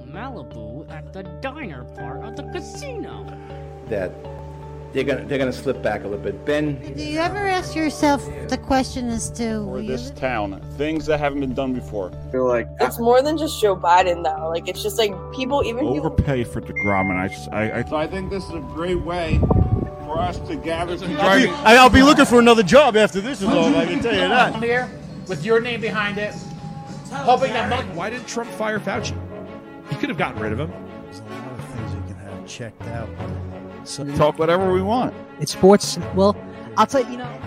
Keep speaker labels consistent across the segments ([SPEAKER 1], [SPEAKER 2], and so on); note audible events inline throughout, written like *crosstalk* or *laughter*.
[SPEAKER 1] Malibu at the diner part of the casino.
[SPEAKER 2] that they're gonna they're gonna slip back a little bit. Ben,
[SPEAKER 3] Do you ever ask yourself the question as to
[SPEAKER 4] for this town, things that haven't been done before.
[SPEAKER 5] You're like,
[SPEAKER 6] It's more than just Joe Biden though. Like it's just like people, even people.
[SPEAKER 4] Overpaid for Degrom, and I, just, I, I
[SPEAKER 7] So I think this is a great way for us to gather some
[SPEAKER 8] I'll be, and I'll be looking for another job after this is over. I can tell you that.
[SPEAKER 9] I'm here with your name behind it, hoping that Mike
[SPEAKER 10] Why did Trump fire Fauci? He could have gotten rid of him.
[SPEAKER 8] There's a lot of things you can have checked out. So
[SPEAKER 4] talk whatever we want.
[SPEAKER 11] It's sports. Well, I'll tell you, you know.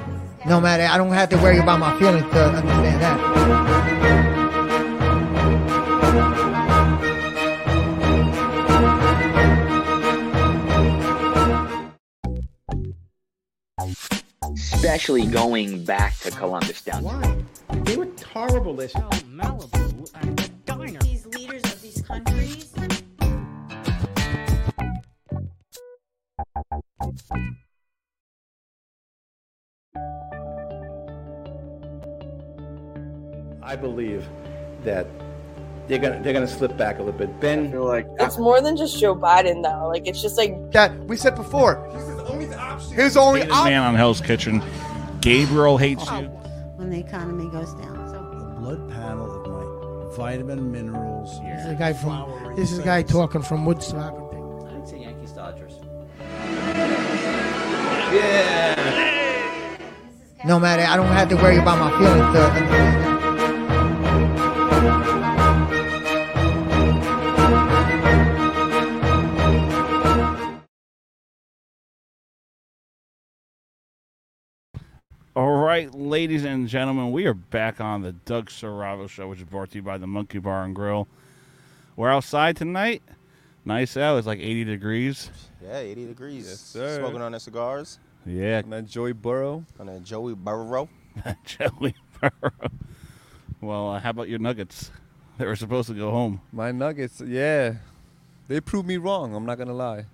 [SPEAKER 11] No matter, I don't have to worry about my feelings to understand that.
[SPEAKER 12] especially going back to Columbus down.
[SPEAKER 2] why? They were horrible this.
[SPEAKER 1] Hotel Malibu at the diner.
[SPEAKER 13] These leaders of these countries.
[SPEAKER 2] I believe that they're gonna they're gonna slip back a little bit. Ben,
[SPEAKER 5] you're like,
[SPEAKER 6] It's more than just Joe Biden though. Like it's just like
[SPEAKER 9] that we said before. His only
[SPEAKER 4] Hated man
[SPEAKER 9] option.
[SPEAKER 4] on Hell's Kitchen. Gabriel hates
[SPEAKER 8] Oh.
[SPEAKER 4] you.
[SPEAKER 3] when the economy goes down? So
[SPEAKER 8] A blood panel of my vitamin minerals.
[SPEAKER 11] This is a guy from. This is a guy talking from Woodstock.
[SPEAKER 12] I'd say Yankees Dodgers.
[SPEAKER 11] No matter, I don't have to worry about my feelings to understand that.
[SPEAKER 4] All right, ladies and gentlemen, we are back on the Doug Serravo Show, which is brought to you by the Monkey Bar and Grill. We're outside tonight. Nice out. It's like 80 degrees.
[SPEAKER 14] Yeah, 80 degrees.
[SPEAKER 10] Yes, sir.
[SPEAKER 14] Smoking on the cigars.
[SPEAKER 4] Yeah,
[SPEAKER 10] And then Joey Burrow.
[SPEAKER 14] On a Joey Burrow.
[SPEAKER 4] *laughs* Joey Burrow. Well, uh, how about your Nuggets? They were supposed to go home.
[SPEAKER 10] My Nuggets, yeah. They proved me wrong. I'm not going to lie.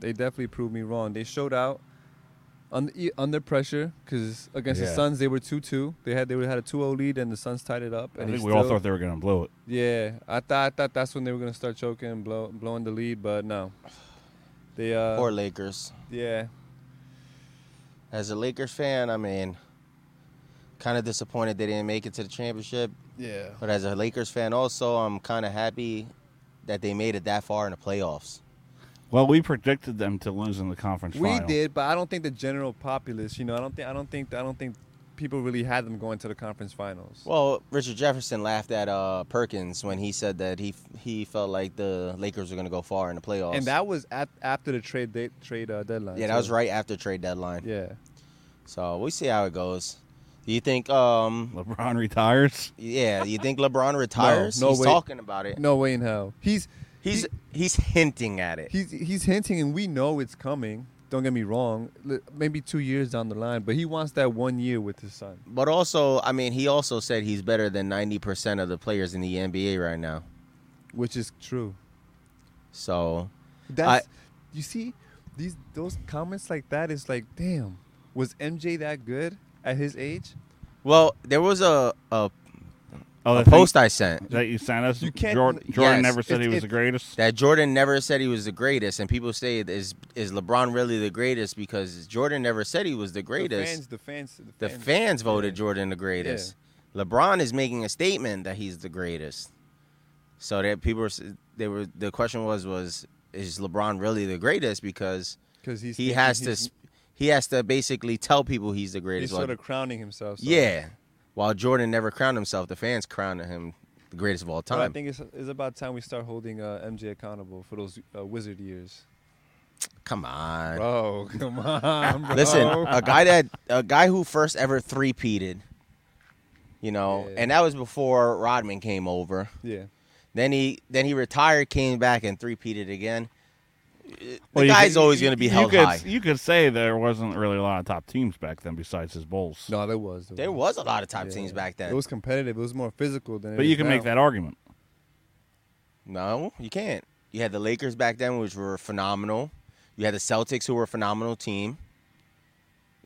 [SPEAKER 10] They definitely proved me wrong. They showed out un- e- under pressure because against
[SPEAKER 4] Yeah.
[SPEAKER 10] the Suns, they were 2 2. They had they had a 2 0 lead, and the Suns tied it up.
[SPEAKER 4] I
[SPEAKER 10] And they
[SPEAKER 4] think we all
[SPEAKER 10] still-
[SPEAKER 4] thought they were going to blow it.
[SPEAKER 10] Yeah, I thought, I thought that's when they were going to start choking and blow, blowing the lead, but no. They, uh,
[SPEAKER 14] or Lakers.
[SPEAKER 10] yeah.
[SPEAKER 14] As a Lakers fan, I mean, kind of disappointed they didn't make it to the championship.
[SPEAKER 10] Yeah.
[SPEAKER 14] But as a Lakers fan, also, I'm kind of happy that they made it that far in the playoffs.
[SPEAKER 4] Well, we predicted them to lose in the conference
[SPEAKER 10] We
[SPEAKER 4] final.
[SPEAKER 10] did, but I don't think the general populace, you know, I don't think I don't think I don't think people really had them going to the conference finals.
[SPEAKER 14] Well, Richard Jefferson laughed at uh, Perkins when he said that he he felt like the Lakers were going to go far in the playoffs.
[SPEAKER 10] and that was at, after the trade date, trade uh, deadline.
[SPEAKER 14] yeah, that
[SPEAKER 10] too.
[SPEAKER 14] was right after trade deadline.
[SPEAKER 10] Yeah.
[SPEAKER 14] So we see how it goes. Do you think? Um,
[SPEAKER 4] LeBron retires.
[SPEAKER 14] yeah, you think LeBron
[SPEAKER 10] *laughs*
[SPEAKER 14] retires?
[SPEAKER 10] no
[SPEAKER 14] he's
[SPEAKER 10] way.
[SPEAKER 14] talking about it.
[SPEAKER 10] No way in hell. He's
[SPEAKER 14] He's he's hinting at it.
[SPEAKER 10] he's he's hinting, and we know it's coming. Don't get me wrong. L- Maybe two years down the line, but he wants that one year with his son.
[SPEAKER 14] But also, I mean, he also said he's better than 90% of the players in the NBA right now.
[SPEAKER 10] which is true.
[SPEAKER 14] So,
[SPEAKER 10] That's you see, these those comments like that is like, damn, was MJ that good at his age?
[SPEAKER 14] well, there was a, a,
[SPEAKER 4] Oh,
[SPEAKER 14] a
[SPEAKER 4] that thing
[SPEAKER 14] post I sent
[SPEAKER 4] that you sent us.
[SPEAKER 10] You can't-
[SPEAKER 4] Jordan, Jordan
[SPEAKER 14] Yes.
[SPEAKER 4] never said
[SPEAKER 10] It's-
[SPEAKER 4] he was
[SPEAKER 10] it's-
[SPEAKER 4] the greatest.
[SPEAKER 14] that Jordan never said he was the greatest, and people say, is is LeBron really the greatest? Because Jordan never said he was the
[SPEAKER 10] The
[SPEAKER 14] greatest.
[SPEAKER 10] fans, the fans,
[SPEAKER 14] The fans, voted Jordan the greatest. LeBron is making a statement that he's the greatest. So that people were, s- they were the question was was is LeBron really the greatest? Because
[SPEAKER 10] because he's
[SPEAKER 14] he
[SPEAKER 10] thinking
[SPEAKER 14] has to
[SPEAKER 10] he's-
[SPEAKER 14] sp- he has to basically tell people he's the
[SPEAKER 10] He's
[SPEAKER 14] greatest.
[SPEAKER 10] sort
[SPEAKER 14] while-
[SPEAKER 10] of crowning himself. so-
[SPEAKER 14] yeah, while Jordan never crowned himself, the fans crowned him the greatest of all
[SPEAKER 10] But I
[SPEAKER 14] time.
[SPEAKER 10] think it's, it's about time we start holding uh, MJ accountable for those uh, wizard years.
[SPEAKER 14] Come on,
[SPEAKER 10] Bro, *laughs* come on. Bro.
[SPEAKER 14] listen, uh, a guy that a guy who first ever three peated, you know,
[SPEAKER 10] Yeah.
[SPEAKER 14] and that was before Rodman came over.
[SPEAKER 10] Yeah.
[SPEAKER 14] Then he then he retired, came back and three peated again. The
[SPEAKER 4] Well, you
[SPEAKER 14] guy's
[SPEAKER 4] could-
[SPEAKER 14] always going to be
[SPEAKER 4] you
[SPEAKER 14] held
[SPEAKER 4] could,
[SPEAKER 14] high.
[SPEAKER 4] You could say there wasn't really a lot of top teams back then besides his Bulls.
[SPEAKER 10] No, there was.
[SPEAKER 14] there was a lot of top
[SPEAKER 10] Yeah.
[SPEAKER 14] teams back then.
[SPEAKER 10] It was competitive. It was more physical than. it
[SPEAKER 4] But
[SPEAKER 10] is
[SPEAKER 4] you can make
[SPEAKER 10] now.
[SPEAKER 4] that argument.
[SPEAKER 14] No, you can't. You had the Lakers back then, which were phenomenal. You had the Celtics, who were a phenomenal team.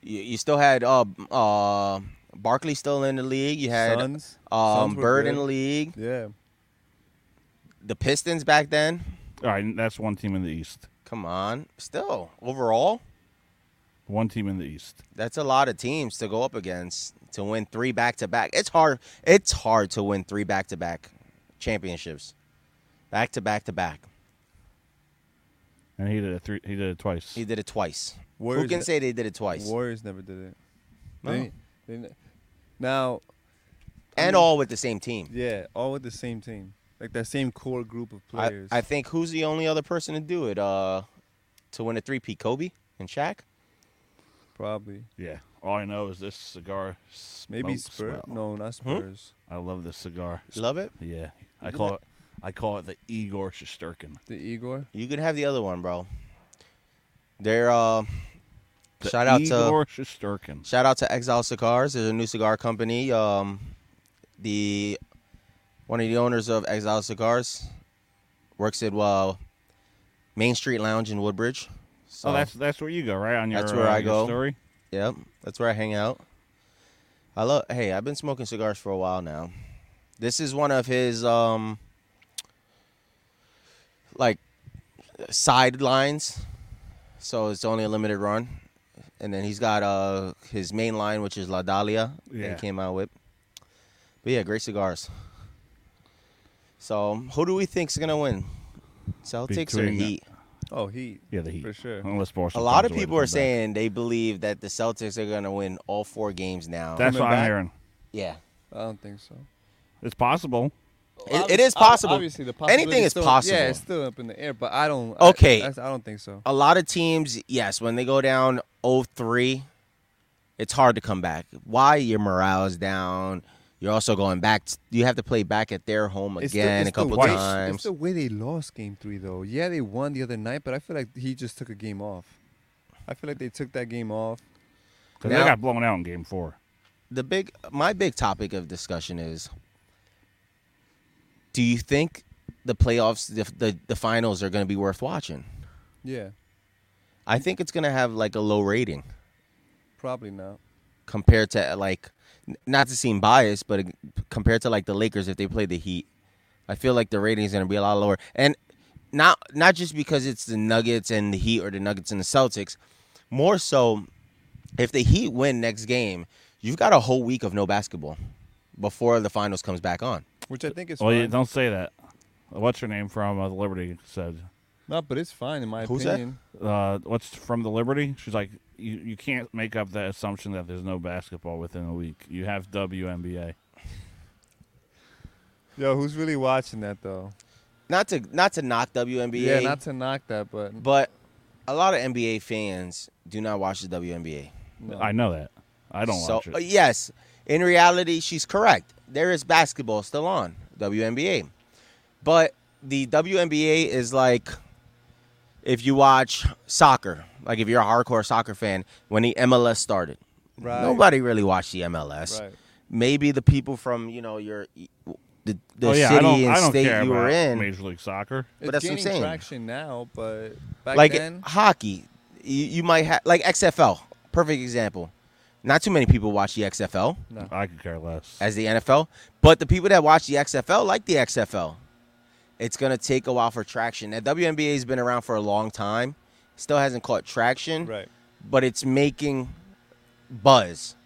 [SPEAKER 14] You, you still had uh uh Barkley still in the league. You had
[SPEAKER 10] Suns.
[SPEAKER 14] um
[SPEAKER 10] Suns were
[SPEAKER 14] Bird in
[SPEAKER 10] good.
[SPEAKER 14] the league.
[SPEAKER 10] Yeah.
[SPEAKER 14] the Pistons back then.
[SPEAKER 4] All right, that's one team in the East.
[SPEAKER 14] Come on, still overall,
[SPEAKER 4] one team in the East.
[SPEAKER 14] that's a lot of teams to go up against to win three back to back. It's hard. It's hard to win three back to back championships, back to back to back.
[SPEAKER 4] And he did it three. He did it twice.
[SPEAKER 14] He did it twice. Who
[SPEAKER 10] Warriors
[SPEAKER 14] can
[SPEAKER 10] ne-
[SPEAKER 14] say they did it twice?
[SPEAKER 10] Warriors never did it.
[SPEAKER 14] No.
[SPEAKER 10] They- they ne- now, I
[SPEAKER 14] And
[SPEAKER 10] mean-
[SPEAKER 14] all with the same team.
[SPEAKER 10] Yeah, all with the same team, like that same core group of
[SPEAKER 14] I,
[SPEAKER 10] players.
[SPEAKER 14] I think who's the only other person to do it? Uh, to win a three P Kobe and Shaq.
[SPEAKER 10] Probably.
[SPEAKER 4] Yeah. All I know is this cigar.
[SPEAKER 14] Oh,
[SPEAKER 10] Maybe
[SPEAKER 4] smokes
[SPEAKER 10] Spurs.
[SPEAKER 4] well.
[SPEAKER 10] No, not
[SPEAKER 14] Hmm?
[SPEAKER 10] Spurs.
[SPEAKER 4] I love this cigar.
[SPEAKER 14] You love it?
[SPEAKER 4] Yeah. I call it. I call it the Igor Shosturkin.
[SPEAKER 10] The Igor.
[SPEAKER 14] You can have the other one, bro. They're uh,
[SPEAKER 4] The
[SPEAKER 14] shout out
[SPEAKER 4] Igor
[SPEAKER 14] to
[SPEAKER 4] Shosturkin.
[SPEAKER 14] shout out to Exile Cigars. There's a new cigar company. Um, the one of the owners of Exile Cigars works at uh, Main Street Lounge in Woodbridge. So
[SPEAKER 4] oh, that's that's where you go, right? On your
[SPEAKER 14] that's where
[SPEAKER 4] uh,
[SPEAKER 14] I
[SPEAKER 4] your
[SPEAKER 14] go.
[SPEAKER 4] story.
[SPEAKER 14] Yep, that's where I hang out. I love. Hey, I've been smoking cigars for a while now. This is one of his um, like sidelines, so it's only a limited run. And then he's got uh his main line, which is La Dahlia. that
[SPEAKER 4] Yeah.
[SPEAKER 14] he came out with. But yeah, great cigars. So who do we think's gonna win? Celtics or
[SPEAKER 4] Between the-
[SPEAKER 14] Heat?
[SPEAKER 10] Oh, Heat.
[SPEAKER 4] Yeah, the Heat
[SPEAKER 10] for sure.
[SPEAKER 4] Unless Boston.
[SPEAKER 14] A lot
[SPEAKER 4] finds
[SPEAKER 14] of
[SPEAKER 4] way to
[SPEAKER 14] people
[SPEAKER 4] come
[SPEAKER 14] are
[SPEAKER 4] back.
[SPEAKER 14] saying they believe that the Celtics are going to win all four games now.
[SPEAKER 4] That's what
[SPEAKER 10] Coming
[SPEAKER 4] I'm
[SPEAKER 10] back?
[SPEAKER 4] hearing.
[SPEAKER 14] Yeah,
[SPEAKER 10] I don't think so.
[SPEAKER 4] It's possible.
[SPEAKER 14] It-
[SPEAKER 10] Obvi-
[SPEAKER 14] it is
[SPEAKER 10] ob-
[SPEAKER 14] possible.
[SPEAKER 10] Obviously, the
[SPEAKER 14] Anything
[SPEAKER 10] possibility's
[SPEAKER 14] is
[SPEAKER 10] still-
[SPEAKER 14] possible.
[SPEAKER 10] Yeah, it's still up in the air, but I don't. I-
[SPEAKER 14] Okay.
[SPEAKER 10] that's- I, don't think so.
[SPEAKER 14] a lot of teams, yes, when they go down 0-3, it's hard to come back. Why? Your morale is down. You're also going back. t- you have to play back at their home again
[SPEAKER 10] It's the- it's
[SPEAKER 14] a couple
[SPEAKER 10] the way,
[SPEAKER 14] times.
[SPEAKER 10] It's the way they lost Game Three, though. Yeah, they won the other night, but I feel like he just took a game off. I feel like they took that game off.
[SPEAKER 4] 'Cause they
[SPEAKER 14] Now-
[SPEAKER 4] got blown out in Game Four.
[SPEAKER 14] the big my big topic of discussion is do you think the playoffs the the, the finals are going to be worth watching
[SPEAKER 10] Yeah,
[SPEAKER 14] i think it's going to have like a low rating
[SPEAKER 10] probably not.
[SPEAKER 14] compared to like n- not to seem biased but compared to like the lakers if they play the heat i feel like the rating is going to be a lot lower and not not just because it's the nuggets and the heat or the nuggets and the celtics more so if the heat win next game you've got a whole week of no basketball before the finals comes back on
[SPEAKER 10] Which I think is
[SPEAKER 4] Oh, yeah,
[SPEAKER 10] fine.
[SPEAKER 4] don't say that. What's her name from uh, the Liberty said?
[SPEAKER 10] No, but it's fine in my
[SPEAKER 14] Who's that?
[SPEAKER 10] opinion.
[SPEAKER 4] Uh, what's from the Liberty? She's like, you, you can't make up that assumption that there's no basketball within a week. You have WNBA.
[SPEAKER 10] Yo, who's really watching that though?
[SPEAKER 14] not to not to knock WNBA
[SPEAKER 10] Yeah, not to knock that, but
[SPEAKER 14] but a lot of NBA fans do not watch the WNBA
[SPEAKER 10] no.
[SPEAKER 4] I know that. I don't
[SPEAKER 14] so,
[SPEAKER 4] watch it.
[SPEAKER 14] uh, yes, in reality, she's correct. There is basketball still on WNBA, but the WNBA is like if you watch soccer. Like if you're a hardcore soccer fan, when the MLS started,
[SPEAKER 10] Right.
[SPEAKER 14] nobody really watched the MLS.
[SPEAKER 10] Right.
[SPEAKER 14] Maybe the people from you know your e, the, the
[SPEAKER 4] oh yeah,
[SPEAKER 14] city
[SPEAKER 4] I don't,
[SPEAKER 14] and
[SPEAKER 4] I don't
[SPEAKER 14] state
[SPEAKER 4] care
[SPEAKER 14] you were
[SPEAKER 4] about
[SPEAKER 14] in.
[SPEAKER 4] Major League Soccer.
[SPEAKER 10] It's
[SPEAKER 14] that's what I'm
[SPEAKER 10] gaining
[SPEAKER 14] saying.
[SPEAKER 10] traction now, but back
[SPEAKER 14] like
[SPEAKER 10] then,
[SPEAKER 14] hockey, you, you might have like XFL. Perfect example. Not too many people watch the XFL
[SPEAKER 4] I could care less.
[SPEAKER 14] as the NFL, but the people that watch the XFL like the XFL. It's gonna take a while for traction. Now WNBA has been around for a long time, still hasn't caught traction,
[SPEAKER 10] right?
[SPEAKER 14] but it's making buzz.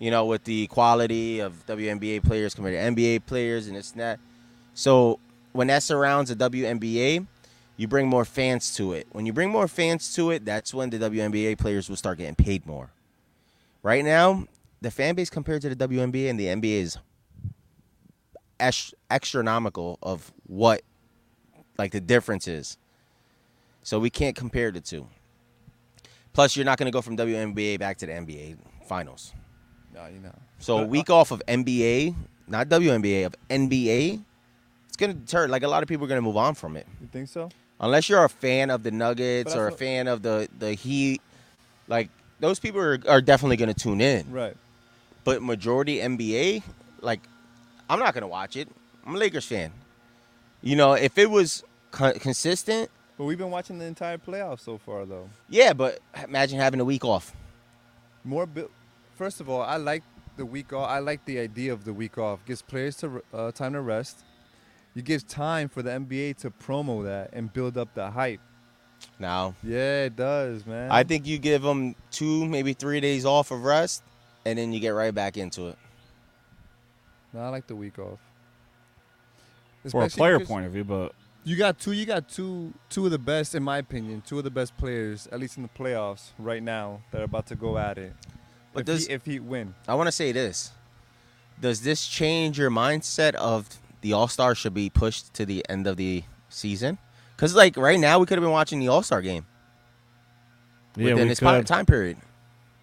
[SPEAKER 14] You know, with the quality of WNBA players compared to NBA players and this and that. So when that surrounds the WNBA, you bring more fans to it. When you bring more fans to it, that's when the WNBA players will start getting paid more. Right now, the fan base compared to the WNBA and the NBA is ast- astronomical of what like the difference is. So we can't compare the two. Plus, you're not going to go from WNBA back to the NBA finals.
[SPEAKER 10] No, you know.
[SPEAKER 14] So a
[SPEAKER 10] uh,
[SPEAKER 14] week off of NBA, not WNBA, of NBA, it's going to deter. Like a lot of people are going to move on from it,
[SPEAKER 10] You think so?
[SPEAKER 14] unless you're a fan of the Nuggets
[SPEAKER 10] But I
[SPEAKER 14] or a
[SPEAKER 10] thought-
[SPEAKER 14] fan of the the Heat. Like those people are, are definitely going to tune in.
[SPEAKER 10] Right.
[SPEAKER 14] But majority NBA, like I'm not going to watch it. I'm a Lakers fan. You know, if it was con- consistent,
[SPEAKER 10] But we've been watching the entire playoffs so far, though.
[SPEAKER 14] yeah. But imagine having a week off.
[SPEAKER 10] More. Bu- First of all, I like the week off. I like the idea of the week off. Gives players to re- uh, time to rest. You give time for the NBA to promo that and build up the hype.
[SPEAKER 14] Now,
[SPEAKER 10] yeah, it does, man.
[SPEAKER 14] I think you give them two, maybe three days off of rest, and then you get right back into it.
[SPEAKER 10] No, I like the week off.
[SPEAKER 4] From a
[SPEAKER 10] Especially
[SPEAKER 4] player
[SPEAKER 10] because
[SPEAKER 4] point of view, but
[SPEAKER 10] You got two. You got two. Two of the best, in my opinion, two of the best players, at least in the playoffs right now, that are about to go at it.
[SPEAKER 14] But
[SPEAKER 10] if,
[SPEAKER 14] does-
[SPEAKER 10] he, if he win,
[SPEAKER 14] I want to say this. Does this change your mindset of the All Star should be pushed to the end of the season? Because, like, right now, we could have been watching the All Star game
[SPEAKER 4] Yeah,
[SPEAKER 14] within
[SPEAKER 4] we
[SPEAKER 14] this po-
[SPEAKER 4] could.
[SPEAKER 14] time period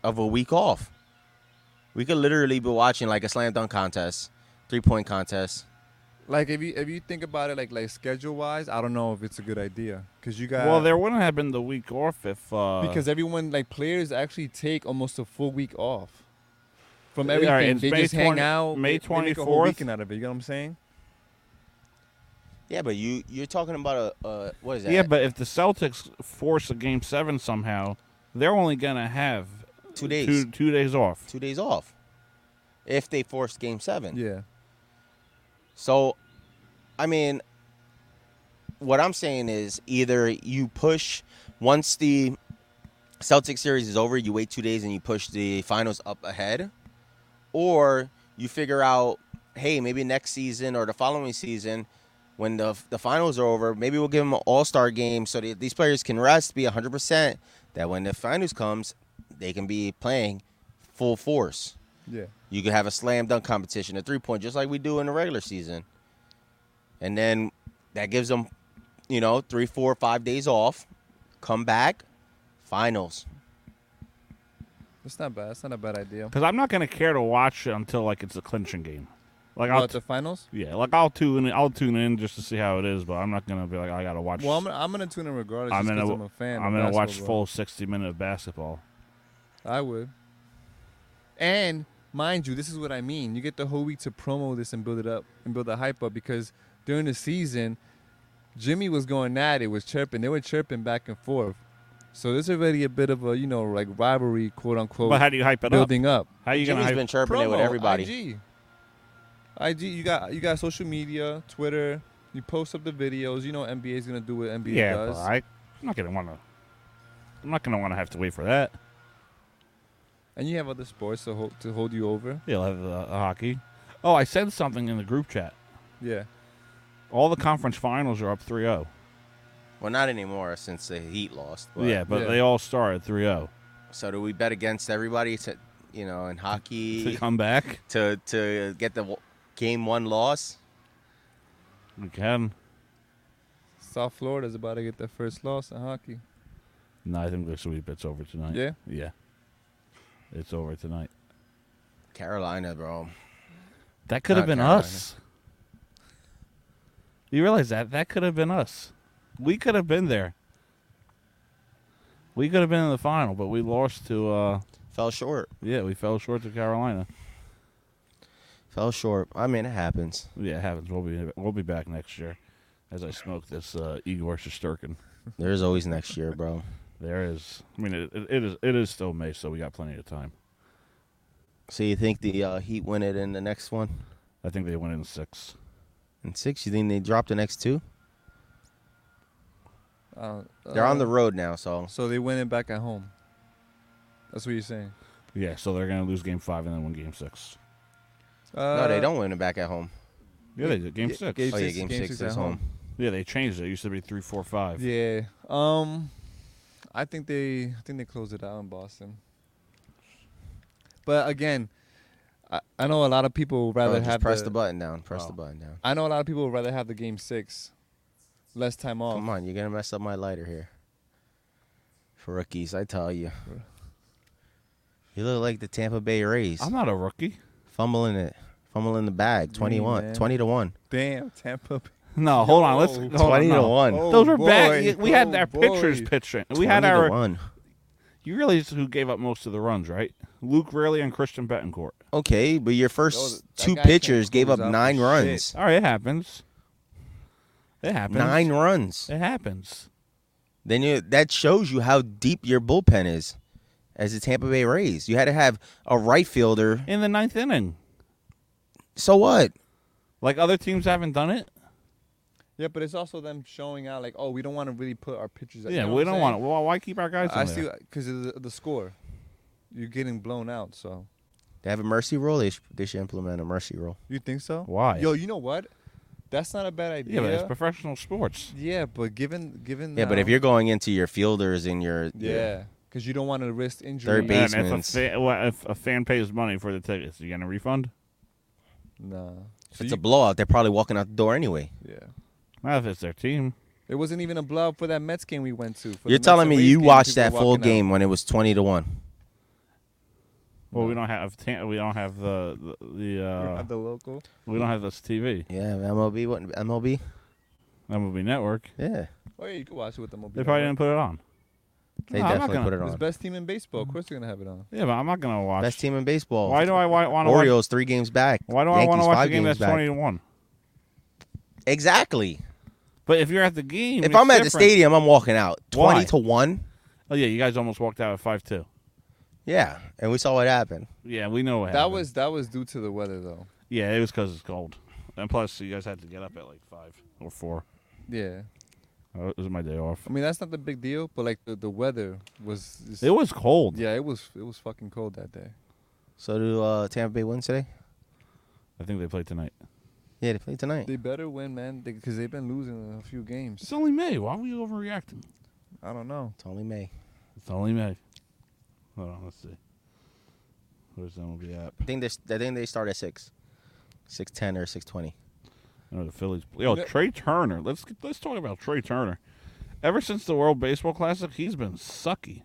[SPEAKER 14] of a week off. We could literally be watching, like, a slam dunk contest, three point contest.
[SPEAKER 10] like if you if you think about it, like like schedule wise, I don't know if it's a good idea because you got
[SPEAKER 4] well, there wouldn't have been the week off if uh,
[SPEAKER 10] because everyone like players actually take almost a full week off from
[SPEAKER 4] Yeah,
[SPEAKER 10] everything.
[SPEAKER 4] alright, it's
[SPEAKER 10] they
[SPEAKER 4] May
[SPEAKER 10] just
[SPEAKER 4] 20
[SPEAKER 10] hang out.
[SPEAKER 4] May
[SPEAKER 10] they- they make a whole
[SPEAKER 4] 24th.
[SPEAKER 10] weekend out of it. You know what I'm saying?
[SPEAKER 14] Yeah, but you, you're talking about a, a what is that?
[SPEAKER 4] yeah, but if the Celtics force a game seven somehow, they're only gonna have
[SPEAKER 14] Two days.
[SPEAKER 4] two, two days off.
[SPEAKER 14] two days off if they forced game seven.
[SPEAKER 10] Yeah.
[SPEAKER 14] So, I mean, what I'm saying is either you push once the Celtic series is over, you wait two days and you push the finals up ahead, or you figure out, hey, maybe next season or the following season. When the, the finals are over, maybe we'll give them an all star game so that these players can rest, be 100%. That when the finals comes, they can be playing full force.
[SPEAKER 10] Yeah.
[SPEAKER 14] You could have a slam dunk competition, a three point, just like we do in the regular season. And then that gives them, you know, three, four, five days off. Come back, finals.
[SPEAKER 10] That's not bad. That's not a bad idea.
[SPEAKER 4] Because I'm not gonna care to watch it until like it's a clinching game. Like
[SPEAKER 10] What,
[SPEAKER 4] I'll
[SPEAKER 10] the finals?
[SPEAKER 4] Yeah, like I'll tune in, I'll tune in just to see how it is, but I'm not gonna be like I gotta watch.
[SPEAKER 10] Well, I'm gonna, I'm gonna tune in regardless.
[SPEAKER 4] I'm
[SPEAKER 10] just 'cause
[SPEAKER 4] gonna
[SPEAKER 10] I'm a fan.
[SPEAKER 4] I'm
[SPEAKER 10] of
[SPEAKER 4] gonna watch
[SPEAKER 10] basketball.
[SPEAKER 4] full 60 minute of basketball.
[SPEAKER 10] I would. And mind you, this is what I mean. You get the whole week to promo this and build it up and build the hype up because during the season, Jimmy was going at it, was chirping. They were chirping back and forth. So there's already a bit of a you know like rivalry, quote unquote.
[SPEAKER 4] But how do you hype it up?
[SPEAKER 10] building up?
[SPEAKER 4] How you gonna Jimmy's hype- been chirping it with
[SPEAKER 10] Promo,
[SPEAKER 4] everybody.
[SPEAKER 10] IG. IG, you got you got social media, Twitter. You post up the videos. You know NBA's gonna do what NBA
[SPEAKER 4] yeah,
[SPEAKER 10] does.
[SPEAKER 4] but I, I'm not gonna wanna. I'm not gonna wanna have to wait for that.
[SPEAKER 10] And you have other sports to hold, to hold you over.
[SPEAKER 4] Yeah, like the, the hockey. Oh, I said something in the group chat.
[SPEAKER 10] Yeah.
[SPEAKER 4] All the conference finals are up oh. 3-0.
[SPEAKER 14] Well, not anymore since the Heat lost.
[SPEAKER 4] yeah, but they all start at oh. 3-0.
[SPEAKER 14] So do we bet against everybody to, you know, in hockey
[SPEAKER 4] *laughs* To come back,
[SPEAKER 14] to to get the w- game one loss?
[SPEAKER 4] we can.
[SPEAKER 10] South Florida's about to get their first loss in hockey.
[SPEAKER 4] No, I think the sweep it's over tonight.
[SPEAKER 10] Yeah?
[SPEAKER 4] yeah, it's over tonight.
[SPEAKER 14] Carolina, bro.
[SPEAKER 4] That could have
[SPEAKER 14] Not
[SPEAKER 4] been
[SPEAKER 14] Carolina.
[SPEAKER 4] us. You realize that that could have been us. We could have been there. We could have been in the final, but we lost to. uh
[SPEAKER 14] Fell short.
[SPEAKER 4] Yeah, we fell short to Carolina.
[SPEAKER 14] Fell short. I mean, it happens.
[SPEAKER 4] Yeah, it happens. We'll be we'll be back next year, as I smoke this uh, Igor Shesterkin.
[SPEAKER 14] There's always next year, bro.
[SPEAKER 4] There is. I mean, it, it is it is still May, so we got plenty of time.
[SPEAKER 14] So you think the uh, Heat win it in the next one?
[SPEAKER 4] I think they win in six.
[SPEAKER 14] In six, you think they drop the next two?
[SPEAKER 10] Uh,
[SPEAKER 14] They're on the road now, so
[SPEAKER 10] So they win it back at home. That's what you're saying.
[SPEAKER 4] Yeah, so they're gonna lose game five and then win game six.
[SPEAKER 14] no,
[SPEAKER 10] Uh,
[SPEAKER 14] they don't win it back at home.
[SPEAKER 4] Yeah, they did game six.
[SPEAKER 14] Game oh yeah, game, six, is home.
[SPEAKER 4] Yeah, they changed it. It used to be three, four, five.
[SPEAKER 10] Yeah. Um, I think they I think they closed it out in Boston. But again, I, I know a lot of people would
[SPEAKER 14] Bro,
[SPEAKER 10] rather
[SPEAKER 14] just
[SPEAKER 10] have
[SPEAKER 14] press
[SPEAKER 10] the,
[SPEAKER 14] the button down. Press the
[SPEAKER 10] Oh.
[SPEAKER 14] button down.
[SPEAKER 10] I know a lot of people would rather have the game six, less time off.
[SPEAKER 14] Come on, you're gonna mess up my lighter here. For rookies, I tell you, you look like the Tampa Bay Rays.
[SPEAKER 4] I'm not a rookie.
[SPEAKER 14] Fumbling it, fumbling the bag. 21,
[SPEAKER 10] man.
[SPEAKER 14] 20 to one.
[SPEAKER 10] Damn, *laughs* Tampa. Bay.
[SPEAKER 4] No, hold on. Let's
[SPEAKER 10] Yo.
[SPEAKER 4] hold on,
[SPEAKER 14] 20 to
[SPEAKER 4] no.
[SPEAKER 14] one.
[SPEAKER 10] Oh,
[SPEAKER 4] Those were
[SPEAKER 10] boy.
[SPEAKER 4] bad. We had
[SPEAKER 10] Oh,
[SPEAKER 4] our pitchers
[SPEAKER 10] boy.
[SPEAKER 4] pitching. We had
[SPEAKER 14] 20 to
[SPEAKER 4] our.
[SPEAKER 14] one.
[SPEAKER 4] You realize who gave up most of the runs, right? Luke Riley and Christian Betancourt.
[SPEAKER 14] Okay, but your first
[SPEAKER 10] that guy
[SPEAKER 14] two
[SPEAKER 10] can't
[SPEAKER 14] pitchers gave
[SPEAKER 10] close
[SPEAKER 14] up
[SPEAKER 10] out for
[SPEAKER 14] nine
[SPEAKER 10] shit.
[SPEAKER 14] runs.
[SPEAKER 4] All right, it happens. It happens.
[SPEAKER 14] Nine runs.
[SPEAKER 4] It happens.
[SPEAKER 14] Then you that shows you how deep your bullpen is. As the Tampa Bay Rays, you had to have a right fielder.
[SPEAKER 4] In the ninth inning,
[SPEAKER 14] So what?
[SPEAKER 4] like other teams haven't done it.
[SPEAKER 10] Yeah, but it's also them showing out like, oh, we don't want to really put our pictures. out.
[SPEAKER 4] Yeah, we don't want to. Why, why keep our guys?
[SPEAKER 10] I
[SPEAKER 4] on
[SPEAKER 10] see
[SPEAKER 4] there?
[SPEAKER 10] because of the, the score. You're getting blown out, so
[SPEAKER 14] They have a mercy rule. They should, they should implement a mercy rule.
[SPEAKER 10] you think so?
[SPEAKER 14] Why?
[SPEAKER 10] Yo, you know what? That's not a bad idea.
[SPEAKER 14] but it's
[SPEAKER 4] professional sports.
[SPEAKER 10] Yeah, but given given
[SPEAKER 14] Yeah, but if
[SPEAKER 10] now-
[SPEAKER 14] you're going into your fielders and your
[SPEAKER 10] yeah, because you don't want to risk injury.
[SPEAKER 14] Third
[SPEAKER 4] Yeah, man, if,
[SPEAKER 14] basemans.
[SPEAKER 4] a fa- well, if a fan pays money for the tickets, you getting a refund?
[SPEAKER 10] No.
[SPEAKER 14] if it's a blowout, they're probably walking out the door anyway.
[SPEAKER 10] Yeah.
[SPEAKER 4] Not if it's their team.
[SPEAKER 10] It wasn't even a blowout for that Mets game we went to. For the
[SPEAKER 14] You're
[SPEAKER 10] Mets
[SPEAKER 14] telling
[SPEAKER 10] and
[SPEAKER 14] me
[SPEAKER 10] Rays
[SPEAKER 14] you
[SPEAKER 10] game,
[SPEAKER 14] watched
[SPEAKER 10] people
[SPEAKER 14] that
[SPEAKER 10] were
[SPEAKER 14] full
[SPEAKER 10] walking out.
[SPEAKER 14] game when it was twenty to one.
[SPEAKER 4] Well, we don't have ta- we don't have the the, the
[SPEAKER 10] We
[SPEAKER 4] uh,
[SPEAKER 10] don't have the local.
[SPEAKER 4] We don't have this TV.
[SPEAKER 14] Yeah, MLB what MLB?
[SPEAKER 4] MLB Network.
[SPEAKER 14] Yeah,
[SPEAKER 10] Oh yeah, you could watch it with the mobile.
[SPEAKER 4] they probably didn't put it on.
[SPEAKER 14] They
[SPEAKER 4] No, I'm not
[SPEAKER 14] definitely
[SPEAKER 4] gonna-
[SPEAKER 14] put it
[SPEAKER 10] It's
[SPEAKER 14] on.
[SPEAKER 10] best team in baseball. Of course, you're gonna have it on.
[SPEAKER 4] Yeah, but I'm not gonna watch.
[SPEAKER 14] Best team in baseball.
[SPEAKER 4] Why do I want to watch?
[SPEAKER 14] Orioles three games back.
[SPEAKER 4] Why do I want to watch a game that's twenty to one?
[SPEAKER 14] Exactly.
[SPEAKER 4] But if you're at the game,
[SPEAKER 14] If
[SPEAKER 4] it's
[SPEAKER 14] I'm at the
[SPEAKER 4] different.
[SPEAKER 14] stadium, I'm walking out
[SPEAKER 4] Why?
[SPEAKER 14] twenty to one.
[SPEAKER 4] Oh yeah, you guys almost walked out at five two.
[SPEAKER 14] Yeah, and we saw what happened.
[SPEAKER 4] Yeah, we know what
[SPEAKER 10] That
[SPEAKER 4] happened.
[SPEAKER 10] was that was due to the weather though.
[SPEAKER 4] Yeah, it was because it's cold, and plus you guys had to get up at like five or four.
[SPEAKER 10] Yeah.
[SPEAKER 4] Uh, It was my day off.
[SPEAKER 10] I mean that's not the big deal, but like the, the weather was. is-
[SPEAKER 4] It was cold.
[SPEAKER 10] Yeah, it was it was fucking cold that day.
[SPEAKER 14] So do uh, Tampa Bay win today?
[SPEAKER 4] I think they played tonight.
[SPEAKER 14] Yeah, they played tonight.
[SPEAKER 10] They better win, man, because they've been losing a few games.
[SPEAKER 4] It's only May. Why are we overreacting?
[SPEAKER 10] I don't know.
[SPEAKER 14] It's only May.
[SPEAKER 4] It's only May. Hold on, let's see. Where's the MLB app?
[SPEAKER 14] I think they I think they start at six, six ten or six twenty.
[SPEAKER 4] No, Oh, the Phillies. Yo,
[SPEAKER 14] Yeah.
[SPEAKER 4] Trey Turner. Let's let's talk about Trey Turner. Ever since the World Baseball Classic, he's been sucky.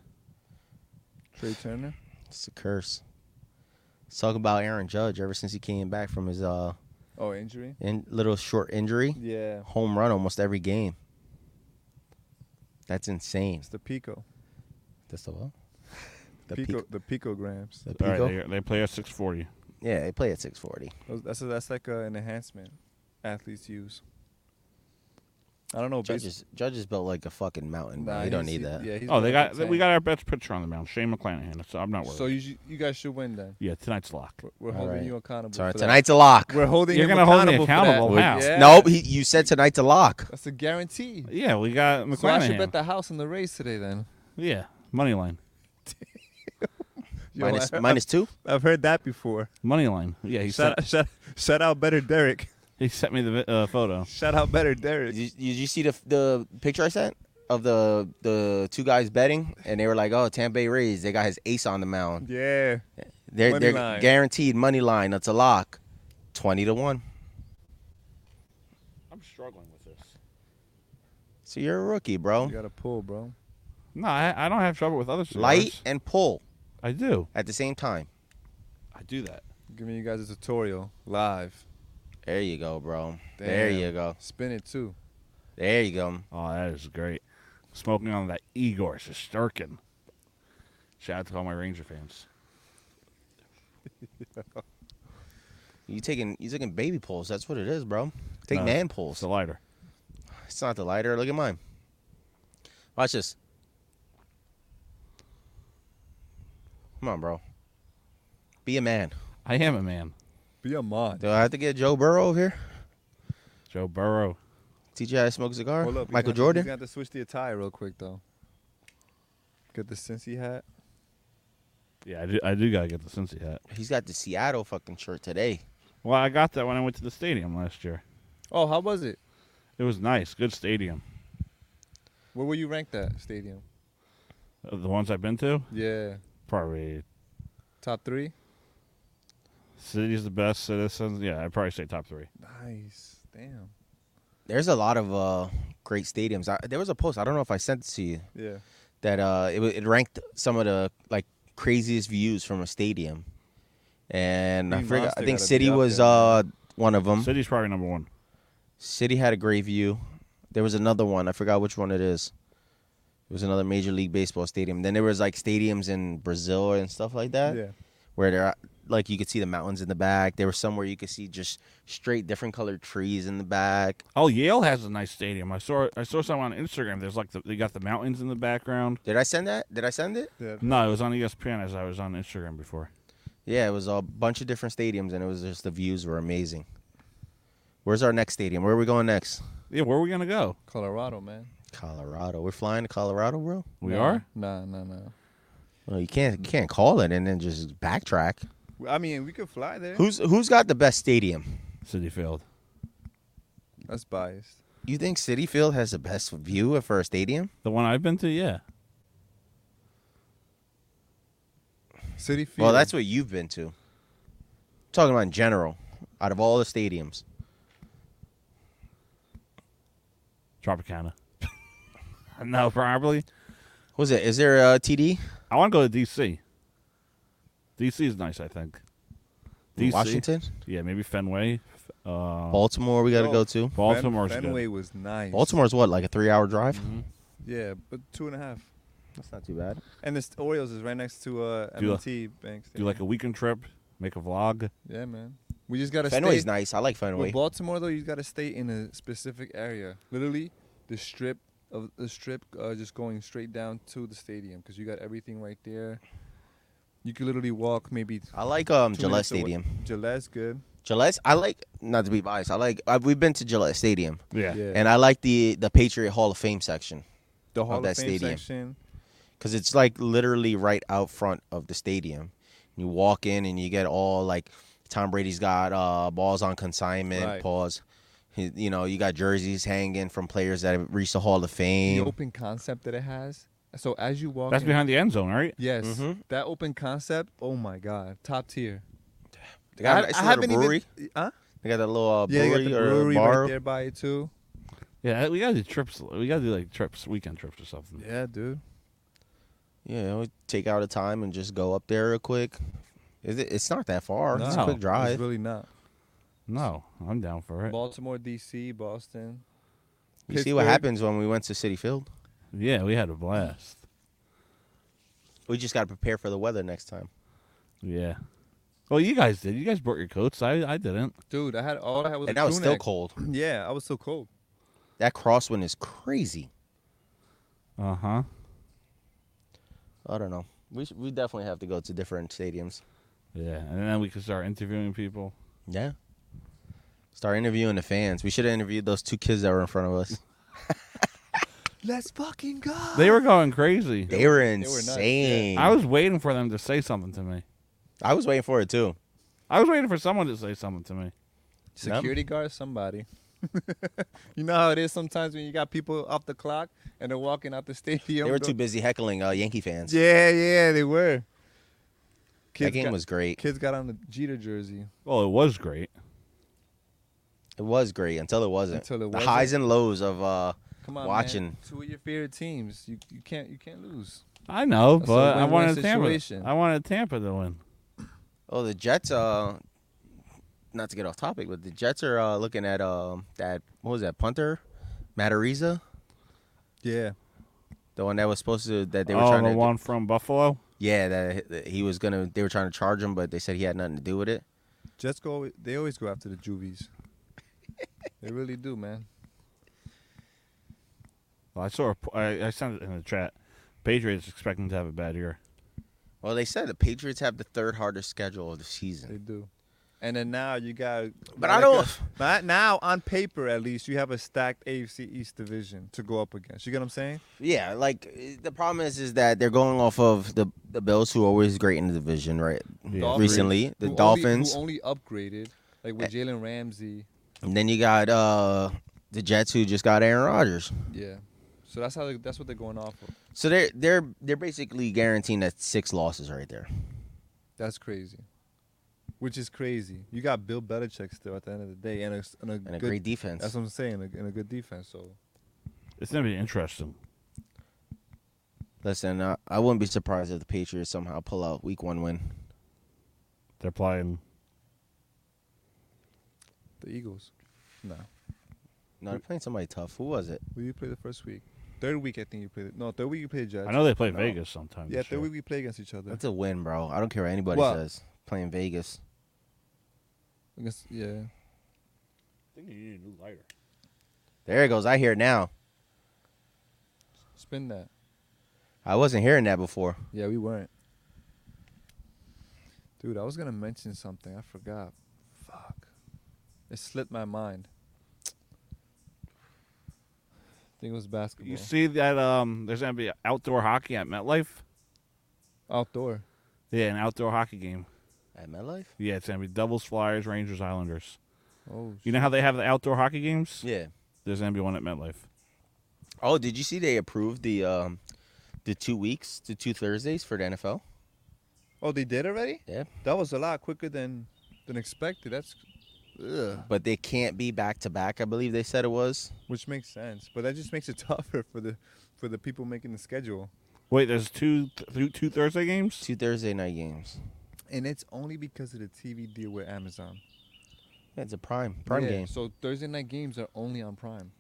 [SPEAKER 10] Trey Turner.
[SPEAKER 14] It's a curse. Let's talk about Aaron Judge. Ever since he came back from his uh,
[SPEAKER 10] Oh, injury.
[SPEAKER 14] in, little short injury,
[SPEAKER 10] Yeah.
[SPEAKER 14] home run almost every game. That's insane.
[SPEAKER 10] It's the Pico.
[SPEAKER 14] That's
[SPEAKER 10] *laughs*
[SPEAKER 14] the what?
[SPEAKER 10] The
[SPEAKER 14] The
[SPEAKER 10] Pico.
[SPEAKER 14] Pico-
[SPEAKER 10] The Pico grams.
[SPEAKER 14] The
[SPEAKER 4] All right,
[SPEAKER 14] Pico?
[SPEAKER 4] they, they play at six forty.
[SPEAKER 14] Yeah, they play at six forty.
[SPEAKER 10] Those- That's a, that's like uh an enhancement athletes use. I don't know.
[SPEAKER 14] Judge
[SPEAKER 10] base-
[SPEAKER 14] is, Judge is built like a fucking mountain.
[SPEAKER 10] Nah,
[SPEAKER 14] Nah, you don't
[SPEAKER 10] he's-
[SPEAKER 14] need that.
[SPEAKER 10] he- yeah, he's
[SPEAKER 4] Oh, they
[SPEAKER 10] built like
[SPEAKER 4] got
[SPEAKER 10] a
[SPEAKER 4] we
[SPEAKER 10] tank.
[SPEAKER 4] got our best pitcher on the mound, Shane McClanahan. So I'm not worried.
[SPEAKER 10] So you sh- you guys should win then.
[SPEAKER 4] yeah, tonight's lock.
[SPEAKER 10] We're, we're
[SPEAKER 14] All
[SPEAKER 10] holding
[SPEAKER 14] right.
[SPEAKER 10] you accountable.
[SPEAKER 14] Sorry,
[SPEAKER 10] for that.
[SPEAKER 14] tonight's a lock.
[SPEAKER 10] We're holding.
[SPEAKER 4] You're
[SPEAKER 10] him
[SPEAKER 4] gonna hold me
[SPEAKER 10] accountable for that.
[SPEAKER 4] accountable. How?
[SPEAKER 10] Yeah.
[SPEAKER 14] Nope, he, you said tonight's a *laughs* lock.
[SPEAKER 10] That's a guarantee.
[SPEAKER 4] Yeah, we got
[SPEAKER 10] So I should
[SPEAKER 4] McClanahan.
[SPEAKER 10] bet the house and the race today then.
[SPEAKER 4] yeah, money line,
[SPEAKER 10] Yo, *laughs*
[SPEAKER 14] Minus-
[SPEAKER 10] I-
[SPEAKER 14] minus two?
[SPEAKER 10] I've heard that before.
[SPEAKER 4] money line. Yeah, he
[SPEAKER 10] shout,
[SPEAKER 4] sent,
[SPEAKER 10] out, shout, shout out better Derek.
[SPEAKER 4] he sent me the vi- uh, photo.
[SPEAKER 10] Shout out better Derek.
[SPEAKER 14] Did *laughs* you, did you see the the picture I sent of the the two guys betting, and they were like, "Oh, Tampa Bay Rays, they got his ace on the mound.
[SPEAKER 10] Yeah.
[SPEAKER 14] They're
[SPEAKER 10] Money
[SPEAKER 14] they're
[SPEAKER 10] line.
[SPEAKER 14] guaranteed money line. That's a lock, twenty to one.
[SPEAKER 4] I'm struggling with this.
[SPEAKER 14] So you're a rookie, bro.
[SPEAKER 10] You got to pull, bro.
[SPEAKER 4] No, I, I don't have trouble with other
[SPEAKER 14] Light
[SPEAKER 4] cigars.
[SPEAKER 14] and pull
[SPEAKER 4] I do.
[SPEAKER 14] at the same time.
[SPEAKER 4] I do that.
[SPEAKER 10] Giving you guys a tutorial live.
[SPEAKER 14] There you go, bro. There
[SPEAKER 10] Damn.
[SPEAKER 14] you go.
[SPEAKER 10] Spin it too.
[SPEAKER 14] There you go.
[SPEAKER 4] Oh, that is great. Smoking on that Igor Shesterkin. Shout out to all my Ranger fans.
[SPEAKER 14] You taking you taking baby pulls. That's what it is, bro. Take
[SPEAKER 4] No,
[SPEAKER 14] man
[SPEAKER 4] It's
[SPEAKER 14] pulls.
[SPEAKER 4] the lighter.
[SPEAKER 14] It's not the lighter. Look at mine. Watch this. Come on, bro. Be a man.
[SPEAKER 4] I am a man.
[SPEAKER 10] Be a mod.
[SPEAKER 14] Do I have to get Joe Burrow over here?
[SPEAKER 4] Joe Burrow.
[SPEAKER 14] Teach you how to smoke a cigar?
[SPEAKER 10] Hold up, he's
[SPEAKER 14] Michael
[SPEAKER 10] gonna-
[SPEAKER 14] Jordan?
[SPEAKER 10] He's gonna have to switch the attire real quick though. Get the Cincy hat.
[SPEAKER 4] Yeah, I do. I do gotta get the Cincy hat.
[SPEAKER 14] He's got the Seattle fucking shirt today.
[SPEAKER 4] Well, I got that when I went to the stadium last year.
[SPEAKER 10] Oh, how was it?
[SPEAKER 4] It was nice. Good stadium.
[SPEAKER 10] Where were you ranked at? Stadium.
[SPEAKER 4] Uh, The ones I've been to,
[SPEAKER 10] Yeah.
[SPEAKER 4] probably
[SPEAKER 10] Top three.
[SPEAKER 4] city's the best. Citizens, yeah, I'd probably say top three.
[SPEAKER 10] Mm-hmm. Nice. Damn.
[SPEAKER 14] There's a lot of uh, great stadiums. I, there was a post, I don't know if I sent it to you,
[SPEAKER 10] Yeah.
[SPEAKER 14] that uh, it, wa- it ranked some of the like craziest views from a stadium. And I
[SPEAKER 10] Green
[SPEAKER 14] forgot,
[SPEAKER 10] Monster
[SPEAKER 14] I think
[SPEAKER 10] gotta be
[SPEAKER 14] City
[SPEAKER 10] up
[SPEAKER 14] was
[SPEAKER 10] there,
[SPEAKER 14] uh, one of them.
[SPEAKER 4] City's probably number one.
[SPEAKER 14] City had a great view. There was another one. I forgot which one it is. It was another Major League Baseball stadium. Then there was like stadiums in Brazil and stuff like that.
[SPEAKER 10] Yeah.
[SPEAKER 14] Where they're like you could see the mountains in the back. There was somewhere you could see just straight different colored trees in the back.
[SPEAKER 4] Oh, Yale has a nice stadium. I saw. I saw some on Instagram. There's like the, they got the mountains in the background.
[SPEAKER 14] Did I send that? Did I send it?
[SPEAKER 10] Yeah.
[SPEAKER 4] No, it was on E ESPN as I was on Instagram before.
[SPEAKER 14] Yeah, it was a bunch of different stadiums and it was just the views were amazing. Where's our next stadium? Where are we going next?
[SPEAKER 4] Yeah, where are we gonna go?
[SPEAKER 10] Colorado, man.
[SPEAKER 14] Colorado. We're flying to Colorado, bro.
[SPEAKER 4] We
[SPEAKER 10] Nah,
[SPEAKER 4] are?
[SPEAKER 10] Nah, nah, nah.
[SPEAKER 14] Well, you can't you can't call it and then just backtrack.
[SPEAKER 10] I mean, we could fly there.
[SPEAKER 14] Who's who's got the best stadium?
[SPEAKER 4] City Field.
[SPEAKER 10] That's biased.
[SPEAKER 14] You think City Field has the best view for a stadium?
[SPEAKER 4] The one I've been to, yeah.
[SPEAKER 10] City Field.
[SPEAKER 14] Well, that's what you've been to. I'm talking about in general, out of all the stadiums.
[SPEAKER 4] Tropicana. *laughs* no, probably.
[SPEAKER 14] What's it? Is there a TD?
[SPEAKER 4] I want to go to DC. DC is nice, I think. DC.
[SPEAKER 14] Washington?
[SPEAKER 4] Yeah, maybe Fenway. f- Uh,
[SPEAKER 14] Baltimore, we got to
[SPEAKER 10] Oh,
[SPEAKER 14] go to.
[SPEAKER 10] Fen-
[SPEAKER 4] Baltimore's good.
[SPEAKER 10] Fenway was nice.
[SPEAKER 14] Baltimore's what, like a three-hour drive?
[SPEAKER 10] Mm-hmm. Yeah, but two and a half.
[SPEAKER 14] That's not too bad.
[SPEAKER 10] And this Orioles is right next to uh,
[SPEAKER 4] Do a-
[SPEAKER 10] M&T Bank.
[SPEAKER 4] do like a weekend trip, make a vlog.
[SPEAKER 10] Yeah, man. We just gotta.
[SPEAKER 14] Fenway's
[SPEAKER 10] stay,
[SPEAKER 14] nice. I like Fenway.
[SPEAKER 10] With Baltimore though, you gotta stay in a specific area. Literally, the strip of the strip, uh, just going straight down to the stadium because you got everything right there. You could literally walk maybe.
[SPEAKER 14] I like um
[SPEAKER 10] two
[SPEAKER 14] Gillette
[SPEAKER 10] minutes away.
[SPEAKER 14] Stadium.
[SPEAKER 10] Gillette's good.
[SPEAKER 14] Gillette. I like not to be biased. I like I, we've been to Gillette Stadium.
[SPEAKER 4] Yeah.
[SPEAKER 10] Yeah.
[SPEAKER 14] And I like the the Patriot Hall of Fame section
[SPEAKER 10] The Hall
[SPEAKER 14] of that
[SPEAKER 10] Fame
[SPEAKER 14] stadium
[SPEAKER 10] section.
[SPEAKER 14] because it's like literally right out front of the stadium. You walk in and you get all like Tom Brady's got uh balls on consignment.
[SPEAKER 10] Right.
[SPEAKER 14] Pause. He- You know you got jerseys hanging from players that have reached the Hall of
[SPEAKER 10] The
[SPEAKER 14] Fame.
[SPEAKER 10] open concept that it has. So as you walk,
[SPEAKER 4] That's
[SPEAKER 10] in-
[SPEAKER 4] behind the end zone, right?
[SPEAKER 10] Yes,
[SPEAKER 14] Mhm.
[SPEAKER 10] that open concept. Oh my God, top tier.
[SPEAKER 14] They got
[SPEAKER 10] I-
[SPEAKER 14] a nice
[SPEAKER 10] I
[SPEAKER 14] little
[SPEAKER 10] haven't even-
[SPEAKER 14] brewery.
[SPEAKER 10] Huh?
[SPEAKER 14] They got that little uh,
[SPEAKER 10] Yeah,
[SPEAKER 14] brewery,
[SPEAKER 10] you got the brewery
[SPEAKER 14] or bar.
[SPEAKER 10] right there by it too.
[SPEAKER 4] Yeah, we gotta do trips. We gotta do like trips, weekend trips or something.
[SPEAKER 10] Yeah, dude.
[SPEAKER 14] Yeah, we take out a time and just go up there real quick. Is it? It's not that far. It's a
[SPEAKER 4] No,
[SPEAKER 14] quick
[SPEAKER 4] it's
[SPEAKER 14] drive.
[SPEAKER 10] It's really not.
[SPEAKER 4] No, I'm down for it.
[SPEAKER 10] Baltimore, D.C., Boston.
[SPEAKER 14] you see what
[SPEAKER 10] Pittsburgh.
[SPEAKER 14] happens when we went to City Field.
[SPEAKER 4] Yeah, we had a blast.
[SPEAKER 14] We just got to prepare for the weather next time.
[SPEAKER 4] Yeah. Well, you guys did. You guys brought your coats. I, I didn't.
[SPEAKER 10] Dude, I had all I had was
[SPEAKER 14] And
[SPEAKER 10] a
[SPEAKER 14] that was
[SPEAKER 10] crew
[SPEAKER 14] still
[SPEAKER 10] neck.
[SPEAKER 14] cold.
[SPEAKER 10] Yeah, I was so cold.
[SPEAKER 14] That crosswind is crazy.
[SPEAKER 4] Uh huh.
[SPEAKER 14] I don't know. We should, we definitely have to go to different stadiums.
[SPEAKER 4] Yeah, and then we could start interviewing people.
[SPEAKER 14] Yeah. Start interviewing the fans. We should have interviewed those two kids that were in front
[SPEAKER 10] *laughs*
[SPEAKER 14] of us.
[SPEAKER 10] Let's fucking go.
[SPEAKER 4] They were going crazy.
[SPEAKER 14] They were
[SPEAKER 10] were nuts, yeah.
[SPEAKER 14] insane.
[SPEAKER 4] I was waiting for them to say something to me.
[SPEAKER 14] I was waiting for it too.
[SPEAKER 4] I was waiting for someone to say something to me.
[SPEAKER 10] Security guard, somebody. *laughs* you know how it is sometimes when you got people off the clock and they're walking out the stadium.
[SPEAKER 14] They were
[SPEAKER 10] bro.
[SPEAKER 14] too busy heckling uh, Yankee fans.
[SPEAKER 10] *laughs* Yeah, yeah, they were.
[SPEAKER 14] that game
[SPEAKER 10] got,
[SPEAKER 14] was great.
[SPEAKER 10] Kids got on the Jeter jersey.
[SPEAKER 4] Well, it was great.
[SPEAKER 14] It was great until it wasn't.
[SPEAKER 10] Until it
[SPEAKER 14] the
[SPEAKER 10] wasn't.
[SPEAKER 14] highs and lows of uh,
[SPEAKER 10] Come on, man.
[SPEAKER 14] watching.
[SPEAKER 10] Two of your favorite teams. You you can't you can't lose.
[SPEAKER 4] I know,
[SPEAKER 10] That's a
[SPEAKER 4] but I
[SPEAKER 10] win-win
[SPEAKER 4] wanted
[SPEAKER 10] situation.
[SPEAKER 4] Tampa. I wanted Tampa to win.
[SPEAKER 14] Oh, the Jets. Uh, not to get off topic, but the Jets are uh, looking at um that what was that punter, Matariza,
[SPEAKER 10] Yeah.
[SPEAKER 14] the one that was supposed to that they were
[SPEAKER 4] oh,
[SPEAKER 14] trying
[SPEAKER 4] the
[SPEAKER 14] to.
[SPEAKER 4] one from Buffalo.
[SPEAKER 14] Yeah, that that he was gonna. They were trying to charge him, but they said he had nothing to do with it.
[SPEAKER 10] Jets go. They always go after the juvies. *laughs* they really do, man.
[SPEAKER 4] Well, I saw. A, po- I, I sent it in the chat. Patriots expecting to have a bad year.
[SPEAKER 14] Well, they said the Patriots have the third hardest schedule of the
[SPEAKER 10] They
[SPEAKER 14] season.
[SPEAKER 10] do. And then now you got.
[SPEAKER 14] But I don't- *laughs*
[SPEAKER 10] But now on paper, at least, you have a stacked AFC East division to go up against. You get what I'm saying?
[SPEAKER 14] Yeah, like eh, the problem is, is that they're going off of the the Bills, who are always great in the division, right?
[SPEAKER 10] Dolphins,
[SPEAKER 14] Recently, the
[SPEAKER 10] who
[SPEAKER 14] Dolphins.
[SPEAKER 10] only, who only upgraded, like with Jalen Ramsey.
[SPEAKER 14] And then you got uh the Jets who just got Aaron Rodgers.
[SPEAKER 10] Yeah. So that's how. They, that's what they're going off of.
[SPEAKER 14] So they're they're they're basically guaranteeing that six losses right there.
[SPEAKER 10] That's crazy. Which is crazy. You got Bill Belichick still at the end of the day, and a, and a,
[SPEAKER 14] And a
[SPEAKER 10] good-
[SPEAKER 14] great defense.
[SPEAKER 10] That's what I'm saying, and a, and a good defense. So
[SPEAKER 4] It's gonna be interesting.
[SPEAKER 14] Listen, uh, I wouldn't be surprised if the Patriots somehow pull out week one win.
[SPEAKER 4] They're playing.
[SPEAKER 10] the Eagles. No.
[SPEAKER 14] No, they're playing somebody tough. Who was it?
[SPEAKER 10] Who you play the first week? Third week, I think you played. No, third week you played Jets.
[SPEAKER 4] I know they play
[SPEAKER 10] No.
[SPEAKER 4] Vegas sometime.
[SPEAKER 10] Yeah,
[SPEAKER 4] this
[SPEAKER 10] third
[SPEAKER 4] year.
[SPEAKER 10] week we play against each other.
[SPEAKER 14] That's a win, bro. I don't care what anybody
[SPEAKER 10] What?
[SPEAKER 14] says. Playing Vegas.
[SPEAKER 10] Against, yeah.
[SPEAKER 4] I think you need a new lighter.
[SPEAKER 14] There it goes. I hear it now.
[SPEAKER 10] Spin that.
[SPEAKER 14] I wasn't hearing that before.
[SPEAKER 10] Yeah, we weren't. Dude, I was gonna mention something. I forgot. Fuck. It slipped my mind. think it was basketball.
[SPEAKER 4] You see that um, there's gonna be outdoor hockey at MetLife.
[SPEAKER 10] Outdoor.
[SPEAKER 4] Yeah, an outdoor hockey game.
[SPEAKER 14] At MetLife.
[SPEAKER 4] Yeah, it's gonna be doubles, Flyers, Rangers, Islanders.
[SPEAKER 10] Oh,
[SPEAKER 4] you know how they have the outdoor hockey games?
[SPEAKER 14] Yeah.
[SPEAKER 4] There's gonna be one at MetLife.
[SPEAKER 14] Oh, did you see they approved the um, the two weeks to two Thursdays for the NFL?
[SPEAKER 10] Oh, they did already?
[SPEAKER 14] Yeah.
[SPEAKER 10] That was a lot quicker than than expected. That's ugh.
[SPEAKER 14] But they can't be back to back. I believe they said it was.
[SPEAKER 10] Which makes sense, but that just makes it *laughs* tougher for the for the people making the schedule.
[SPEAKER 4] Wait, there's two th- two Thursday games.
[SPEAKER 14] Two Thursday night games.
[SPEAKER 10] And it's only because of the TV deal with Amazon.
[SPEAKER 14] That's a prime prime
[SPEAKER 10] Yeah,
[SPEAKER 14] game.
[SPEAKER 10] So Thursday night games are only on Prime.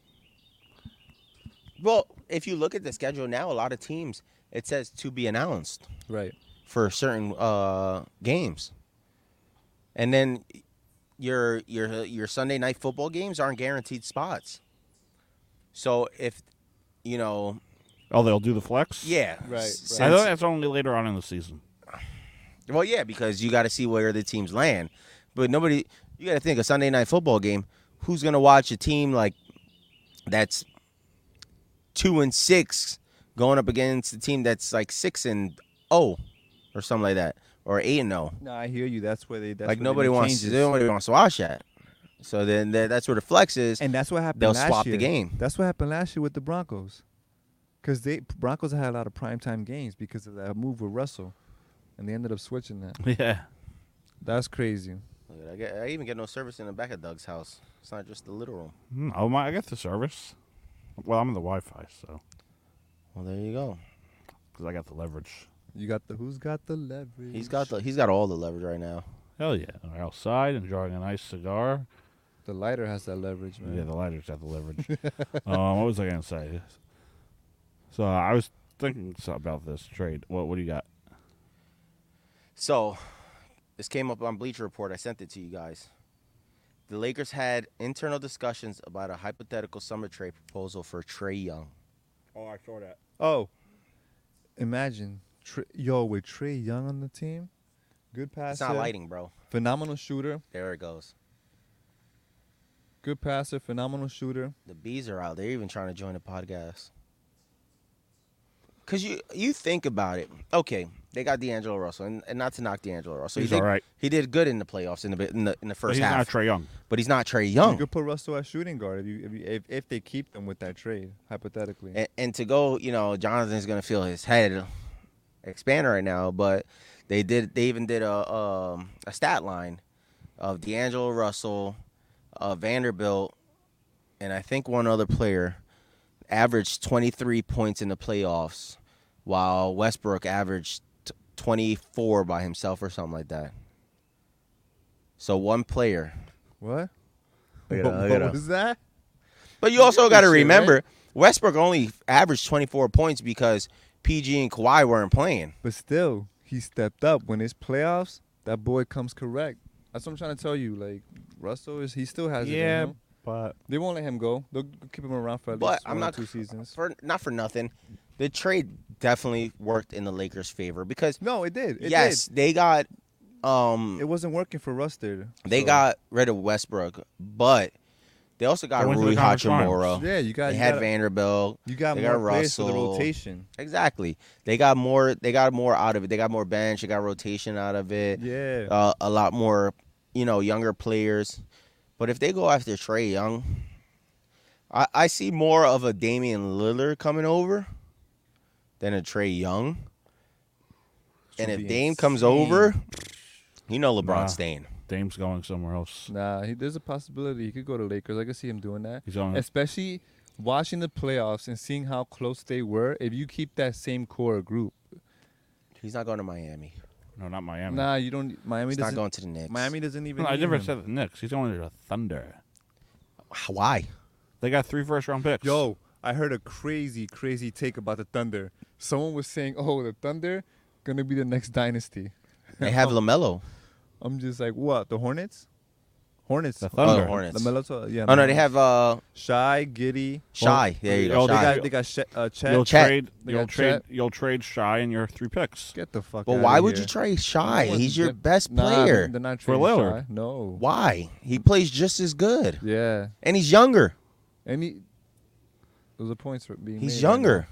[SPEAKER 14] Well, if you look at the schedule now, a lot of teams it says to be announced.
[SPEAKER 10] Right.
[SPEAKER 14] For certain uh, games. And then your your your Sunday night football games aren't guaranteed spots. So if you know
[SPEAKER 4] Oh, they'll do the flex.
[SPEAKER 14] Yeah. Right, right.
[SPEAKER 4] I thought that's only later on in the season. *laughs*
[SPEAKER 14] Well, yeah, because you got to see where the teams land. But nobody, you got to think a Sunday night football game. Who's gonna watch a team like that's two and six going up against a team that's like six and oh or something like that or eight and oh?
[SPEAKER 10] No, I hear you. That's where they. That's
[SPEAKER 14] Like
[SPEAKER 10] where they
[SPEAKER 14] nobody
[SPEAKER 10] make
[SPEAKER 14] wants to,
[SPEAKER 10] changes.
[SPEAKER 14] nobody wants to watch that. So then that- that's where the flex is,
[SPEAKER 10] and that's what happened.
[SPEAKER 14] They'll
[SPEAKER 10] last
[SPEAKER 14] swap
[SPEAKER 10] year.
[SPEAKER 14] the game.
[SPEAKER 10] That's what happened last year with the Broncos, because they Broncos had a lot of primetime games because of that move with Russell, and they ended up switching that.
[SPEAKER 4] Yeah.
[SPEAKER 10] That's crazy.
[SPEAKER 14] Look at that. I, get, I even get no service in the back of Doug's house. It's not just the little room.
[SPEAKER 4] Hmm, Oh my! I got the service. Well, I'm on the Wi-Fi, so.
[SPEAKER 14] Well, there you go.
[SPEAKER 4] Because I got the leverage.
[SPEAKER 10] You got the who's got the leverage?
[SPEAKER 14] He's got the he's got all the leverage right now.
[SPEAKER 4] Hell yeah! We're outside enjoying a nice cigar.
[SPEAKER 10] The lighter has that leverage, man.
[SPEAKER 4] Yeah, the lighter's got the
[SPEAKER 10] *laughs*
[SPEAKER 4] leverage. um, what was I gonna say? So I was thinking so- about this trade. What What do you got?
[SPEAKER 14] So, this came up on Bleacher Report. I sent it to you guys. The Lakers had internal discussions about a hypothetical summer trade proposal for Trey Young.
[SPEAKER 4] Oh, I saw that.
[SPEAKER 10] Oh, imagine, Tre- yo, with Trey Young on the team, good passer.
[SPEAKER 14] It's not lighting, bro.
[SPEAKER 10] Phenomenal shooter.
[SPEAKER 14] There it goes.
[SPEAKER 10] Good passer. Phenomenal shooter.
[SPEAKER 14] The bees are out. They're even trying to join the podcast. Cause you you think about it. Okay, they got D'Angelo Russell, and, and not to knock D'Angelo Russell.
[SPEAKER 4] He's
[SPEAKER 14] he did,
[SPEAKER 4] all right.
[SPEAKER 14] He did good in the playoffs in the in the, in the first
[SPEAKER 4] he's
[SPEAKER 14] half.
[SPEAKER 4] not Trae Young.
[SPEAKER 14] But he's not Trey
[SPEAKER 10] You
[SPEAKER 14] Young.
[SPEAKER 10] could put Russell at shooting guard if you if, you, if, if they keep them with that trade, hypothetically.
[SPEAKER 14] and, and to go, you know, Jonathan's gonna feel his head expand right now. But they did, they even did a um, a stat line of D'Angelo Russell, uh, Vanderbilt, and I think one other player averaged 23 points in the playoffs, while Westbrook averaged t- 24 by himself or something like that. So one player.
[SPEAKER 10] What?
[SPEAKER 14] Look
[SPEAKER 10] What-
[SPEAKER 14] at that, look at
[SPEAKER 10] what
[SPEAKER 14] that.
[SPEAKER 10] was that?
[SPEAKER 14] But you also got to
[SPEAKER 10] Shit, right?
[SPEAKER 14] remember Westbrook only averaged 24 points because PG and Kawhi weren't playing.
[SPEAKER 10] But still, he stepped up when it's playoffs. That boy comes correct. That's what I'm trying to tell you. Like Russell is, he still has it. in
[SPEAKER 4] Yeah,
[SPEAKER 10] him.
[SPEAKER 4] but
[SPEAKER 10] they won't let him go. They'll keep him around for at least
[SPEAKER 14] But I'm
[SPEAKER 10] one or
[SPEAKER 14] not
[SPEAKER 10] two seasons.
[SPEAKER 14] for not for nothing. The trade definitely worked in the Lakers' favor because
[SPEAKER 10] No, it did. It
[SPEAKER 14] yes,
[SPEAKER 10] did.
[SPEAKER 14] they got um
[SPEAKER 10] It wasn't working for Russ there.
[SPEAKER 14] they
[SPEAKER 10] so-
[SPEAKER 14] got rid of Westbrook, but they also got
[SPEAKER 4] They went to
[SPEAKER 14] Rui
[SPEAKER 4] the conference
[SPEAKER 14] Hachimura.
[SPEAKER 4] finals.
[SPEAKER 10] Yeah, you got-
[SPEAKER 14] They
[SPEAKER 10] you
[SPEAKER 14] had
[SPEAKER 10] got-
[SPEAKER 14] Vanderbilt.
[SPEAKER 10] you got
[SPEAKER 14] they
[SPEAKER 10] more players for the rotation.
[SPEAKER 14] Exactly. They got more. They got more out of it. They got more bench. They got rotation out of it.
[SPEAKER 10] Yeah.
[SPEAKER 14] Uh, a lot more, you know, younger players. But if they go after Trey Young, I, I see more of a Damian Lillard coming over than a Trey Young. And
[SPEAKER 10] would
[SPEAKER 14] if
[SPEAKER 10] be
[SPEAKER 14] Dame comes
[SPEAKER 10] insane.
[SPEAKER 14] over, you know LeBron's
[SPEAKER 4] Nah.
[SPEAKER 14] staying.
[SPEAKER 4] Dame's going somewhere else.
[SPEAKER 10] Nah, he, there's a possibility he could go to Lakers. I could see him doing that.
[SPEAKER 4] He's on it.
[SPEAKER 10] Especially watching the playoffs and seeing how close they were. If you keep that same core group,
[SPEAKER 14] He's not going to Miami.
[SPEAKER 4] No, not Miami.
[SPEAKER 10] nah, you don't. e, Miami
[SPEAKER 14] He's not
[SPEAKER 10] doesn't.
[SPEAKER 14] going to the Knicks.
[SPEAKER 10] Miami doesn't even.
[SPEAKER 4] No, I
[SPEAKER 10] need
[SPEAKER 4] never
[SPEAKER 10] him.
[SPEAKER 4] said the Knicks. He's going to the Thunder.
[SPEAKER 14] Why?
[SPEAKER 4] They got three first round picks.
[SPEAKER 10] Yo, I heard a crazy, crazy take about the Thunder. Someone was saying, "Oh, the Thunder gonna be the next dynasty." *laughs*
[SPEAKER 14] They have Lamelo.
[SPEAKER 10] I'm just like, what? The Hornets? Hornets.
[SPEAKER 4] The Thunder.
[SPEAKER 14] Oh, Hornets.
[SPEAKER 10] LaMelo's, uh, yeah.
[SPEAKER 14] Oh no, they have uh
[SPEAKER 10] Shy, Giddy.
[SPEAKER 14] Shy. There you go.
[SPEAKER 4] Oh,
[SPEAKER 10] They
[SPEAKER 14] Shy.
[SPEAKER 10] got, they got Sh- uh, Chet.
[SPEAKER 4] You'll
[SPEAKER 14] Chet.
[SPEAKER 4] trade.
[SPEAKER 10] They
[SPEAKER 4] You'll
[SPEAKER 10] got
[SPEAKER 4] trade.
[SPEAKER 10] Chet.
[SPEAKER 4] You'll trade Shy and your three picks.
[SPEAKER 10] Get the fuck.
[SPEAKER 14] But
[SPEAKER 10] outta
[SPEAKER 14] why would you
[SPEAKER 10] here.
[SPEAKER 14] trade Shy?
[SPEAKER 10] No
[SPEAKER 14] He's
[SPEAKER 10] one-
[SPEAKER 14] your best
[SPEAKER 10] Nah,
[SPEAKER 14] player.
[SPEAKER 10] they're not
[SPEAKER 4] For
[SPEAKER 10] trading
[SPEAKER 4] Lillard.
[SPEAKER 10] Shy. No.
[SPEAKER 14] Why? He plays just as good.
[SPEAKER 10] Yeah.
[SPEAKER 14] And he's younger.
[SPEAKER 10] And he, Those are points for being.
[SPEAKER 14] He's
[SPEAKER 10] made right
[SPEAKER 14] younger.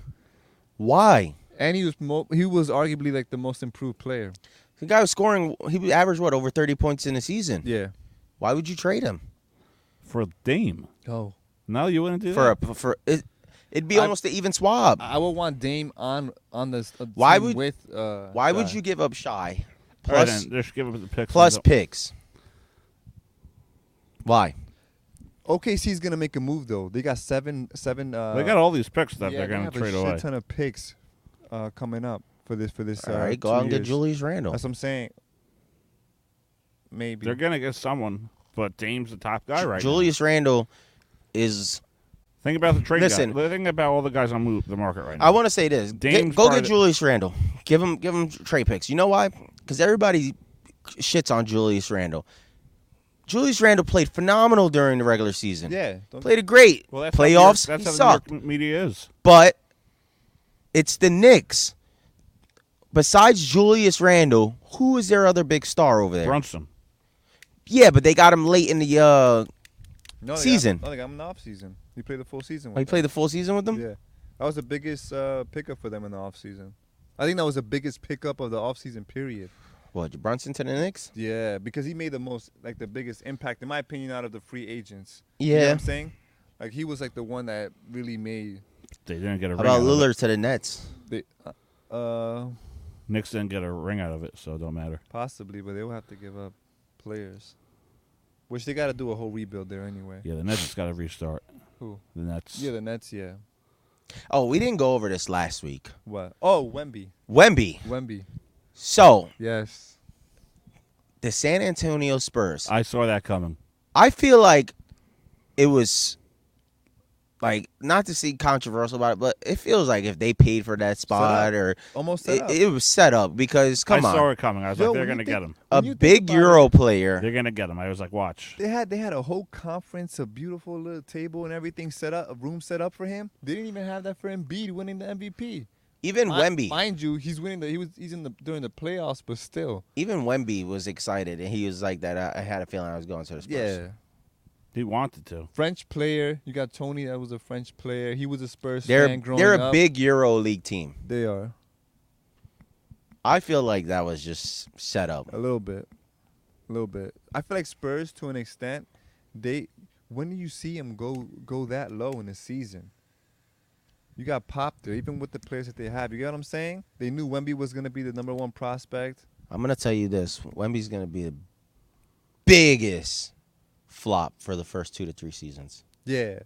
[SPEAKER 14] Why?
[SPEAKER 10] now. and he was mo- he was arguably like the most improved player.
[SPEAKER 14] The guy was scoring. He averaged what over thirty points in a season.
[SPEAKER 10] Yeah.
[SPEAKER 14] Why would you trade him
[SPEAKER 4] for Dame?
[SPEAKER 10] Oh.
[SPEAKER 4] No, you wouldn't do
[SPEAKER 14] for
[SPEAKER 4] that?
[SPEAKER 14] a for it. It'd be
[SPEAKER 10] I-
[SPEAKER 14] almost an even swab.
[SPEAKER 10] I would want Dame on on this. Uh,
[SPEAKER 14] Why
[SPEAKER 10] team
[SPEAKER 14] would-
[SPEAKER 10] with? Uh,
[SPEAKER 14] why would
[SPEAKER 10] Guy.
[SPEAKER 14] you give up Shy?
[SPEAKER 4] All right,
[SPEAKER 14] Plus,
[SPEAKER 4] then, just give up the picks.
[SPEAKER 14] plus picks. Why?
[SPEAKER 10] OKC's gonna make a move though. They got seven, seven. Uh,
[SPEAKER 4] They got all these picks that
[SPEAKER 10] yeah,
[SPEAKER 4] they're
[SPEAKER 10] they
[SPEAKER 4] gonna
[SPEAKER 10] have
[SPEAKER 4] trade
[SPEAKER 10] a
[SPEAKER 4] away.
[SPEAKER 10] Shit ton of picks uh, coming up for this for this.
[SPEAKER 14] All
[SPEAKER 10] uh,
[SPEAKER 14] right, go
[SPEAKER 10] two
[SPEAKER 14] out and get
[SPEAKER 10] years.
[SPEAKER 14] Julius Randle.
[SPEAKER 10] That's what I'm saying. Maybe
[SPEAKER 4] They're gonna get someone, but Dame's the top guy right now.
[SPEAKER 14] Julius Randle is.
[SPEAKER 4] Think about the trade.
[SPEAKER 14] Listen.
[SPEAKER 4] guy. think about all the guys on mo- the market right now.
[SPEAKER 14] I want to say this. Get-
[SPEAKER 4] Dame's
[SPEAKER 14] go
[SPEAKER 4] part
[SPEAKER 14] get
[SPEAKER 4] of-
[SPEAKER 14] Julius Randle. Give him give him trade picks. You know why? Because everybody shits on Julius Randle. Julius Randle played phenomenal during the regular season.
[SPEAKER 10] Yeah, don't-
[SPEAKER 14] played it great.
[SPEAKER 4] Well, that's how New York-
[SPEAKER 14] playoffs.
[SPEAKER 4] that's
[SPEAKER 14] he
[SPEAKER 4] how the
[SPEAKER 14] sucked.
[SPEAKER 4] New York media is.
[SPEAKER 14] But it's the Knicks. Besides Julius Randle, who is their other big star over there?
[SPEAKER 4] Brunson.
[SPEAKER 14] Yeah, but they got him late in the uh,
[SPEAKER 10] no, they
[SPEAKER 14] season.
[SPEAKER 10] Got, no, they got him in the off season. He played the full season.
[SPEAKER 14] Oh,
[SPEAKER 10] With
[SPEAKER 14] he
[SPEAKER 10] them.
[SPEAKER 14] played the full season with them.
[SPEAKER 10] Yeah, that was the biggest uh, pickup for them in the off season. I think that was the biggest pickup of the off season period.
[SPEAKER 14] What Brunson to the Knicks?
[SPEAKER 10] Yeah, because he made the most, like the biggest impact, in my opinion, out of the free agents. you know
[SPEAKER 14] Yeah.
[SPEAKER 10] what I'm saying, like he was like the one that really made.
[SPEAKER 4] They didn't get a
[SPEAKER 14] How
[SPEAKER 4] ring.
[SPEAKER 14] about
[SPEAKER 4] out of it.
[SPEAKER 14] Lillard to the Nets?
[SPEAKER 10] The, uh, uh,
[SPEAKER 4] Knicks didn't get a ring out of it, so it don't matter.
[SPEAKER 10] possibly, but they will have to give up players, which they got to do a whole rebuild there anyway.
[SPEAKER 4] Yeah, the Nets just got to restart.
[SPEAKER 10] Who?
[SPEAKER 4] The Nets.
[SPEAKER 10] Yeah, the Nets. Yeah.
[SPEAKER 14] Oh, we didn't go over this last week.
[SPEAKER 10] What? Oh, Wemby.
[SPEAKER 14] Wemby.
[SPEAKER 10] Wemby.
[SPEAKER 14] So
[SPEAKER 10] Yes.
[SPEAKER 14] the San Antonio Spurs.
[SPEAKER 4] I saw that coming.
[SPEAKER 14] I feel like it was like not to see controversial about it, but it feels like if they paid for that spot or
[SPEAKER 10] Almost set
[SPEAKER 14] it,
[SPEAKER 10] up.
[SPEAKER 14] it was set up because come
[SPEAKER 4] I
[SPEAKER 14] on,
[SPEAKER 4] saw it coming. I was
[SPEAKER 10] Yo,
[SPEAKER 4] like, they're
[SPEAKER 10] when
[SPEAKER 4] gonna
[SPEAKER 10] you
[SPEAKER 4] get
[SPEAKER 10] think-
[SPEAKER 4] him.
[SPEAKER 14] a
[SPEAKER 10] when you think
[SPEAKER 14] big
[SPEAKER 10] about
[SPEAKER 14] Euro player.
[SPEAKER 4] They're gonna get him. I was like, watch.
[SPEAKER 10] They had they had a whole conference, a beautiful little table and everything set up, a room set up for him. They didn't even have that for Embiid winning the MVP.
[SPEAKER 14] Even *laughs*
[SPEAKER 10] Mi-
[SPEAKER 14] Wemby,
[SPEAKER 10] mind you, he's winning the he was he's in the during the playoffs, but still,
[SPEAKER 14] even Wemby was excited, and he was like that. I, I had a feeling I was going to the Spurs.
[SPEAKER 4] He wanted to.
[SPEAKER 10] French player. You got Tony, that was a French player. He was a Spurs
[SPEAKER 14] they're
[SPEAKER 10] fan growing
[SPEAKER 14] they're a
[SPEAKER 10] up.
[SPEAKER 14] big Euro League team.
[SPEAKER 10] They are
[SPEAKER 14] I feel like that was just set up.
[SPEAKER 10] a little bit, a little bit. I feel like Spurs, to an extent, they. When do you see him go go that low in the season? You got pop there, even with the players that they have. You get what I'm saying? They knew Wemby was gonna be the number one prospect.
[SPEAKER 14] I'm gonna tell you this: Wemby's gonna be the biggest flop for the first two to three seasons.
[SPEAKER 10] Yeah,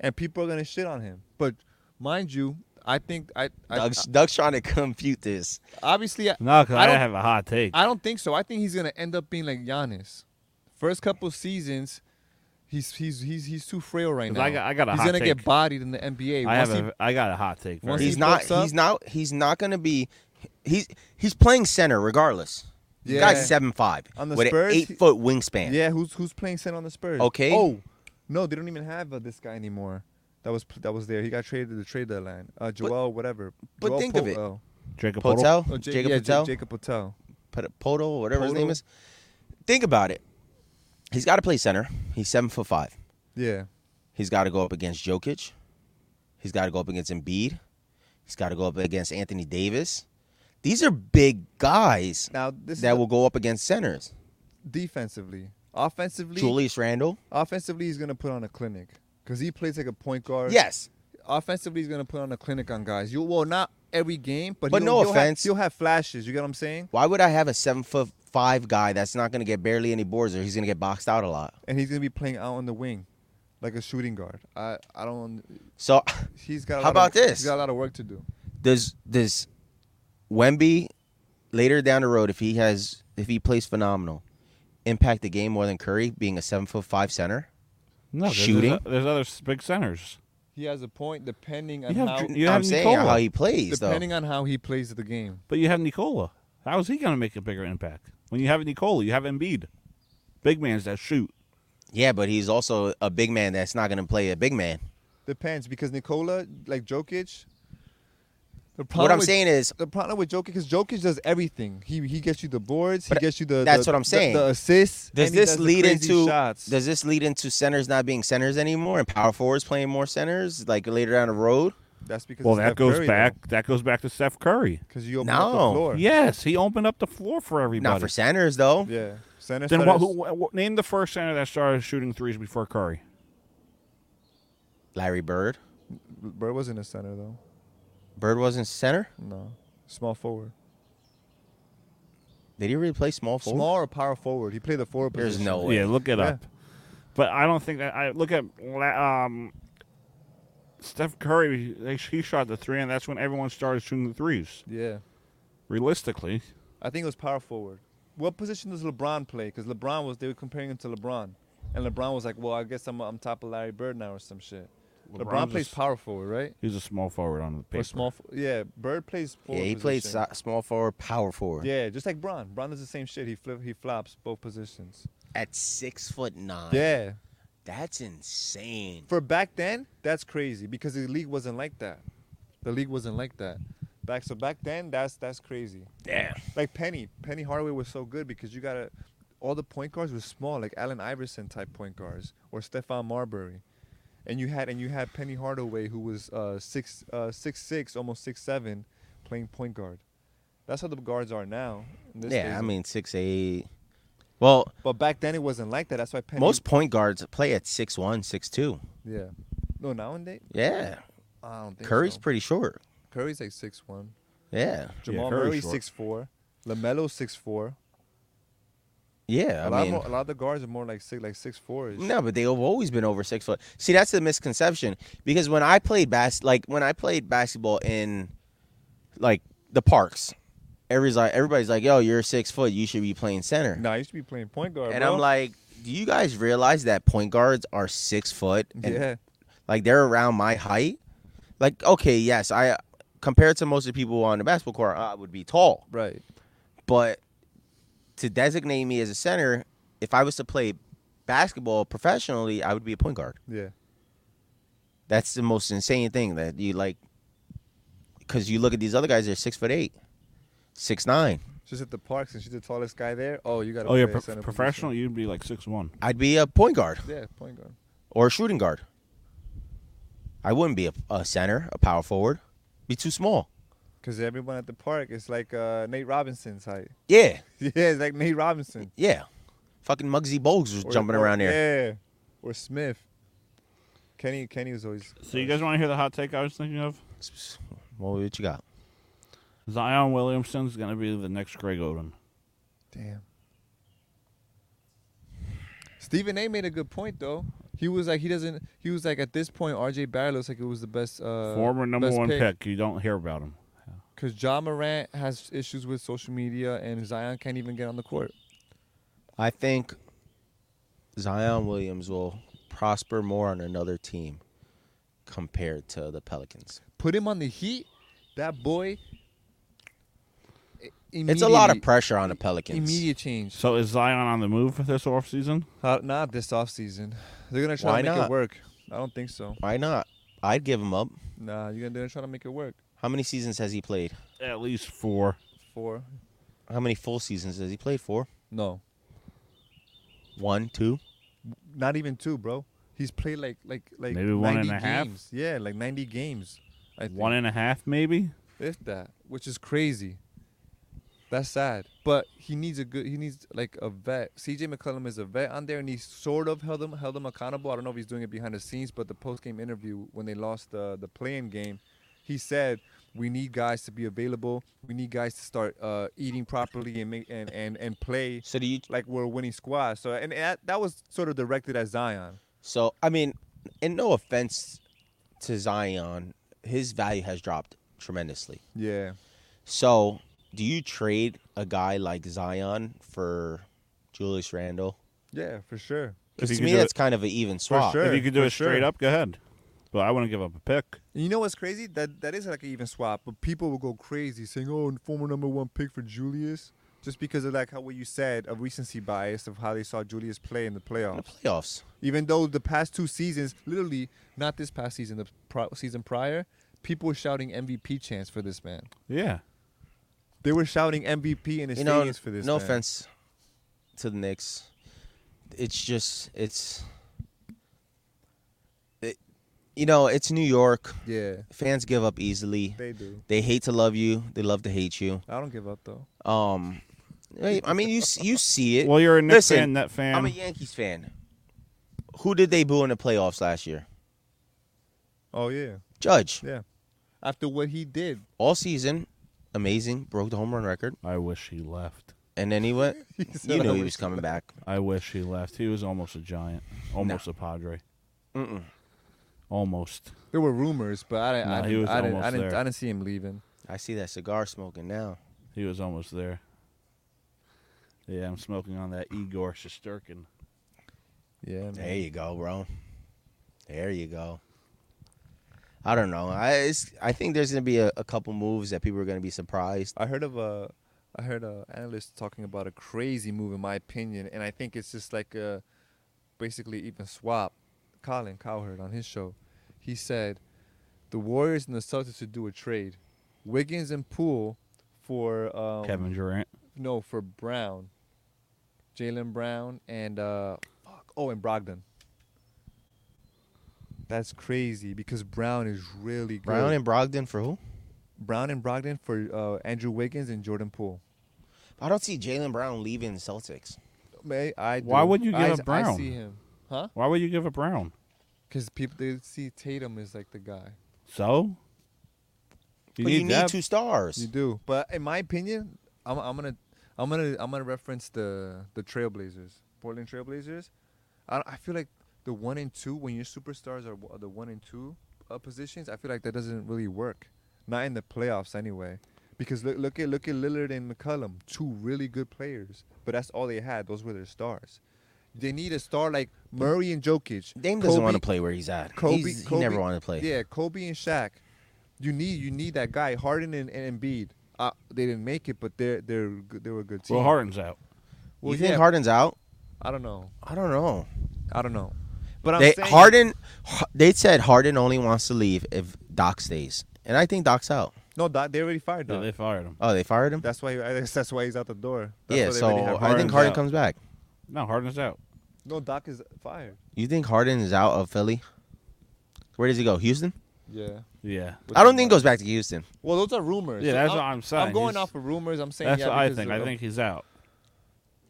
[SPEAKER 10] and people are gonna shit on him. But mind you, I think I, I
[SPEAKER 14] Doug's, Doug's trying to compute this.
[SPEAKER 10] obviously I,
[SPEAKER 4] No, 'cause
[SPEAKER 10] I
[SPEAKER 4] I,
[SPEAKER 10] don't-
[SPEAKER 4] have a hot take.
[SPEAKER 10] I don't think so. I think he's gonna end up being like Giannis. First couple seasons, he's he's he's he's too frail right now.
[SPEAKER 4] I got- I got a
[SPEAKER 10] he's
[SPEAKER 4] hot
[SPEAKER 10] gonna
[SPEAKER 4] take.
[SPEAKER 10] get bodied in the NBA.
[SPEAKER 4] I have.
[SPEAKER 10] Once he-
[SPEAKER 4] a, I got a hot take.
[SPEAKER 10] Once
[SPEAKER 4] for
[SPEAKER 10] he
[SPEAKER 14] he's not.
[SPEAKER 10] books up-
[SPEAKER 14] He's not. He's not going to be. He's he's playing center regardless. The
[SPEAKER 10] Yeah.
[SPEAKER 14] guy's seven five
[SPEAKER 10] On the
[SPEAKER 14] with
[SPEAKER 10] Spurs,
[SPEAKER 14] an
[SPEAKER 10] he-
[SPEAKER 14] eight foot wingspan.
[SPEAKER 10] yeah, who's who's playing center on the Spurs?
[SPEAKER 14] Okay.
[SPEAKER 10] Oh, no, they don't even have uh, this guy anymore. That was that was there. He got traded to the trade deadline. Uh, Joel, whatever.
[SPEAKER 14] but
[SPEAKER 10] Joel
[SPEAKER 14] think of it.
[SPEAKER 10] Polo.
[SPEAKER 4] Jacob Poeltl?
[SPEAKER 14] Potel,
[SPEAKER 10] Oh, Ja-
[SPEAKER 14] Jacob
[SPEAKER 10] yeah, Ja-
[SPEAKER 14] Potel,
[SPEAKER 10] Jacob Patel.
[SPEAKER 14] Pot- Poto, whatever his name
[SPEAKER 10] Poto.
[SPEAKER 14] is. Think about it. He's got to play center. He's seven foot five.
[SPEAKER 10] Yeah.
[SPEAKER 14] He's got to go up against Jokic. He's got to go up against Embiid. He's got to go up against Anthony Davis. These are big guys
[SPEAKER 10] Now this
[SPEAKER 14] that
[SPEAKER 10] is
[SPEAKER 14] will go up against centers.
[SPEAKER 10] defensively, offensively,
[SPEAKER 14] Julius Randle.
[SPEAKER 10] offensively, he's gonna put on a clinic because he plays like a point guard.
[SPEAKER 14] Yes.
[SPEAKER 10] offensively he's gonna put on a clinic on guys. You well not every game, but
[SPEAKER 14] But
[SPEAKER 10] he'll-
[SPEAKER 14] no
[SPEAKER 10] he'll have-
[SPEAKER 14] offense.
[SPEAKER 10] he'll have flashes. You get what I'm saying?
[SPEAKER 14] Why would I have a seven foot five guy that's not going to get barely any boards or he's going to get boxed out a lot?
[SPEAKER 10] And he's gonna be playing out on the wing, like a shooting guard. I I don't.
[SPEAKER 14] So *laughs*
[SPEAKER 10] He's got. A
[SPEAKER 14] How
[SPEAKER 10] lot
[SPEAKER 14] about
[SPEAKER 10] of,
[SPEAKER 14] this?
[SPEAKER 10] He's got a lot of work to do.
[SPEAKER 14] does does Wemby later down the road if he has if he plays phenomenal impact the game more than Curry being a seven foot five center?
[SPEAKER 4] no, there's-
[SPEAKER 14] shooting.
[SPEAKER 4] There's, there's other s- big centers.
[SPEAKER 10] He has a point depending on
[SPEAKER 4] You have,
[SPEAKER 10] how
[SPEAKER 4] Dr- you
[SPEAKER 14] I'm
[SPEAKER 4] have
[SPEAKER 14] saying
[SPEAKER 4] Nicola,
[SPEAKER 14] how he plays though.
[SPEAKER 10] depending on how he plays the game.
[SPEAKER 4] but you have Nicola. How is he gonna make a bigger impact when you have Nicola? You have Embiid, big man's that shoot.
[SPEAKER 14] Yeah, but he's also a big man that's not going to play a big man.
[SPEAKER 10] Depends because Nikola, like Jokic, The
[SPEAKER 14] What I'm
[SPEAKER 10] with-
[SPEAKER 14] saying is,
[SPEAKER 10] the problem with Jokic because Jokic does everything. He he gets you the boards. He
[SPEAKER 14] But
[SPEAKER 10] gets you the.
[SPEAKER 14] that's
[SPEAKER 10] the-
[SPEAKER 14] what I'm
[SPEAKER 10] the-
[SPEAKER 14] saying.
[SPEAKER 10] The, assists.
[SPEAKER 14] Does
[SPEAKER 10] and he
[SPEAKER 14] this
[SPEAKER 10] does the
[SPEAKER 14] lead
[SPEAKER 10] crazy
[SPEAKER 14] into
[SPEAKER 10] shots?
[SPEAKER 14] Does this lead into centers not being centers anymore and power forwards playing more centers like later down the road?
[SPEAKER 10] That's because
[SPEAKER 4] Well, that goes back. That goes back to Steph Curry.
[SPEAKER 10] Because you opened
[SPEAKER 14] up the No. floor.
[SPEAKER 4] Yes, he opened up the floor for everybody.
[SPEAKER 14] Not for centers though.
[SPEAKER 10] Yeah, centers.
[SPEAKER 4] Then what, who, what, name the first center that started shooting threes before Curry.
[SPEAKER 14] Larry Bird.
[SPEAKER 10] Bird wasn't a center though.
[SPEAKER 14] Bird wasn't center.
[SPEAKER 10] No, small forward.
[SPEAKER 14] Did he really play small forward?
[SPEAKER 10] Small or power forward? He played the forward
[SPEAKER 14] There's
[SPEAKER 10] position.
[SPEAKER 14] no way.
[SPEAKER 4] Yeah, look it
[SPEAKER 10] Oh, Yeah.
[SPEAKER 4] up. But I don't think that I look at la- um, Steph Curry. They, he shot the three, and that's when everyone started shooting the threes.
[SPEAKER 10] Yeah.
[SPEAKER 4] Realistically,
[SPEAKER 10] I think it was power forward. What position does LeBron play? Because LeBron was they were comparing him to LeBron, and LeBron was like, "Well, I guess I'm I'm top of Larry Bird now or some shit." LeBron,
[SPEAKER 4] LeBron's
[SPEAKER 10] plays
[SPEAKER 4] just-
[SPEAKER 10] power forward, right?
[SPEAKER 4] he's a small forward on the paper.
[SPEAKER 10] Or small? fo- Yeah, Bird plays.
[SPEAKER 14] Yeah,
[SPEAKER 10] Forward
[SPEAKER 14] he played
[SPEAKER 10] position.
[SPEAKER 14] so- small forward, power forward.
[SPEAKER 10] Yeah, just like Bron. Bron does the same shit. He flip, he flops both positions.
[SPEAKER 14] At six foot nine.
[SPEAKER 10] Yeah.
[SPEAKER 14] That's insane.
[SPEAKER 10] For back then, that's crazy because the league wasn't like that. The league wasn't like that. Back so back then, that's that's crazy.
[SPEAKER 14] Damn.
[SPEAKER 10] Like Penny, Penny Hardaway was so good because you gotta, all the point guards were small, like Allen Iverson type point guards or Stefan Marbury, and you had and you had Penny Hardaway who was uh, six uh, six six, almost six seven, playing point guard. That's how the guards are now. in this
[SPEAKER 14] yeah,
[SPEAKER 10] days.
[SPEAKER 14] I mean six eight. Well,
[SPEAKER 10] But back then it wasn't like that. That's why Penny.
[SPEAKER 14] most point guards play at six one, six two.
[SPEAKER 10] Yeah. No, nowadays.
[SPEAKER 14] Yeah.
[SPEAKER 10] I don't think
[SPEAKER 14] Curry's
[SPEAKER 10] so.
[SPEAKER 14] pretty short.
[SPEAKER 10] Curry's like six one.
[SPEAKER 14] Yeah.
[SPEAKER 10] Jamal
[SPEAKER 14] Curry's
[SPEAKER 10] Murray's
[SPEAKER 14] short.
[SPEAKER 10] six four. Lamelo six four.
[SPEAKER 14] Yeah,
[SPEAKER 10] A
[SPEAKER 14] I
[SPEAKER 10] lot
[SPEAKER 14] mean,
[SPEAKER 10] more, a lot of the guards are more like six like six four.
[SPEAKER 14] No, but they've always been over six foot. See, that's the misconception because when I played bas, like when I played basketball in, like the parks, everybody's like, everybody's like, "Yo, you're six foot. You should be playing center."
[SPEAKER 10] No, I used to be playing point guard.
[SPEAKER 14] and
[SPEAKER 10] bro.
[SPEAKER 14] I'm like, "Do you guys realize that point guards are six foot? And,
[SPEAKER 10] Yeah.
[SPEAKER 14] like they're around my height. Like, okay, yes, I compared to most of the people on the basketball court, I would be tall,
[SPEAKER 10] right?
[SPEAKER 14] But to designate me as a center, if I was to play basketball professionally, I would be a point guard."
[SPEAKER 10] yeah,
[SPEAKER 14] That's the most insane thing that you like, because you look at these other guys. They're six foot eight, six nine.
[SPEAKER 10] she's at the parks and she's the tallest guy there. Oh, you got to.
[SPEAKER 4] Oh yeah,
[SPEAKER 10] play
[SPEAKER 4] pro-
[SPEAKER 10] center
[SPEAKER 4] professional, you'd be like six one.
[SPEAKER 14] I'd be a point guard
[SPEAKER 10] Position. Yeah, point guard.
[SPEAKER 14] or a shooting guard. I wouldn't be a, a center, a power forward. Be too small.
[SPEAKER 10] Because everyone at the park is like uh, Nate Robinson's height. *laughs*
[SPEAKER 14] Yeah,
[SPEAKER 10] Yeah, it's like Nate Robinson.
[SPEAKER 14] yeah. Fucking Muggsy Bogues was
[SPEAKER 10] Or-
[SPEAKER 14] jumping
[SPEAKER 10] or-
[SPEAKER 14] around there.
[SPEAKER 10] Yeah, or Smith. Kenny, Kenny was always.
[SPEAKER 4] So you guys want to hear the hot take I was thinking of?
[SPEAKER 14] Well, what you got?
[SPEAKER 4] Zion Williamson's going to be the next Greg Oden.
[SPEAKER 10] Damn. Stephen A. made a good point though. He was like he doesn't. He was like at this point, R.J. Barrett looks like it was the best uh,
[SPEAKER 4] Former number
[SPEAKER 10] best
[SPEAKER 4] one pick. You don't hear about him.
[SPEAKER 10] Because John Morant has issues with social media, and Zion can't even get on the court.
[SPEAKER 14] I think Zion Williams will prosper more on another team compared to the Pelicans.
[SPEAKER 10] Put him on the Heat. That boy. i-
[SPEAKER 14] It's a lot of
[SPEAKER 10] immediately-
[SPEAKER 14] pressure on the Pelicans.
[SPEAKER 10] Immediate change.
[SPEAKER 4] So is Zion on the move this offseason?
[SPEAKER 10] Uh, not this offseason. They're gonna try
[SPEAKER 14] Why
[SPEAKER 10] to make
[SPEAKER 14] not?
[SPEAKER 10] it work. I don't think so.
[SPEAKER 14] Why not? I'd give him up.
[SPEAKER 10] Nah, you're gonna they're gonna try to make it work.
[SPEAKER 14] How many seasons has he played?
[SPEAKER 4] At least four.
[SPEAKER 10] Four.
[SPEAKER 14] How many full seasons has he played for?
[SPEAKER 10] No.
[SPEAKER 14] One, two.
[SPEAKER 10] Not even two, bro. He's played like like like
[SPEAKER 4] Maybe one
[SPEAKER 10] 90
[SPEAKER 4] and a half?
[SPEAKER 10] games. Yeah, like 90 games. I think.
[SPEAKER 4] One and a half, maybe?
[SPEAKER 10] if that, which is crazy. That's sad. But he needs a good. He needs like a vet. C.J. McCollum is a vet on there, and he sort of held him held him accountable. I don't know if he's doing it behind the scenes, but the post game interview when they lost the the playing game, he said we need guys to be available. We need guys to start uh, eating properly and make and and and play.
[SPEAKER 14] So do you?
[SPEAKER 10] Like we're a winning squad. So and that, that was sort of directed at Zion.
[SPEAKER 14] So I mean, and no offense to Zion, his value has dropped tremendously.
[SPEAKER 10] Yeah.
[SPEAKER 14] So do you trade a guy like Zion for Julius Randle?
[SPEAKER 10] Yeah, for sure.
[SPEAKER 4] If you
[SPEAKER 14] Because to
[SPEAKER 4] could
[SPEAKER 14] me,
[SPEAKER 4] do
[SPEAKER 14] that's
[SPEAKER 4] it-
[SPEAKER 14] kind of an even swap.
[SPEAKER 10] sure.
[SPEAKER 4] If you could do
[SPEAKER 10] for
[SPEAKER 4] it straight
[SPEAKER 10] sure.
[SPEAKER 4] up, go ahead. But I wouldn't give up a pick.
[SPEAKER 10] And You know what's crazy? That that is like an even swap, but people will go crazy saying, "Oh, former number one pick for Julius," just because of like how what you said of recency bias of how they saw Julius play in the playoffs.
[SPEAKER 14] Playoffs.
[SPEAKER 10] Even though the past two seasons, literally not this past season, the pro- season prior, people were shouting MVP chants for this man.
[SPEAKER 4] Yeah.
[SPEAKER 10] They were shouting MVP in the
[SPEAKER 14] you know,
[SPEAKER 10] stadiums for this.
[SPEAKER 14] no
[SPEAKER 10] man.
[SPEAKER 14] offense to the Knicks. It's just it's it, you know, it's New York.
[SPEAKER 10] Yeah.
[SPEAKER 14] Fans give up easily.
[SPEAKER 10] They do.
[SPEAKER 14] They hate to love you. They love to hate you.
[SPEAKER 10] I don't give up though.
[SPEAKER 14] Um I I mean you s- you see it.
[SPEAKER 4] Well, you're a Knicks
[SPEAKER 14] Listen,
[SPEAKER 4] fan, Net fan.
[SPEAKER 14] I'm a Yankees fan. Who did they boo in the playoffs last year?
[SPEAKER 10] Oh yeah.
[SPEAKER 14] Judge.
[SPEAKER 10] Yeah. After what he did.
[SPEAKER 14] All season, amazing, broke the home run record.
[SPEAKER 4] I wish he left.
[SPEAKER 14] And then
[SPEAKER 10] *laughs*
[SPEAKER 14] he went.
[SPEAKER 4] said,
[SPEAKER 14] you
[SPEAKER 4] "I
[SPEAKER 14] knew he
[SPEAKER 4] wish
[SPEAKER 14] was coming back.
[SPEAKER 4] I wish he left. He was almost a giant, almost a Padre,
[SPEAKER 14] Mm-mm.
[SPEAKER 4] almost.
[SPEAKER 10] There were rumors, but I didn't. I,
[SPEAKER 4] No, he
[SPEAKER 10] didn't,
[SPEAKER 4] was
[SPEAKER 10] I, didn't, I,
[SPEAKER 4] almost
[SPEAKER 10] didn't
[SPEAKER 4] there.
[SPEAKER 10] I didn't see him leaving.
[SPEAKER 14] I see that cigar smoking now.
[SPEAKER 4] He was almost there. Yeah, I'm smoking on that Igor Shosturkin.
[SPEAKER 10] Yeah.
[SPEAKER 14] There you go, bro. There you go. I don't know. I it's, I think there's gonna be a, a couple moves that people are gonna be surprised.
[SPEAKER 10] I heard of a, I heard a analyst talking about a crazy move in my opinion, and I think it's just like a, basically even swap. Colin Cowherd on his show, he said, the Warriors and the Celtics should do a trade, Wiggins and Poole for um,
[SPEAKER 4] Kevin Durant.
[SPEAKER 10] No, for Brown, Jalen Brown and uh, fuck, oh and Brogdon. That's crazy because Brown is really good.
[SPEAKER 14] Brown and Brogdon for who?
[SPEAKER 10] Brown and Brogdon for uh, Andrew Wiggins and Jordan Poole.
[SPEAKER 14] I don't see Jalen Brown leaving the Celtics.
[SPEAKER 10] May I?
[SPEAKER 4] Why
[SPEAKER 10] do.
[SPEAKER 4] would you give
[SPEAKER 10] I,
[SPEAKER 4] up Brown?
[SPEAKER 10] I see him, huh?
[SPEAKER 4] Why would you give up Brown?
[SPEAKER 10] Because people they see Tatum as like the guy.
[SPEAKER 4] So.
[SPEAKER 10] But you need
[SPEAKER 4] depth.
[SPEAKER 10] two
[SPEAKER 14] stars.
[SPEAKER 10] You do, but in my opinion, I'm, I'm gonna, I'm gonna, I'm gonna reference the the Trailblazers, Portland Trailblazers. I, I feel like the one and two when your superstars are, w- the one and two uh, positions. I feel like that doesn't really work, not in the playoffs anyway. Because look, look at look at Lillard and McCollum, two really good players, but that's all they had. Those were their stars. They need a star like Murray and Jokic.
[SPEAKER 14] Dame doesn't
[SPEAKER 10] Kobe-
[SPEAKER 14] wanna play where he's at.
[SPEAKER 10] Kobe,
[SPEAKER 14] He's- he
[SPEAKER 10] Kobe-
[SPEAKER 14] never wanted to play.
[SPEAKER 10] Yeah, Kobe and Shaq. You need you need that guy Harden and, and Embiid. Uh, they didn't make it, but they're they're good- they were a good team.
[SPEAKER 4] Well, Harden's out.
[SPEAKER 10] Well,
[SPEAKER 14] you think
[SPEAKER 10] yeah.
[SPEAKER 14] Harden's out?
[SPEAKER 10] I don't know.
[SPEAKER 14] I don't know.
[SPEAKER 10] I don't know. But I'm
[SPEAKER 14] they,
[SPEAKER 10] saying
[SPEAKER 14] Harden, Har- they said Harden only wants to leave if Doc stays, and I think Doc's out.
[SPEAKER 10] No, Doc, they already fired
[SPEAKER 4] Yeah,
[SPEAKER 10] Doc.
[SPEAKER 4] they fired him.
[SPEAKER 14] Oh, they fired him.
[SPEAKER 10] That's why he, I guess that's why he's out the door. That's
[SPEAKER 14] yeah,
[SPEAKER 10] why they
[SPEAKER 14] so
[SPEAKER 10] already have
[SPEAKER 14] I think
[SPEAKER 10] Harden.
[SPEAKER 14] Harden
[SPEAKER 4] out.
[SPEAKER 14] comes back.
[SPEAKER 4] No, Harden's out.
[SPEAKER 10] No, Doc is fired.
[SPEAKER 14] You think Harden is out of Philly? Where does he go? Houston?
[SPEAKER 10] Yeah.
[SPEAKER 4] Yeah.
[SPEAKER 14] I don't think he goes back to Houston.
[SPEAKER 10] Well, those are rumors.
[SPEAKER 4] Yeah,
[SPEAKER 10] So
[SPEAKER 4] that's
[SPEAKER 10] I'm,
[SPEAKER 4] what I'm saying.
[SPEAKER 10] I'm going
[SPEAKER 4] He's-
[SPEAKER 10] off of rumors. I'm saying
[SPEAKER 4] That's
[SPEAKER 10] yeah,
[SPEAKER 4] what I
[SPEAKER 10] because
[SPEAKER 4] think.
[SPEAKER 10] of-
[SPEAKER 4] I think he's out.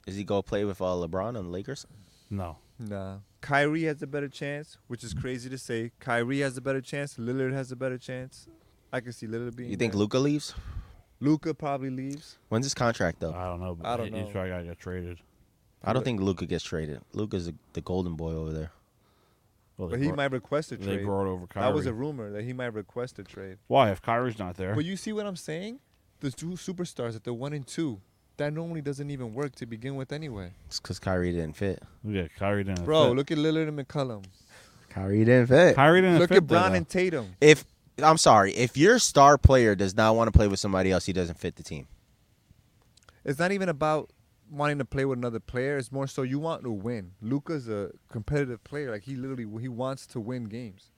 [SPEAKER 14] Is he go play with uh, LeBron on the Lakers?
[SPEAKER 4] No.
[SPEAKER 10] Nah. Kyrie has a better chance, which is crazy to say. Kyrie has a better chance. Lillard has a better chance. I can see Lillard being.
[SPEAKER 14] You think
[SPEAKER 10] there.
[SPEAKER 14] Luca leaves?
[SPEAKER 10] Luca probably leaves.
[SPEAKER 14] When's his contract up?
[SPEAKER 4] I don't know. But
[SPEAKER 10] I don't
[SPEAKER 4] he-
[SPEAKER 10] know.
[SPEAKER 4] He's probably got to get traded.
[SPEAKER 14] I don't think Luca gets traded. Luca's the golden boy over there.
[SPEAKER 4] Well, they
[SPEAKER 10] But he
[SPEAKER 4] brought-
[SPEAKER 10] might request a
[SPEAKER 4] they
[SPEAKER 10] trade.
[SPEAKER 4] brought over
[SPEAKER 10] That was a
[SPEAKER 4] Kyrie. Er.
[SPEAKER 10] rumor that he might request a trade.
[SPEAKER 4] Why? If Kyrie's not there,
[SPEAKER 10] But you see what I'm saying? The two superstars at the one and two, that normally doesn't even work to begin with anyway.
[SPEAKER 14] It's because Kyrie didn't fit.
[SPEAKER 4] yeah, Kyrie didn't.
[SPEAKER 10] Bro,
[SPEAKER 4] fit.
[SPEAKER 10] look at Lillard and McCollum.
[SPEAKER 14] Kyrie didn't fit.
[SPEAKER 4] Kyrie didn't
[SPEAKER 10] Look
[SPEAKER 4] fit
[SPEAKER 10] at Brown
[SPEAKER 4] there,
[SPEAKER 10] and Tatum.
[SPEAKER 14] If I'm sorry, if your star player does not want to play with somebody else, he doesn't fit the team.
[SPEAKER 10] It's not even about wanting to play with another player. It's more so you want to win. Luca's a competitive player. Like he literally he wants to win games.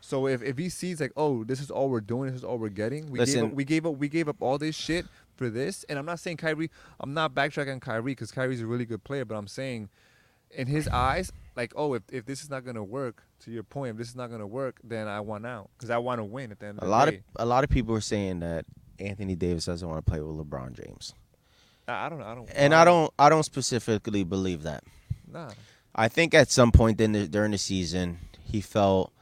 [SPEAKER 10] So if, if he sees like oh this is all we're doing this is all we're getting we
[SPEAKER 14] Listen.
[SPEAKER 10] gave up, we gave up we gave up all this shit for this and I'm not saying Kyrie I'm not backtracking Kyrie because Kyrie's a really good player but I'm saying in his eyes like oh if, if this is not gonna work to your point if this is not gonna work then I want out because I want to win at the end of
[SPEAKER 14] A
[SPEAKER 10] the
[SPEAKER 14] lot
[SPEAKER 10] day.
[SPEAKER 14] of a lot of people are saying that Anthony Davis doesn't want to play with LeBron James,
[SPEAKER 10] I, I don't know I don't
[SPEAKER 14] and I don't I don't specifically believe that.
[SPEAKER 10] nah
[SPEAKER 14] I think at some point in the, during the season, he felt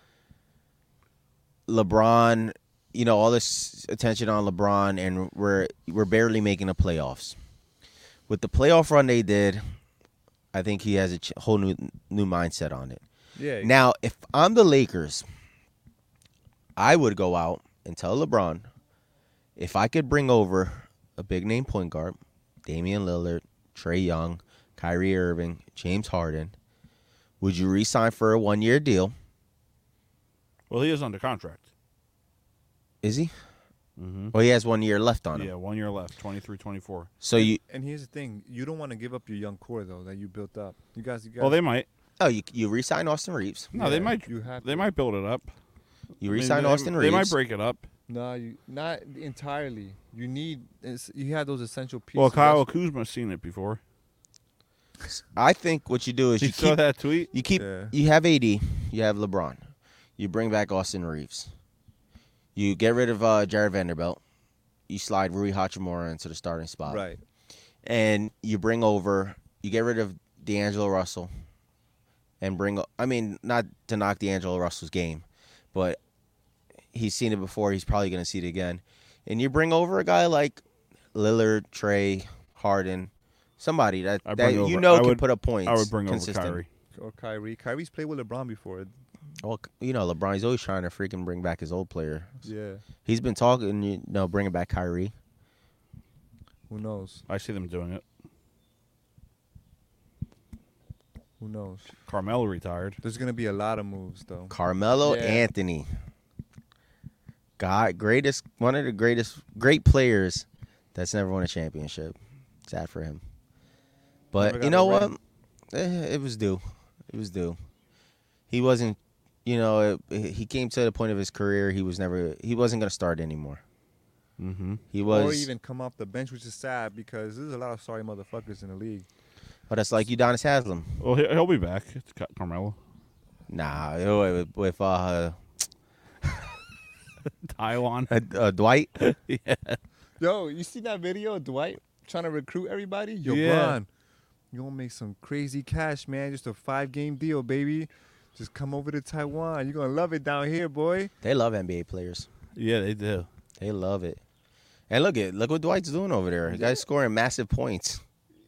[SPEAKER 14] LeBron, you know, all this attention on LeBron, and we're we're barely making the playoffs. With the playoff run they did, I think he has a ch- whole new new mindset on it.
[SPEAKER 10] Yeah.
[SPEAKER 14] Now, if I'm the Lakers, I would go out and tell LeBron if I could bring over a big name point guard, Damian Lillard, Trey Young, Kyrie Irving, James Harden, would you re-sign for a one year deal?
[SPEAKER 4] Well, he is under contract.
[SPEAKER 14] Is he?
[SPEAKER 4] Mm-hmm.
[SPEAKER 14] Well, he has one year left on him.
[SPEAKER 4] Yeah, one year left. 23, 24.
[SPEAKER 14] So you,
[SPEAKER 10] And here's the thing: you don't want to give up your young core though that you built up. You guys, you guys.
[SPEAKER 4] Well, they might.
[SPEAKER 14] oh, you you re-sign Austin Reeves.
[SPEAKER 4] No, they
[SPEAKER 10] Yeah,
[SPEAKER 4] might.
[SPEAKER 10] you have
[SPEAKER 4] they might build it up.
[SPEAKER 14] You
[SPEAKER 4] I mean,
[SPEAKER 14] resign
[SPEAKER 4] they-
[SPEAKER 14] Austin
[SPEAKER 4] they
[SPEAKER 14] Reeves.
[SPEAKER 4] might break it up.
[SPEAKER 10] No, you not entirely. You need it's- you have those essential pieces.
[SPEAKER 4] Well, Kyle Kuzma's seen it before.
[SPEAKER 14] I think what you do is
[SPEAKER 4] You
[SPEAKER 14] you,
[SPEAKER 4] saw
[SPEAKER 14] keep,
[SPEAKER 4] that
[SPEAKER 10] *laughs*
[SPEAKER 4] tweet?
[SPEAKER 14] You keep
[SPEAKER 4] Yeah.
[SPEAKER 14] you have AD, you have LeBron, you bring back Austin Reeves, you get rid of uh, Jared Vanderbilt, you slide Rui Hachimura into the starting spot,
[SPEAKER 10] Right.
[SPEAKER 14] and you bring over, you get rid of D'Angelo Russell, and bring. I mean, not to knock D'Angelo Russell's game, but he's seen it before. He's probably going to see it again, and you bring over a guy like Lillard, Trey, Harden. Somebody that,
[SPEAKER 4] I
[SPEAKER 14] that
[SPEAKER 4] bring
[SPEAKER 14] you
[SPEAKER 4] over-
[SPEAKER 14] know
[SPEAKER 4] I
[SPEAKER 14] can
[SPEAKER 4] would-
[SPEAKER 14] put up points.
[SPEAKER 4] I would bring over
[SPEAKER 14] consistent.
[SPEAKER 4] Kyrie.
[SPEAKER 10] or Kyrie. Kyrie's played with LeBron before.
[SPEAKER 14] Well, c- you know, LeBron, he's always trying to freaking bring back his old player.
[SPEAKER 10] Yeah.
[SPEAKER 14] He's been talking, you know, bringing back Kyrie.
[SPEAKER 10] Who knows?
[SPEAKER 4] I see them doing it.
[SPEAKER 10] Who knows?
[SPEAKER 4] Carmelo retired.
[SPEAKER 10] There's gonna be a lot of moves though.
[SPEAKER 14] Carmelo
[SPEAKER 10] Yeah.
[SPEAKER 14] Anthony. God, greatest, one of the greatest, great players that's never won a championship. Sad for him.
[SPEAKER 10] Never
[SPEAKER 14] But
[SPEAKER 10] got
[SPEAKER 14] you know
[SPEAKER 10] a
[SPEAKER 14] what?
[SPEAKER 10] ring.
[SPEAKER 14] Eh, It was due. It was due. He wasn't, you know, it, he came to the point of his career. He was never, he wasn't going to start anymore.
[SPEAKER 4] Mm-hmm.
[SPEAKER 14] He was.
[SPEAKER 10] or even come off the bench, which is sad because there's a lot of sorry motherfuckers in the league.
[SPEAKER 14] But that's like Udonis Haslam.
[SPEAKER 4] Well, he- he'll be back. It's Ca- Carmelo.
[SPEAKER 14] Nah, you know, with, with uh,
[SPEAKER 4] *laughs* Taiwan.
[SPEAKER 14] uh, uh, Dwight.
[SPEAKER 4] yeah.
[SPEAKER 10] Yo, you see that video of Dwight trying to recruit everybody? Yo,
[SPEAKER 14] Yeah.
[SPEAKER 10] Bron, you gonna make some crazy cash, man. Just a five game deal, baby. Just come over to Taiwan. You're gonna love it down here, boy.
[SPEAKER 14] They love NBA players.
[SPEAKER 4] *laughs* Yeah, they do.
[SPEAKER 14] They love it. And look at look what Dwight's doing over there. The guy's scoring massive points.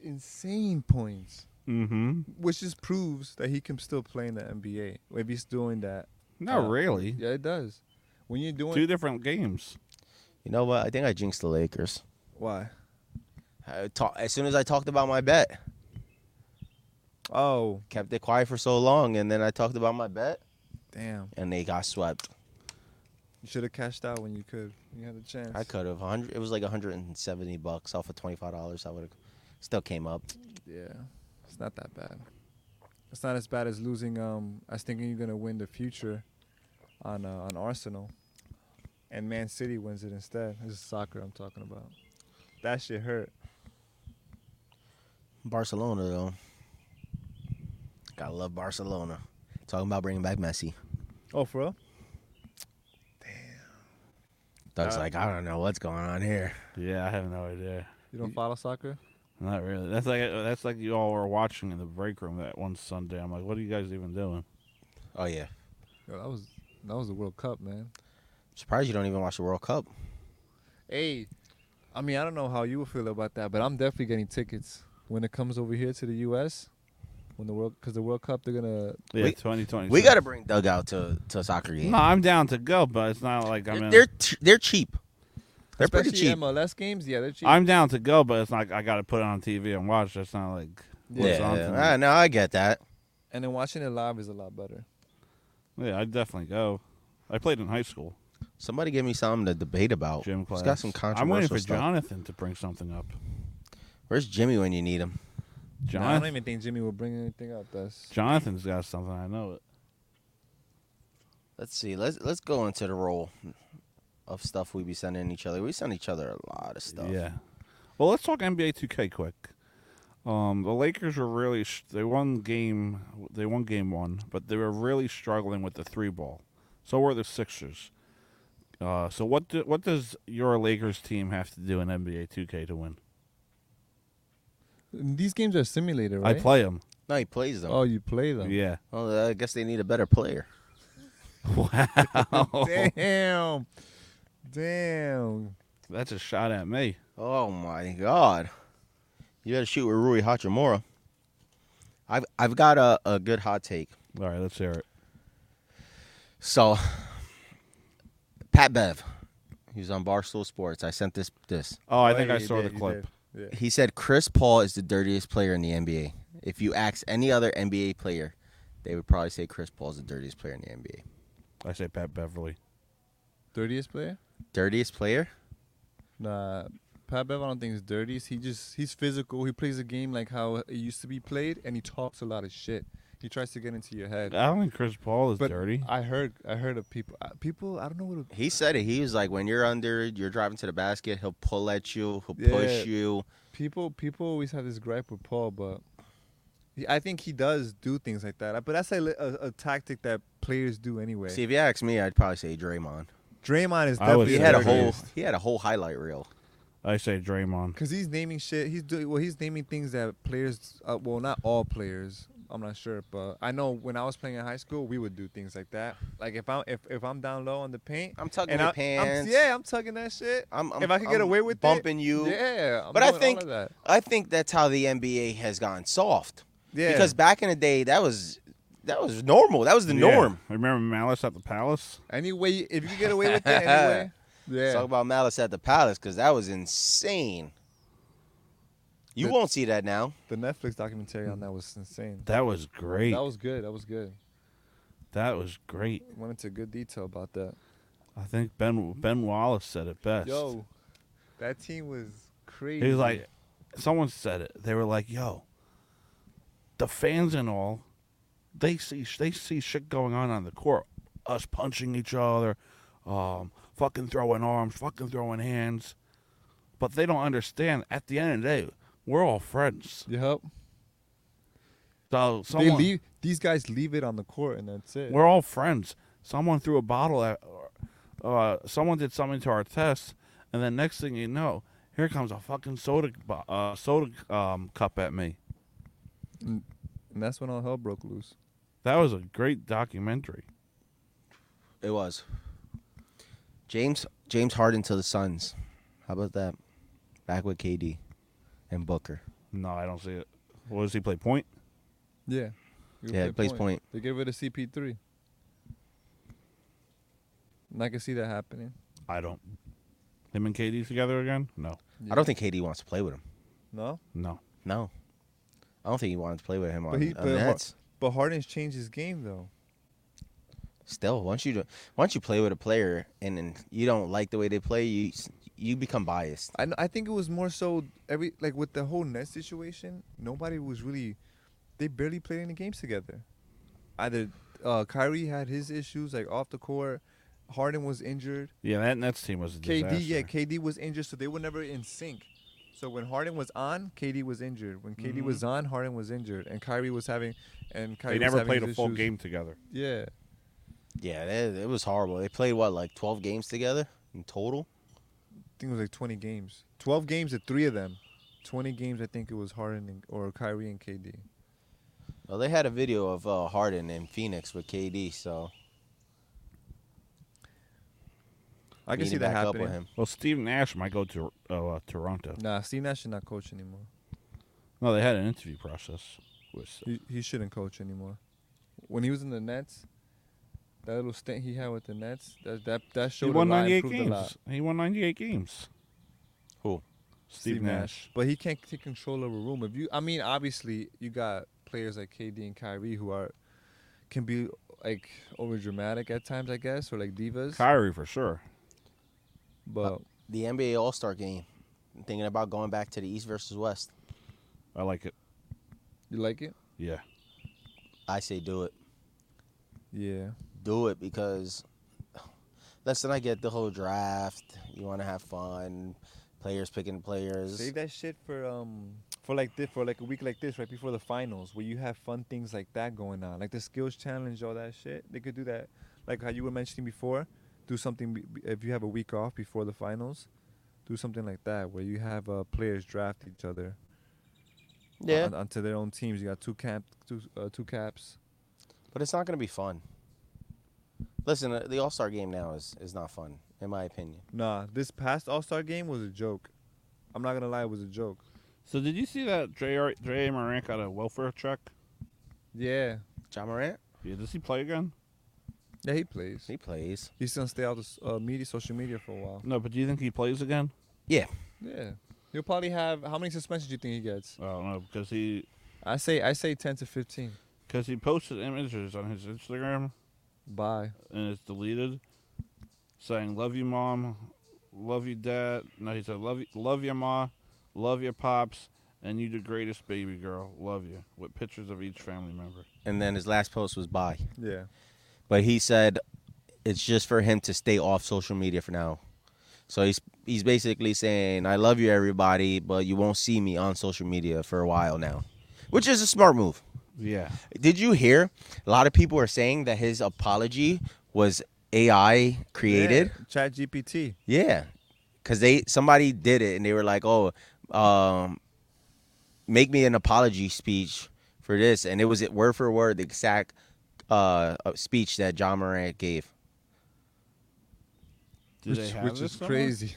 [SPEAKER 10] Insane points.
[SPEAKER 4] Mm-hmm.
[SPEAKER 10] Which just proves that he can still play in the NBA. If he's doing that.
[SPEAKER 4] Not really.
[SPEAKER 10] Yeah, it does. When you're doing
[SPEAKER 4] Two different games.
[SPEAKER 14] You know what? I think I jinxed the Lakers.
[SPEAKER 10] why?
[SPEAKER 14] I talk, as soon as I talked about my bet,
[SPEAKER 10] Oh,
[SPEAKER 14] kept it quiet for so long, and then I talked about my bet,
[SPEAKER 10] damn.
[SPEAKER 14] and they got swept.
[SPEAKER 10] You should have cashed out when you could. You had a chance.
[SPEAKER 14] I could have hundred. It was like 170 bucks off of 25 dollars. I would have still came up.
[SPEAKER 10] Yeah, it's not that bad. It's not as bad as losing. Um, I was thinking you're gonna win the future on uh, on Arsenal, and Man City wins it instead. This is soccer I'm talking about. That shit hurt.
[SPEAKER 14] Barcelona though. Gotta love Barcelona. Talking about bringing back Messi.
[SPEAKER 10] Oh, for real?
[SPEAKER 14] Doug's
[SPEAKER 10] Uh,
[SPEAKER 14] like, I don't know what's going on here.
[SPEAKER 4] Yeah, I have no idea.
[SPEAKER 10] You don't follow soccer?
[SPEAKER 4] Not really. That's like that's like you all were watching in the break room that one Sunday. I'm like, what are you guys even doing?
[SPEAKER 14] Oh yeah.
[SPEAKER 10] Yo, that was that was the World Cup, man.
[SPEAKER 14] Surprised you don't even watch the World Cup.
[SPEAKER 10] Hey, I mean I don't know how you would feel about that, but I'm definitely getting tickets when it comes over here to the U.S. When the world, because the World Cup, they're gonna.
[SPEAKER 4] Yeah,
[SPEAKER 14] We-
[SPEAKER 4] 2020.
[SPEAKER 14] We gotta bring Doug out to, to a soccer game.
[SPEAKER 4] No, I'm down to go, but it's not like I'm.
[SPEAKER 14] they're
[SPEAKER 4] In,
[SPEAKER 14] they're, ch- they're cheap. They're
[SPEAKER 10] especially
[SPEAKER 14] pretty cheap.
[SPEAKER 10] MLS games, yeah, they're cheap.
[SPEAKER 4] I'm down to go, but it's like I gotta put it on TV and watch. That's not like what's
[SPEAKER 14] yeah,
[SPEAKER 4] on
[SPEAKER 14] I,
[SPEAKER 4] tonight.
[SPEAKER 14] no, I get that.
[SPEAKER 10] and then watching it live is a lot better.
[SPEAKER 4] Yeah, I'd definitely go. I played in high school
[SPEAKER 14] Somebody give me something to debate about.
[SPEAKER 4] gym class.
[SPEAKER 14] It's got some controversial
[SPEAKER 4] I'm waiting for
[SPEAKER 14] stuff.
[SPEAKER 4] Jonathan to bring something up.
[SPEAKER 14] Where's Jimmy when you need him?
[SPEAKER 10] Nah, I don't
[SPEAKER 4] Jonathan,
[SPEAKER 10] even think Jimmy will bring anything up. That's
[SPEAKER 4] Jonathan's got something. I know it.
[SPEAKER 14] Let's see. Let's let's go into the role of stuff we be sending each other. We send each other a lot of stuff.
[SPEAKER 4] Yeah. Well, let's talk NBA 2K quick. Um, the Lakers were really sh- they won game they won game one, but they were really struggling with the three ball. So were the Sixers. Uh, so what do, what does your Lakers team have to do in NBA 2K to win?
[SPEAKER 10] these games are simulated, right?
[SPEAKER 4] I play them.
[SPEAKER 14] No, he plays them.
[SPEAKER 10] Oh, you play them?
[SPEAKER 4] Yeah. *laughs*
[SPEAKER 14] Well, I guess they need a better player.
[SPEAKER 4] Wow.
[SPEAKER 10] *laughs* Damn, damn.
[SPEAKER 4] That's a shot at me.
[SPEAKER 14] Oh my God! You got to shoot with Rui Hachimura. I've I've got a, a good hot take.
[SPEAKER 4] All right, let's hear it.
[SPEAKER 14] So, Pat Bev, he was on Barstool Sports. I sent this this.
[SPEAKER 4] Oh, I
[SPEAKER 10] Oh,
[SPEAKER 4] think
[SPEAKER 10] yeah,
[SPEAKER 4] I
[SPEAKER 10] you
[SPEAKER 4] saw
[SPEAKER 10] did,
[SPEAKER 4] the
[SPEAKER 10] you
[SPEAKER 4] clip.
[SPEAKER 10] did. Yeah.
[SPEAKER 14] He said Chris Paul is the dirtiest player in the NBA. If you ask any other NBA player, they would probably say Chris Paul is the dirtiest player in the NBA.
[SPEAKER 4] I say Pat Beverly.
[SPEAKER 10] Dirtiest player?
[SPEAKER 14] Dirtiest player?
[SPEAKER 10] Nah, Pat Bev. I don't think he's dirty. He just he's physical. He plays the game like how it used to be played, and he talks a lot of shit. He tries to get into your head.
[SPEAKER 4] I don't think Chris Paul is dirty.
[SPEAKER 10] I heard I heard of people uh, people I don't know what a,
[SPEAKER 14] He said it. He was like, when you're under, you're driving to the basket, he'll pull at you, he'll push
[SPEAKER 10] Yeah.
[SPEAKER 14] you.
[SPEAKER 10] People people always have this gripe with Paul, but he, I think he does do things like that. But that's a, li- a, a tactic that players do anyway.
[SPEAKER 14] See, if you ask me, I'd probably say Draymond.
[SPEAKER 10] Draymond is
[SPEAKER 4] I would
[SPEAKER 10] definitely
[SPEAKER 14] He had a
[SPEAKER 10] the
[SPEAKER 14] whole
[SPEAKER 10] dirtiest.
[SPEAKER 14] he had a whole highlight reel.
[SPEAKER 4] I say Draymond.
[SPEAKER 10] Cause he's naming shit. He's doing well. He's naming things that players. Uh, well, not all players. I'm not sure, but I know when I was playing in high school, we would do things like that. Like if I'm if, if I'm down low on the paint,
[SPEAKER 14] I'm tugging
[SPEAKER 10] and
[SPEAKER 14] your
[SPEAKER 10] I- I'm-
[SPEAKER 14] pants.
[SPEAKER 10] yeah, I'm tugging that shit.
[SPEAKER 14] I'm, I'm
[SPEAKER 10] if I could get
[SPEAKER 14] I'm
[SPEAKER 10] away with
[SPEAKER 14] bumping
[SPEAKER 10] it,
[SPEAKER 14] you,
[SPEAKER 10] yeah. I'm
[SPEAKER 14] but I
[SPEAKER 10] doing all
[SPEAKER 14] think
[SPEAKER 10] of that.
[SPEAKER 14] I think that's how the NBA has gotten soft.
[SPEAKER 10] Yeah.
[SPEAKER 14] Because back in the day, that was that was normal. That was the
[SPEAKER 4] Yeah.
[SPEAKER 14] norm.
[SPEAKER 4] Remember Malice at the Palace?
[SPEAKER 10] Anyway, if you could get away with it
[SPEAKER 14] *laughs*
[SPEAKER 10] anyway, yeah.
[SPEAKER 14] Talk about malice at the palace because that was insane. You
[SPEAKER 10] The-
[SPEAKER 14] won't see that now.
[SPEAKER 10] the Netflix documentary on that was insane.
[SPEAKER 4] That was great.
[SPEAKER 10] That was good. That was good.
[SPEAKER 4] That was great.
[SPEAKER 10] Went into good detail about that.
[SPEAKER 4] I think Ben Ben Wallace said it best.
[SPEAKER 10] Yo, that team was crazy.
[SPEAKER 4] He was like, someone said it. They were like, "Yo, the fans and all, they see they see shit going on on the court. Us punching each other, um, fucking throwing arms, fucking throwing hands, but they don't understand. At the end of the day, we're all friends.
[SPEAKER 10] Yep.
[SPEAKER 4] So
[SPEAKER 10] they
[SPEAKER 4] someone,
[SPEAKER 10] leave. These guys leave it on the court, and that's it.
[SPEAKER 4] we're all friends. Someone threw a bottle at, uh, someone did something to our test, and then next thing you know, here comes a fucking soda bo- uh, soda um, cup at me."
[SPEAKER 10] and and that's when all hell broke loose.
[SPEAKER 4] That was a great documentary.
[SPEAKER 14] It was James James Harden to the Suns. How about that? Back with KD and Booker.
[SPEAKER 4] No, I don't see it. What does he play? Point?
[SPEAKER 10] Yeah. You
[SPEAKER 14] Yeah,
[SPEAKER 10] play
[SPEAKER 14] it plays point.
[SPEAKER 10] They give it a CP3. And I can see that happening.
[SPEAKER 4] I don't. Him and KD together again? No,
[SPEAKER 14] I don't think KD wants to play with him.
[SPEAKER 10] No,
[SPEAKER 4] no.
[SPEAKER 14] No, I don't think he wanted to play with him on,
[SPEAKER 10] but he
[SPEAKER 14] on
[SPEAKER 10] but, Har-
[SPEAKER 14] Nets.
[SPEAKER 10] but Harden's changed his game though.
[SPEAKER 14] Still, once you do- once you play with a player and then you don't like the way they play, you s- you become biased.
[SPEAKER 10] I kn- I think it was more so every like with the whole net situation. Nobody was really, they barely played any games together. Either uh, Kyrie had his issues like off the court, Harden was injured.
[SPEAKER 4] Yeah, that Nets team was a
[SPEAKER 10] KD,
[SPEAKER 4] disaster.
[SPEAKER 10] yeah, KD was injured, so they were never in sync. So when Harden was on, KD was injured. When KD was on, Harden was injured, and Kyrie was having, and Kyrie
[SPEAKER 4] Mm-hmm. they
[SPEAKER 10] was
[SPEAKER 4] never
[SPEAKER 10] having
[SPEAKER 4] played a
[SPEAKER 10] his
[SPEAKER 4] full
[SPEAKER 10] issues.
[SPEAKER 4] game together.
[SPEAKER 10] Yeah,
[SPEAKER 14] Yeah, it, it was horrible. They played what like twelve games together in total.
[SPEAKER 10] I think it was like 20 games, 12 games at three of them, 20 games. I think it was Harden and, or Kyrie and KD.
[SPEAKER 14] Well, they had a video of uh, Harden in Phoenix with KD, so
[SPEAKER 10] I can see
[SPEAKER 14] meeting
[SPEAKER 10] that
[SPEAKER 14] back up with
[SPEAKER 10] happening.
[SPEAKER 14] him.
[SPEAKER 4] Well, Steve Nash might go to uh, uh, Toronto.
[SPEAKER 10] Nah, Steve Nash should not coach anymore.
[SPEAKER 4] No, they had an interview process. With,
[SPEAKER 10] He, he shouldn't coach anymore. When he was in the Nets, that little stint he had with the Nets, that that that
[SPEAKER 4] he
[SPEAKER 10] showed
[SPEAKER 4] won
[SPEAKER 10] a lot,
[SPEAKER 4] 98
[SPEAKER 10] improved a lot.
[SPEAKER 4] games. He won 98 games.
[SPEAKER 14] Who?
[SPEAKER 4] Steve, Nash.
[SPEAKER 10] But he can't take control of a room. If you, I mean, obviously you got players like KD and Kyrie who are can be like over dramatic at times, I guess, or like divas.
[SPEAKER 4] Kyrie for sure.
[SPEAKER 10] but
[SPEAKER 14] The NBA All Star Game. I'm thinking about going back to the East versus West.
[SPEAKER 4] I like it.
[SPEAKER 10] you like it?
[SPEAKER 4] Yeah.
[SPEAKER 14] I say do it.
[SPEAKER 10] Yeah.
[SPEAKER 14] do it because *sighs* listen, I get the whole draft. You want to have fun, players picking players.
[SPEAKER 10] Save that shit for um for like this for like a week like this right before the finals where you have fun things like that going on like the skills challenge all that shit they could do that like how you were mentioning before do something be- be- if you have a week off before the finals do something like that where you have uh, players draft each other
[SPEAKER 14] Yeah,
[SPEAKER 10] on, onto their own teams you got two camp two uh, two caps
[SPEAKER 14] but it's not gonna be fun. Listen, uh, the All Star game now is is not fun, in my opinion.
[SPEAKER 10] nah this past All Star game was a joke I'm not gonna lie it was a joke
[SPEAKER 4] So did you see that J.R. J.A. Morant got a welfare check?
[SPEAKER 10] yeah
[SPEAKER 14] John Morant,
[SPEAKER 4] Yeah, does he play again?
[SPEAKER 10] yeah he plays
[SPEAKER 14] he plays.
[SPEAKER 10] he's gonna stay out of s- uh, media social media for a while
[SPEAKER 4] No, but do you think he plays again?
[SPEAKER 14] Yeah,
[SPEAKER 10] yeah. He'll probably have how many suspensions do you think he gets?
[SPEAKER 4] I don't know because he
[SPEAKER 10] I say I say ten to fifteen.
[SPEAKER 4] because he posted images on his Instagram
[SPEAKER 10] Bye.
[SPEAKER 4] and it's deleted, saying "Love you, mom," "Love you, dad." No, he said "Love you, love your ma," "Love your pops," And you the greatest baby girl. Love you. With pictures of each family member.
[SPEAKER 14] And then his last post was bye.
[SPEAKER 10] Yeah.
[SPEAKER 14] But he said it's just for him to stay off social media for now. So he's he's basically saying, I love you everybody, but you won't see me on social media for a while now. Which is a smart move.
[SPEAKER 4] Yeah.
[SPEAKER 14] Did you hear? A lot of people are saying that his apology was AI created.
[SPEAKER 10] Chat GPT.
[SPEAKER 14] Yeah, because they somebody did it and they were like, "Oh, um, make me an apology speech for this," and it was it word for word the exact uh, uh, speech that John Morant gave.
[SPEAKER 4] Do they
[SPEAKER 10] which
[SPEAKER 4] have
[SPEAKER 10] which
[SPEAKER 4] this
[SPEAKER 10] is
[SPEAKER 4] somewhere?
[SPEAKER 10] crazy.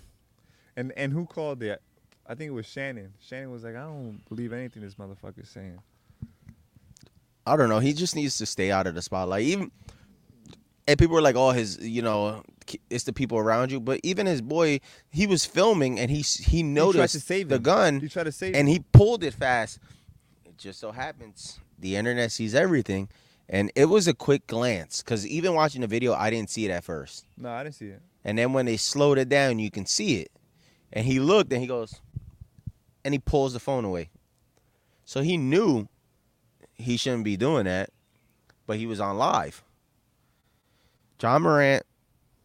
[SPEAKER 10] And and who called it? I think it was Shannon. Shannon was like, I don't believe anything this motherfucker's saying.
[SPEAKER 14] I don't know. He just needs to stay out of the spotlight. Even and people were like, "Oh, his, you know, it's the people around you." But even his boy, he was filming and he s- he noticed
[SPEAKER 10] to save
[SPEAKER 14] the
[SPEAKER 10] him.
[SPEAKER 14] gun.
[SPEAKER 10] He tried to save
[SPEAKER 14] and
[SPEAKER 10] him.
[SPEAKER 14] he pulled it fast. It just so happens the internet sees everything, and it was a quick glance because even watching the video, I didn't see it at first.
[SPEAKER 10] No, I didn't see it.
[SPEAKER 14] And then when they slowed it down, you can see it. And he looked and he goes, and he pulls the phone away. So he knew he shouldn't be doing that, but he was on live. John Morant,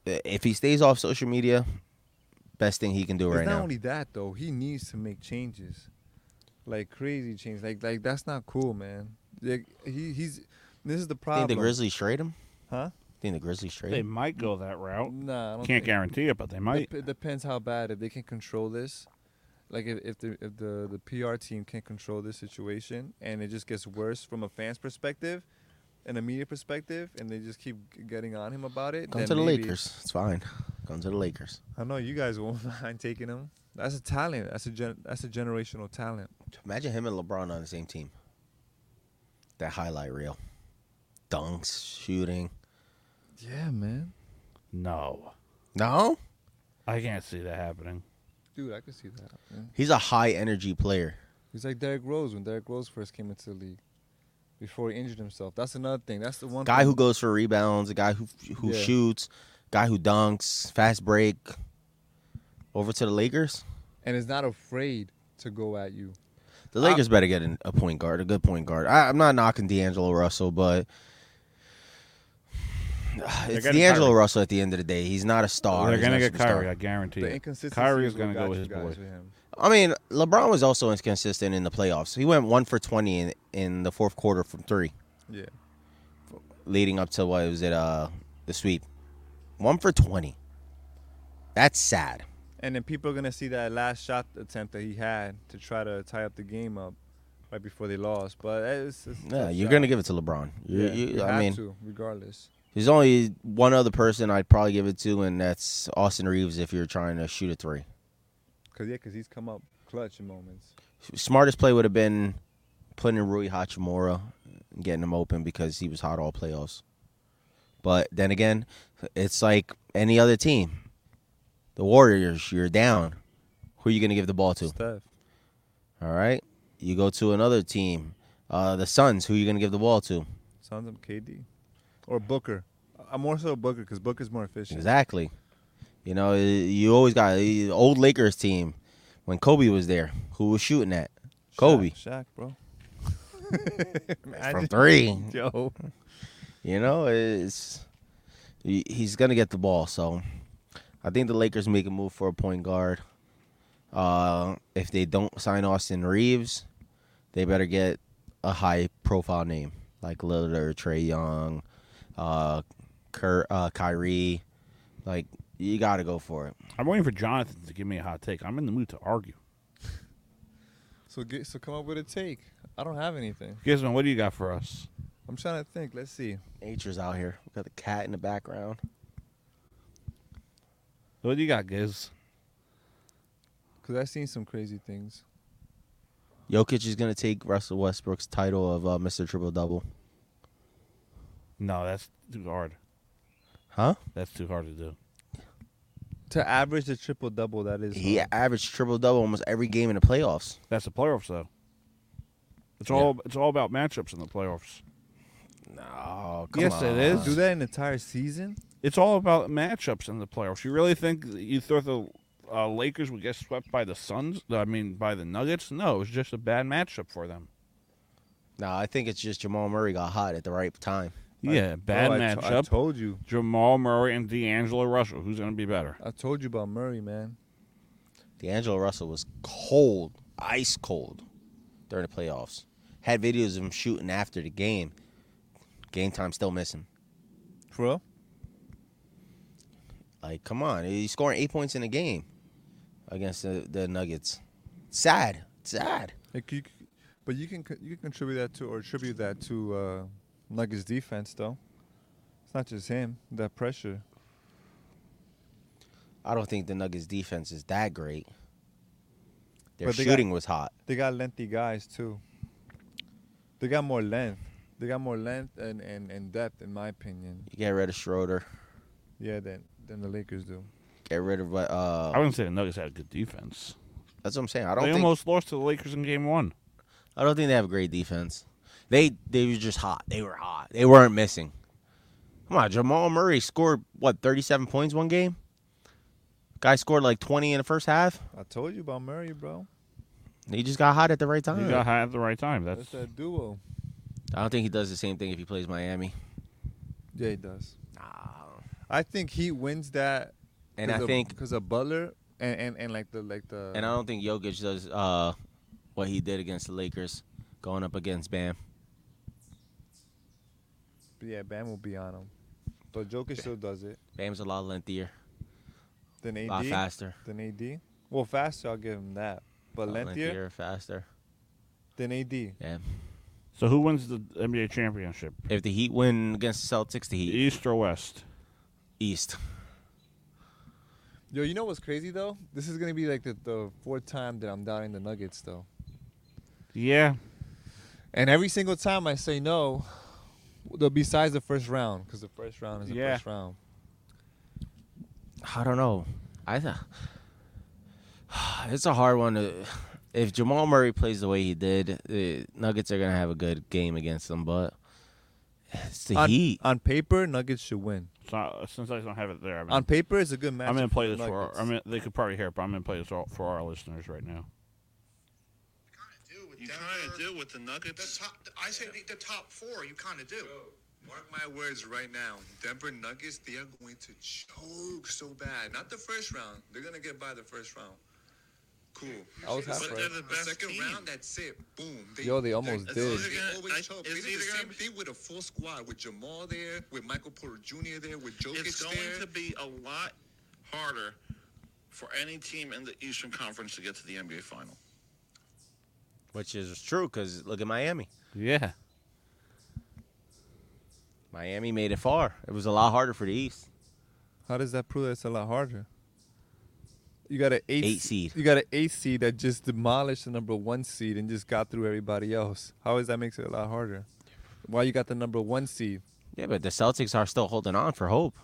[SPEAKER 14] i- if he stays off social media, best thing he can do
[SPEAKER 10] It's
[SPEAKER 14] right
[SPEAKER 10] not
[SPEAKER 14] now.
[SPEAKER 10] only that though. He needs to make changes, like crazy changes. Like like that's not cool, man. Like he he's this is the problem.
[SPEAKER 14] Think the Grizzlies trade him?
[SPEAKER 10] Huh?
[SPEAKER 14] Think the Grizzlies trade
[SPEAKER 4] They
[SPEAKER 14] him?
[SPEAKER 4] might go that route.
[SPEAKER 10] Nah, I don't
[SPEAKER 4] Can't
[SPEAKER 10] think-
[SPEAKER 4] guarantee it, but they might.
[SPEAKER 10] Dep- It depends how bad. If they can control this, like if, if the if the the PR team can't control this situation and it just gets worse from a fan's perspective, and a media perspective, and they just keep g- getting on him about it.
[SPEAKER 14] Come
[SPEAKER 10] then
[SPEAKER 14] to the
[SPEAKER 10] maybe-
[SPEAKER 14] Lakers. It's fine. Come to the Lakers.
[SPEAKER 10] I know you guys *laughs* won't mind taking him. That's a talent. That's a gen- that's a generational talent.
[SPEAKER 14] Imagine him and LeBron on the same team. That highlight reel. Dunks, shooting.
[SPEAKER 10] Yeah, man.
[SPEAKER 4] No.
[SPEAKER 14] No?
[SPEAKER 4] I can't see that happening.
[SPEAKER 10] Dude, I can see that. yeah.
[SPEAKER 14] He's a high energy player.
[SPEAKER 10] He's like Derrick Rose when Derrick Rose first came into the league, before he injured himself. That's another thing. That's the one
[SPEAKER 14] Guy
[SPEAKER 10] thing-
[SPEAKER 14] who goes for rebounds, a guy who who
[SPEAKER 10] Yeah.
[SPEAKER 14] shoots, guy who dunks, fast break. Over to the Lakers.
[SPEAKER 10] and is not afraid to go at you.
[SPEAKER 14] The Lakers better get an, a point guard, a good point guard. I, I'm not knocking D'Angelo Russell, but *sighs* it's
[SPEAKER 4] getting
[SPEAKER 14] D'Angelo Russell at the end of the day. He's not a
[SPEAKER 10] Oh,
[SPEAKER 14] star.
[SPEAKER 4] They're
[SPEAKER 14] He's
[SPEAKER 4] gonna
[SPEAKER 14] not a
[SPEAKER 4] get Kyrie,
[SPEAKER 14] superstar.
[SPEAKER 4] I guarantee.
[SPEAKER 10] The
[SPEAKER 4] it.
[SPEAKER 10] inconsistency
[SPEAKER 4] Kyrie is
[SPEAKER 10] is
[SPEAKER 4] gonna
[SPEAKER 10] what
[SPEAKER 4] go
[SPEAKER 10] got
[SPEAKER 4] with
[SPEAKER 10] you
[SPEAKER 4] his
[SPEAKER 10] guys
[SPEAKER 4] boy.
[SPEAKER 10] with him.
[SPEAKER 14] I mean, LeBron was also inconsistent in the playoffs. He went one for twenty in, in the fourth quarter from three,
[SPEAKER 10] Yeah.
[SPEAKER 14] leading up to what was it? Uh, the sweep. One for twenty. That's sad.
[SPEAKER 10] And then people are gonna see that last shot attempt that he had to try to tie up the game up right before they lost. But it's, it's a
[SPEAKER 14] Yeah,
[SPEAKER 10] tough
[SPEAKER 14] you're
[SPEAKER 10] shot.
[SPEAKER 14] gonna give it to LeBron. You- you-
[SPEAKER 10] You
[SPEAKER 14] I
[SPEAKER 10] have
[SPEAKER 14] mean,
[SPEAKER 10] to, regardless.
[SPEAKER 14] there's only one other person I'd probably give it to, and that's Austin Reeves. If you're trying to shoot a three.
[SPEAKER 10] Cause yeah, cause he's come up clutch in moments.
[SPEAKER 14] smartest play would have been putting in Rui Hachimura, and getting him open because he was hot all playoffs. But then again, it's like any other team. The Warriors, you're down. Who are you going to give the ball to?
[SPEAKER 10] Steph.
[SPEAKER 14] All right. You go to another team. Uh, the Suns, who are you going to give the ball to?
[SPEAKER 10] Sounds like KD or Booker. I'm more so Booker because Booker's more efficient.
[SPEAKER 14] Exactly. You know, you always got the old Lakers team when Kobe was there. Who was shooting at? Kobe.
[SPEAKER 10] Shaq,
[SPEAKER 14] *laughs*
[SPEAKER 10] bro.
[SPEAKER 14] from three.
[SPEAKER 10] *laughs* Yo.
[SPEAKER 14] You know, it's he- he's gonna get the ball. So I think the Lakers make a move for a point guard. Uh, if they don't sign Austin Reeves, they better get a high profile name like Lillard or Trey Young, uh, Kerr, uh, Kyrie. Like you gotta go for it.
[SPEAKER 4] I'm waiting for Jonathan to give me a hot take. I'm in the mood to argue.
[SPEAKER 10] So get so come up with a take. I don't have anything.
[SPEAKER 4] Gizmo, what do you got for us?
[SPEAKER 10] I'm trying to think. Let's see.
[SPEAKER 14] Nature's out here. We got the cat in the background.
[SPEAKER 4] What do you got, Giz?
[SPEAKER 10] Cause I've seen some crazy things.
[SPEAKER 14] Jokic is gonna take Russell Westbrook's title of uh, Mr. Triple Double.
[SPEAKER 4] No, that's too hard.
[SPEAKER 14] Huh?
[SPEAKER 4] That's too hard to do.
[SPEAKER 10] To average the triple double, that is.
[SPEAKER 14] He
[SPEAKER 10] hard.
[SPEAKER 14] averaged triple double almost every game in the playoffs.
[SPEAKER 4] That's the playoffs, though. It's all it's all about matchups in the playoffs.
[SPEAKER 14] No,
[SPEAKER 4] yes, it is.
[SPEAKER 10] Do that an entire season?
[SPEAKER 4] It's all about matchups in the playoffs. You really think that you throw the uh, Lakers would get swept by the Suns. uh, I mean, by the Nuggets. No, it was just a bad matchup for them.
[SPEAKER 14] No, I think it's just Jamal Murray got hot at the right time.
[SPEAKER 4] Yeah, bad matchup.
[SPEAKER 10] Oh, I told you.
[SPEAKER 4] Jamal Murray and D'Angelo Russell. Who's going to be better?
[SPEAKER 10] I told you about Murray, man.
[SPEAKER 14] D'Angelo Russell was cold, ice cold during the playoffs. Had videos of him shooting after the game. Game time still missing.
[SPEAKER 10] For real?
[SPEAKER 14] Like, come on. He's scoring eight points in a game against the, the Nuggets. Sad. Sad.
[SPEAKER 10] Like you c- but you can c- you can contribute that to or attribute that to uh, Nuggets defense though. It's not just him. That pressure.
[SPEAKER 14] I don't think the Nuggets defense is that great. Their
[SPEAKER 10] But they got-
[SPEAKER 14] shooting was hot.
[SPEAKER 10] They got lengthy guys too. They got more length. They got more length and, and, and depth in my opinion.
[SPEAKER 14] You get rid of Schroeder.
[SPEAKER 10] Yeah, than than the Lakers do.
[SPEAKER 14] Get rid of uh
[SPEAKER 4] I wouldn't say the Nuggets had a good defense.
[SPEAKER 14] That's what I'm saying. I don't
[SPEAKER 4] they
[SPEAKER 14] think
[SPEAKER 4] almost lost to the Lakers in game one.
[SPEAKER 14] I don't think they have great defense. They they were just hot. They were hot. They weren't missing. Come on, Jamal Murray scored what 37 points one game. Guy scored like 20 in the first half.
[SPEAKER 10] I told you about Murray, bro.
[SPEAKER 14] He just got hot at the right time.
[SPEAKER 4] You got high at the right time.
[SPEAKER 10] That's
[SPEAKER 4] That's
[SPEAKER 10] that duo.
[SPEAKER 14] I don't think he does the same thing if he plays Miami.
[SPEAKER 10] Yeah, he does. I think he wins that.
[SPEAKER 14] And I think-
[SPEAKER 10] because of Butler and, and, and like the like the
[SPEAKER 14] And I don't think Jokic does uh, what he did against the Lakers, going up against Bam.
[SPEAKER 10] yeah Bam will be on him, but Joker still does it.
[SPEAKER 14] Bam's a lot lengthier.
[SPEAKER 10] Then AD,
[SPEAKER 14] lot faster.
[SPEAKER 10] Then AD. Well, faster, I'll give him that. But
[SPEAKER 14] Lot
[SPEAKER 10] lengthier
[SPEAKER 14] faster.
[SPEAKER 10] than AD.
[SPEAKER 14] Yeah.
[SPEAKER 4] So who wins the NBA championship?
[SPEAKER 14] If the Heat win against the Celtics, the Heat
[SPEAKER 4] East or West?
[SPEAKER 14] East.
[SPEAKER 10] Yo, you know what's crazy though? This is gonna be like the, the fourth time that I'm doubting the Nuggets though.
[SPEAKER 4] Yeah.
[SPEAKER 10] And every single time I say no, though besides the first round, because the first round is the
[SPEAKER 4] Yeah.
[SPEAKER 10] first round.
[SPEAKER 14] I don't know. I th- *sighs* it's a hard one to. If Jamal Murray plays the way he did, the Nuggets are gonna have a good game against them. But it's the
[SPEAKER 10] on,
[SPEAKER 14] Heat.
[SPEAKER 10] on paper, Nuggets should win.
[SPEAKER 4] So, uh, since I don't have it there, I'm
[SPEAKER 10] On paper, it's a good match.
[SPEAKER 4] I'm gonna play this for. Our, I'm gonna, they could probably hear it, but I'm gonna play this all, for our listeners right now.
[SPEAKER 5] You kind of do with the Nuggets. The top, I say the top four. You kind of do.
[SPEAKER 15] Mark my words right now. Denver Nuggets, they are going to choke so bad. Not the first round. They're going to get by the first round. Cool.
[SPEAKER 10] I was half
[SPEAKER 15] But
[SPEAKER 10] right.
[SPEAKER 15] they're the best second round, that's it. Boom.
[SPEAKER 10] Yo, they almost
[SPEAKER 15] they-
[SPEAKER 10] did.
[SPEAKER 15] They always choke. They did the same thing with a full squad, with Jamal there, with Michael Porter Jr. there, with Jokic
[SPEAKER 5] It's going
[SPEAKER 15] there.
[SPEAKER 5] to be a lot harder for any team in the Eastern Conference to get to the NBA final.
[SPEAKER 14] which is true because look at Miami.
[SPEAKER 4] Yeah.
[SPEAKER 14] Miami made it far. It was a lot harder for the East.
[SPEAKER 10] How does that prove that it's a lot harder? You got an eight,
[SPEAKER 14] Eight seed.
[SPEAKER 10] You got an eight seed that just demolished the number one seed and just got through everybody else. How is that makes it a lot harder? Why you got the number one seed?
[SPEAKER 14] Yeah, but the Celtics are still holding on for hope.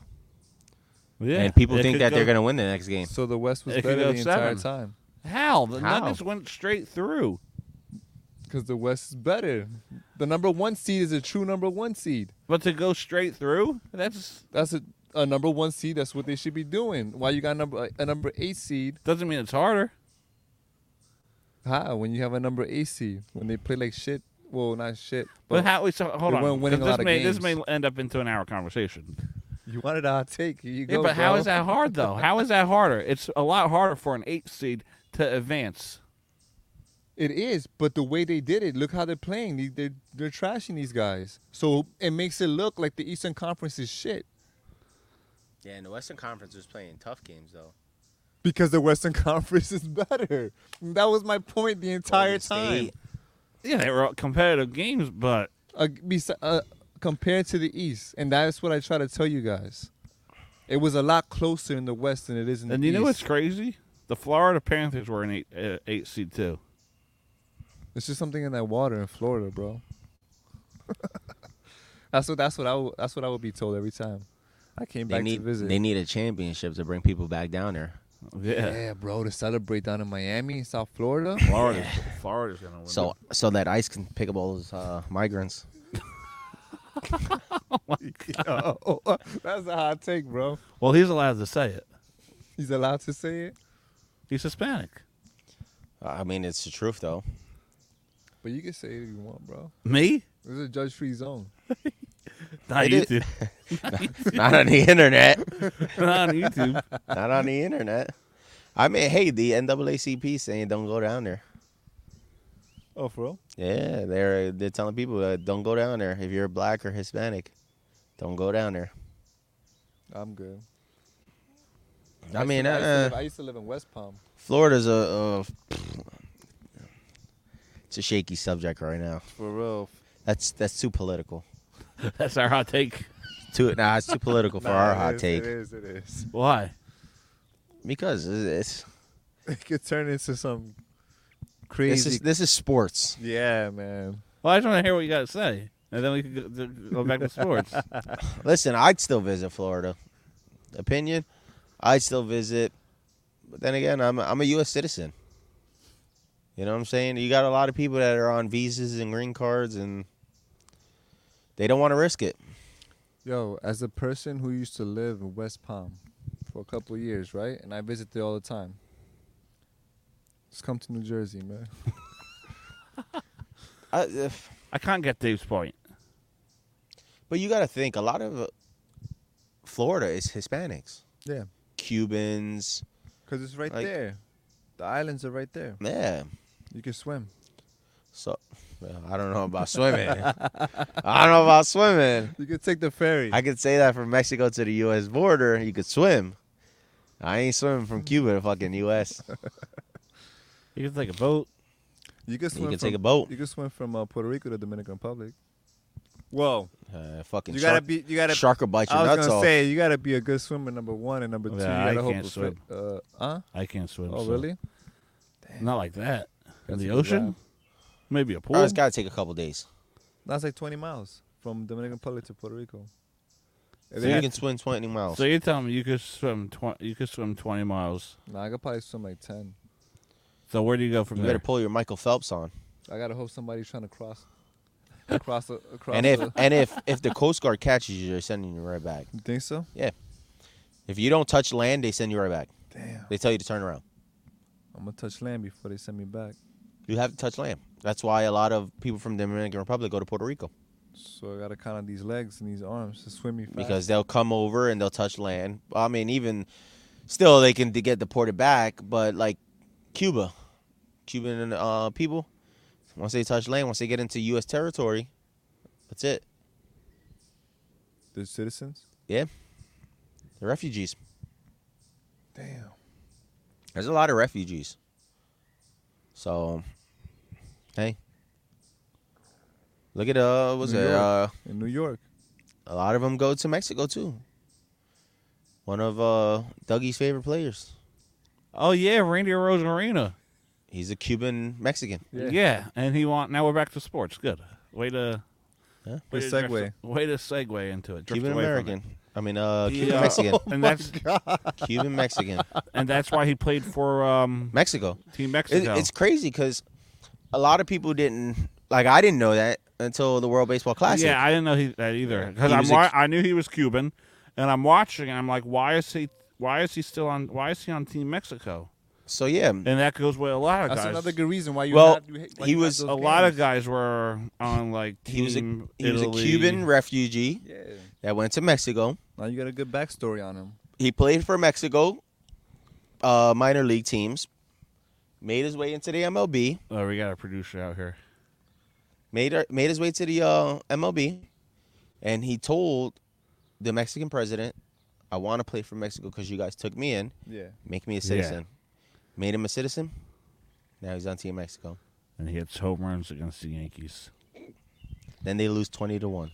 [SPEAKER 4] Yeah.
[SPEAKER 14] And people
[SPEAKER 4] It
[SPEAKER 14] think
[SPEAKER 4] could
[SPEAKER 14] that they're
[SPEAKER 4] go-
[SPEAKER 14] gonna win the next game.
[SPEAKER 10] So the West was
[SPEAKER 4] It could
[SPEAKER 10] better
[SPEAKER 4] go
[SPEAKER 10] the entire
[SPEAKER 4] seven.
[SPEAKER 10] time
[SPEAKER 4] How the
[SPEAKER 14] How?
[SPEAKER 4] Nuggets went straight through?
[SPEAKER 10] because the West is better. The number one seed is a true number one seed.
[SPEAKER 4] But to go straight through, that's
[SPEAKER 10] that's a, a number one seed. That's what they should be doing. Why you got number a number eight seed?
[SPEAKER 4] Doesn't mean it's harder.
[SPEAKER 10] How when you have a number eight seed when they play like shit? Well, not shit.
[SPEAKER 4] But, how? So, hold
[SPEAKER 10] they
[SPEAKER 4] on.
[SPEAKER 10] weren't
[SPEAKER 4] 'cause
[SPEAKER 10] winning a
[SPEAKER 4] this
[SPEAKER 10] lot of
[SPEAKER 4] may
[SPEAKER 10] games.
[SPEAKER 4] this may end up into an hour conversation.
[SPEAKER 10] You wanted a hot take. Here you
[SPEAKER 4] Yeah,
[SPEAKER 10] go.
[SPEAKER 4] but how
[SPEAKER 10] bro.
[SPEAKER 4] is that hard though? How is that harder? It's a lot harder for an eight seed to advance.
[SPEAKER 10] It is, but the way they did it, look how they're playing. They, they're they're trashing these guys. So it makes it look like the Eastern Conference is shit
[SPEAKER 14] Yeah, and the Western Conference was playing tough games though.
[SPEAKER 10] because the Western *laughs* Conference is better. That was my point the entire time.
[SPEAKER 4] Yeah, they were all competitive games, but
[SPEAKER 10] Uh, besi- uh, compared to the East, and that's what I try to tell you guys. It was a lot closer in the West than it is in
[SPEAKER 4] and
[SPEAKER 10] the
[SPEAKER 4] you
[SPEAKER 10] East.
[SPEAKER 4] know what's crazy? The Florida Panthers were an eight uh, eight seed too.
[SPEAKER 10] It's just something in that water in Florida, bro. *laughs* that's what that's what I would- that's what I would be told every time. I came
[SPEAKER 14] They
[SPEAKER 10] back
[SPEAKER 14] need
[SPEAKER 10] to visit.
[SPEAKER 14] they need uh, a championship to bring people back down there.
[SPEAKER 10] yeah. bro, to celebrate down in Miami, South *laughs* Florida.
[SPEAKER 4] Florida, Florida's gonna win.
[SPEAKER 14] *laughs* So so that ICE can pick up all those uh, migrants.
[SPEAKER 10] Yo, that's a hot take, bro.
[SPEAKER 4] *laughs* Well, he's allowed to say it.
[SPEAKER 10] He's allowed to say it.
[SPEAKER 4] He's Hispanic.
[SPEAKER 14] I mean, it's the truth *laughs* though.
[SPEAKER 10] But you can say it if you want, bro.
[SPEAKER 4] Me?
[SPEAKER 10] This is a judge-free zone.
[SPEAKER 4] Not
[SPEAKER 14] It
[SPEAKER 4] YouTube.
[SPEAKER 14] is- not, not on the internet.
[SPEAKER 4] *laughs* Not on YouTube.
[SPEAKER 14] Not on the internet. I mean, hey, the NAACP saying don't go down there.
[SPEAKER 10] Oh, for real?
[SPEAKER 14] Yeah, they're they're telling people uh, don't go down there if you're black or Hispanic. Don't go down there.
[SPEAKER 10] I'm good.
[SPEAKER 14] I,
[SPEAKER 10] used
[SPEAKER 14] mean,
[SPEAKER 10] to- I, used to
[SPEAKER 14] uh,
[SPEAKER 10] live, I used to live in West Palm.
[SPEAKER 14] Florida's a, a it's a shaky subject right now.
[SPEAKER 10] For real.
[SPEAKER 14] That's that's too political.
[SPEAKER 4] That's our hot take.
[SPEAKER 14] Too nah, it's too political
[SPEAKER 10] *laughs*
[SPEAKER 14] for
[SPEAKER 10] Nah,
[SPEAKER 14] our
[SPEAKER 10] it
[SPEAKER 14] hot
[SPEAKER 10] is,
[SPEAKER 14] take.
[SPEAKER 10] It is. It is. *laughs*
[SPEAKER 4] Why?
[SPEAKER 14] Because it's,
[SPEAKER 10] It could turn into some crazy.
[SPEAKER 14] this is this is sports.
[SPEAKER 10] yeah, man.
[SPEAKER 4] Well, I just want to hear what you got to say, and then we can go, go *laughs* back to sports.
[SPEAKER 14] Listen, I'd still visit Florida. Opinion, I'd still visit. But then again, I'm I'm a U.S. citizen. You know what I'm saying? You got a lot of people that are on visas and green cards, and they don't want to risk it.
[SPEAKER 10] Yo, as a person who used to live in West Palm for a couple of years, right? And I visit there all the time. Just come to New Jersey, man. *laughs*
[SPEAKER 14] I, if,
[SPEAKER 4] I can't get Dave's point.
[SPEAKER 14] But you got to think a lot of uh, Florida is Hispanics,
[SPEAKER 10] Yeah,
[SPEAKER 14] Cubans.
[SPEAKER 10] because it's right
[SPEAKER 14] Like-
[SPEAKER 10] there. The islands are right there.
[SPEAKER 14] Yeah.
[SPEAKER 10] You can swim.
[SPEAKER 14] So well, I don't know about *laughs* swimming. I don't know about swimming.
[SPEAKER 10] You could take the ferry.
[SPEAKER 14] I could say that from Mexico to the U.S. border, you could swim. I ain't swimming from Cuba to fucking U.S.
[SPEAKER 4] you can take a boat.
[SPEAKER 10] You can swim.
[SPEAKER 14] You can
[SPEAKER 10] from-
[SPEAKER 14] take a boat.
[SPEAKER 10] You can swim from uh, Puerto Rico to Dominican Republic. Whoa.
[SPEAKER 14] Uh, fucking
[SPEAKER 10] you
[SPEAKER 14] shark,
[SPEAKER 10] gotta be. You gotta.
[SPEAKER 14] shark will bite your
[SPEAKER 10] I was
[SPEAKER 14] nuts
[SPEAKER 10] gonna
[SPEAKER 14] off.
[SPEAKER 10] say you gotta be a good swimmer. Number one and number two.
[SPEAKER 4] Yeah,
[SPEAKER 10] you
[SPEAKER 4] I
[SPEAKER 10] gotta hope
[SPEAKER 4] can't
[SPEAKER 10] for
[SPEAKER 4] swim.
[SPEAKER 10] fit- Uh, huh?
[SPEAKER 4] I can't swim.
[SPEAKER 10] Oh,
[SPEAKER 4] so-
[SPEAKER 10] really?
[SPEAKER 4] Not like that.
[SPEAKER 10] That's
[SPEAKER 4] In
[SPEAKER 10] a
[SPEAKER 4] the
[SPEAKER 10] good
[SPEAKER 4] ocean?
[SPEAKER 10] laugh.
[SPEAKER 4] Maybe a pool.
[SPEAKER 14] Oh, it's gotta take a couple days.
[SPEAKER 10] That's like 20 miles from Dominican Republic to Puerto Rico.
[SPEAKER 14] So
[SPEAKER 10] They
[SPEAKER 14] you
[SPEAKER 10] have-
[SPEAKER 14] can swim 20 miles.
[SPEAKER 4] So you're telling me you could swim twenty? You could swim twenty miles.
[SPEAKER 10] Nah, I could probably swim like 10.
[SPEAKER 4] So where do you go from
[SPEAKER 14] you
[SPEAKER 4] there?
[SPEAKER 14] better pull your Michael Phelps on.
[SPEAKER 10] I gotta hope somebody's trying to cross, across, the, across. *laughs*
[SPEAKER 14] and if
[SPEAKER 10] the,
[SPEAKER 14] and if if the Coast Guard catches you, they're sending you right back.
[SPEAKER 10] you think so,
[SPEAKER 14] Yeah. If you don't touch land, they send you right back. Damn. They tell you to turn around.
[SPEAKER 10] I'm gonna touch land before they send me back.
[SPEAKER 14] You have to touch land. That's why a lot of people from Dominican Republic go to Puerto Rico
[SPEAKER 10] So I gotta count on these legs and these arms to swim me fast.
[SPEAKER 14] because they'll come over and they'll touch land. I mean, even still, they can get deported back. But like Cuba, Cuban uh, people, once they touch land, once they get into U.S. territory, that's it.
[SPEAKER 10] the citizens.
[SPEAKER 14] Yeah, they're refugees.
[SPEAKER 10] Damn.
[SPEAKER 14] There's a lot of refugees. So, hey, look at uh, what was
[SPEAKER 10] New
[SPEAKER 14] it
[SPEAKER 10] York.
[SPEAKER 14] uh,
[SPEAKER 10] in New York?
[SPEAKER 14] a lot of them go to Mexico too. One of uh, Dougie's favorite players.
[SPEAKER 4] Oh yeah, Randy Rosarina.
[SPEAKER 14] He's a Cuban Mexican.
[SPEAKER 4] Yeah. and he want now we're back to sports. Good way to
[SPEAKER 14] Yeah.
[SPEAKER 4] way
[SPEAKER 10] Good
[SPEAKER 4] to drift-
[SPEAKER 10] segue.
[SPEAKER 4] way to segue into it. drift
[SPEAKER 14] Cuban
[SPEAKER 4] away from it.
[SPEAKER 14] American. I mean, uh,
[SPEAKER 4] He,
[SPEAKER 14] Cuban
[SPEAKER 4] uh, *laughs*
[SPEAKER 14] Mexican. Oh,
[SPEAKER 4] and that's
[SPEAKER 14] Cuban Mexican.
[SPEAKER 4] and that's why he played for um
[SPEAKER 14] Mexico.
[SPEAKER 4] Team
[SPEAKER 14] It,
[SPEAKER 4] Mexico.
[SPEAKER 14] it's crazy because a lot of people didn't like. I didn't know that until the World Baseball Classic.
[SPEAKER 4] Yeah, I didn't know he, that either because
[SPEAKER 14] He
[SPEAKER 4] I'm
[SPEAKER 14] was
[SPEAKER 4] wa-
[SPEAKER 14] ex-
[SPEAKER 4] I knew he was Cuban, and I'm watching and I'm like, why is he why is he still on why is he on Team Mexico?
[SPEAKER 14] So yeah,
[SPEAKER 4] And that goes with a lot of
[SPEAKER 10] That's
[SPEAKER 4] guys.
[SPEAKER 10] another good reason why you.
[SPEAKER 14] Well,
[SPEAKER 10] had- you hate- why
[SPEAKER 14] he
[SPEAKER 10] you had
[SPEAKER 14] was-
[SPEAKER 10] those
[SPEAKER 4] a lot of
[SPEAKER 10] games.
[SPEAKER 4] guys were on like team
[SPEAKER 14] he was a he was a
[SPEAKER 4] Italy.
[SPEAKER 14] Cuban refugee
[SPEAKER 10] Yeah.
[SPEAKER 14] that went to Mexico.
[SPEAKER 10] Now you got a good backstory on him.
[SPEAKER 14] He played for Mexico, uh, minor league teams. Made his way into the MLB.
[SPEAKER 4] Oh, we got a producer out here.
[SPEAKER 14] made made his way to the uh, MLB, and he told the Mexican president, "I want to play for Mexico because you guys took me in.
[SPEAKER 10] Yeah.
[SPEAKER 14] make me
[SPEAKER 4] Yeah.
[SPEAKER 14] a citizen. Made him a citizen. Now he's on Team Mexico.
[SPEAKER 4] And he hits home runs against the Yankees.
[SPEAKER 14] Then they lose twenty to one.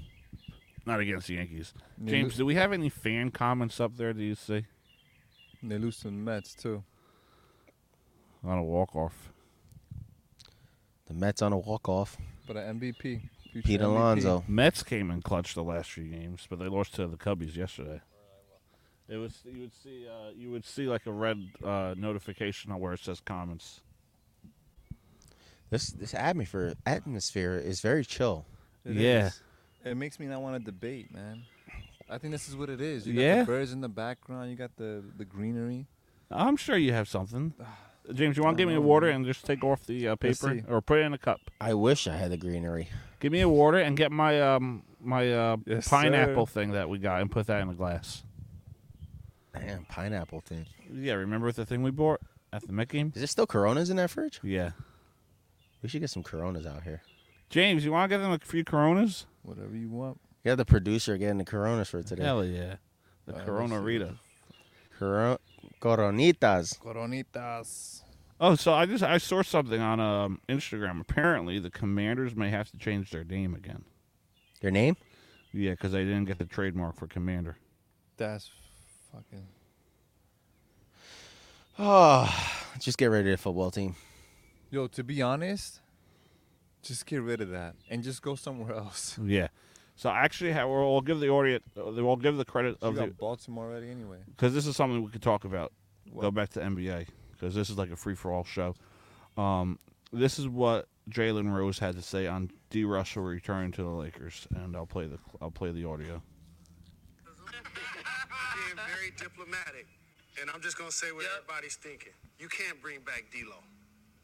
[SPEAKER 4] Not against the Yankees.
[SPEAKER 10] Yeah,
[SPEAKER 4] James,
[SPEAKER 10] who-
[SPEAKER 4] do we have any fan comments up there? Do you see
[SPEAKER 10] And they lose to the Mets too.
[SPEAKER 4] on a walk off?
[SPEAKER 14] The Mets on a walk off.
[SPEAKER 10] But an MVP. future
[SPEAKER 14] Pete
[SPEAKER 10] MVP.
[SPEAKER 14] Alonso.
[SPEAKER 4] Mets came in clutch the last few games, but they lost to the Cubbies yesterday. It was you would see uh, you would see like a red uh, notification on where it says comments.
[SPEAKER 14] This this atmosphere atmosphere is very chill.
[SPEAKER 10] It
[SPEAKER 4] Yeah.
[SPEAKER 10] is. It makes me not want to debate, man. I think this is what it is. You got
[SPEAKER 4] Yeah.
[SPEAKER 10] the birds in the background. You got the the greenery.
[SPEAKER 4] I'm sure you have something. *sighs* James, you want to give me a water and just take off the uh,
[SPEAKER 14] Let's
[SPEAKER 4] paper
[SPEAKER 14] see.
[SPEAKER 4] or put it in a cup?
[SPEAKER 14] I wish I had the greenery.
[SPEAKER 4] Give me a water and get my um my uh
[SPEAKER 14] Yes,
[SPEAKER 4] pineapple
[SPEAKER 14] sir.
[SPEAKER 4] thing that we got and put that in a glass.
[SPEAKER 14] Damn, pineapple thing.
[SPEAKER 4] Yeah, remember the thing we bought at the Met game?
[SPEAKER 14] Is there still Coronas in that fridge?
[SPEAKER 4] Yeah.
[SPEAKER 14] We should get some Coronas out here.
[SPEAKER 4] James, you want to get them a few Coronas?
[SPEAKER 10] Whatever you want.
[SPEAKER 14] You got the producer getting the Coronas for today.
[SPEAKER 4] Hell yeah. Uh, The
[SPEAKER 10] Alright,
[SPEAKER 4] Corona
[SPEAKER 10] let's see.
[SPEAKER 4] Rita.
[SPEAKER 14] Coro- coronitas.
[SPEAKER 10] Coronitas.
[SPEAKER 4] Oh, so I just I saw something on um, Instagram. Apparently, the Commanders may have to change their name again.
[SPEAKER 14] Their name? *sighs*
[SPEAKER 4] Yeah, because they didn't get the trademark for Commander.
[SPEAKER 10] That's fucking.
[SPEAKER 14] Oh, just get rid of the football team.
[SPEAKER 10] Yo, to be honest, just get rid of that and just go somewhere
[SPEAKER 14] *laughs*
[SPEAKER 10] else.
[SPEAKER 4] Yeah. So actually, ha- we'll we'll give the audience, uh, we'll give the credit
[SPEAKER 10] You
[SPEAKER 4] of the
[SPEAKER 10] got Baltimore already anyway.
[SPEAKER 4] because this is something we could talk about. Go back to NBA because this is like a free for all show. Um, this is what Jalen Rose had to say on D. Russell returning to the Lakers, and I'll play the I'll play the audio.
[SPEAKER 16] being very diplomatic, and I'm just gonna say what everybody's thinking. You can't bring back D'Lo.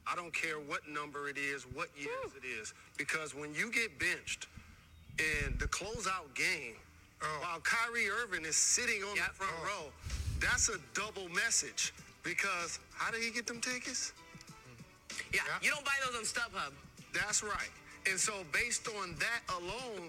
[SPEAKER 16] I don't care what number it is, what years it is, because when you get benched in the closeout game, while Kyrie Irving is sitting on the front row, that's a double message. Because how did he get them tickets? Yeah, you don't buy those on StubHub. That's right. And so based on that alone,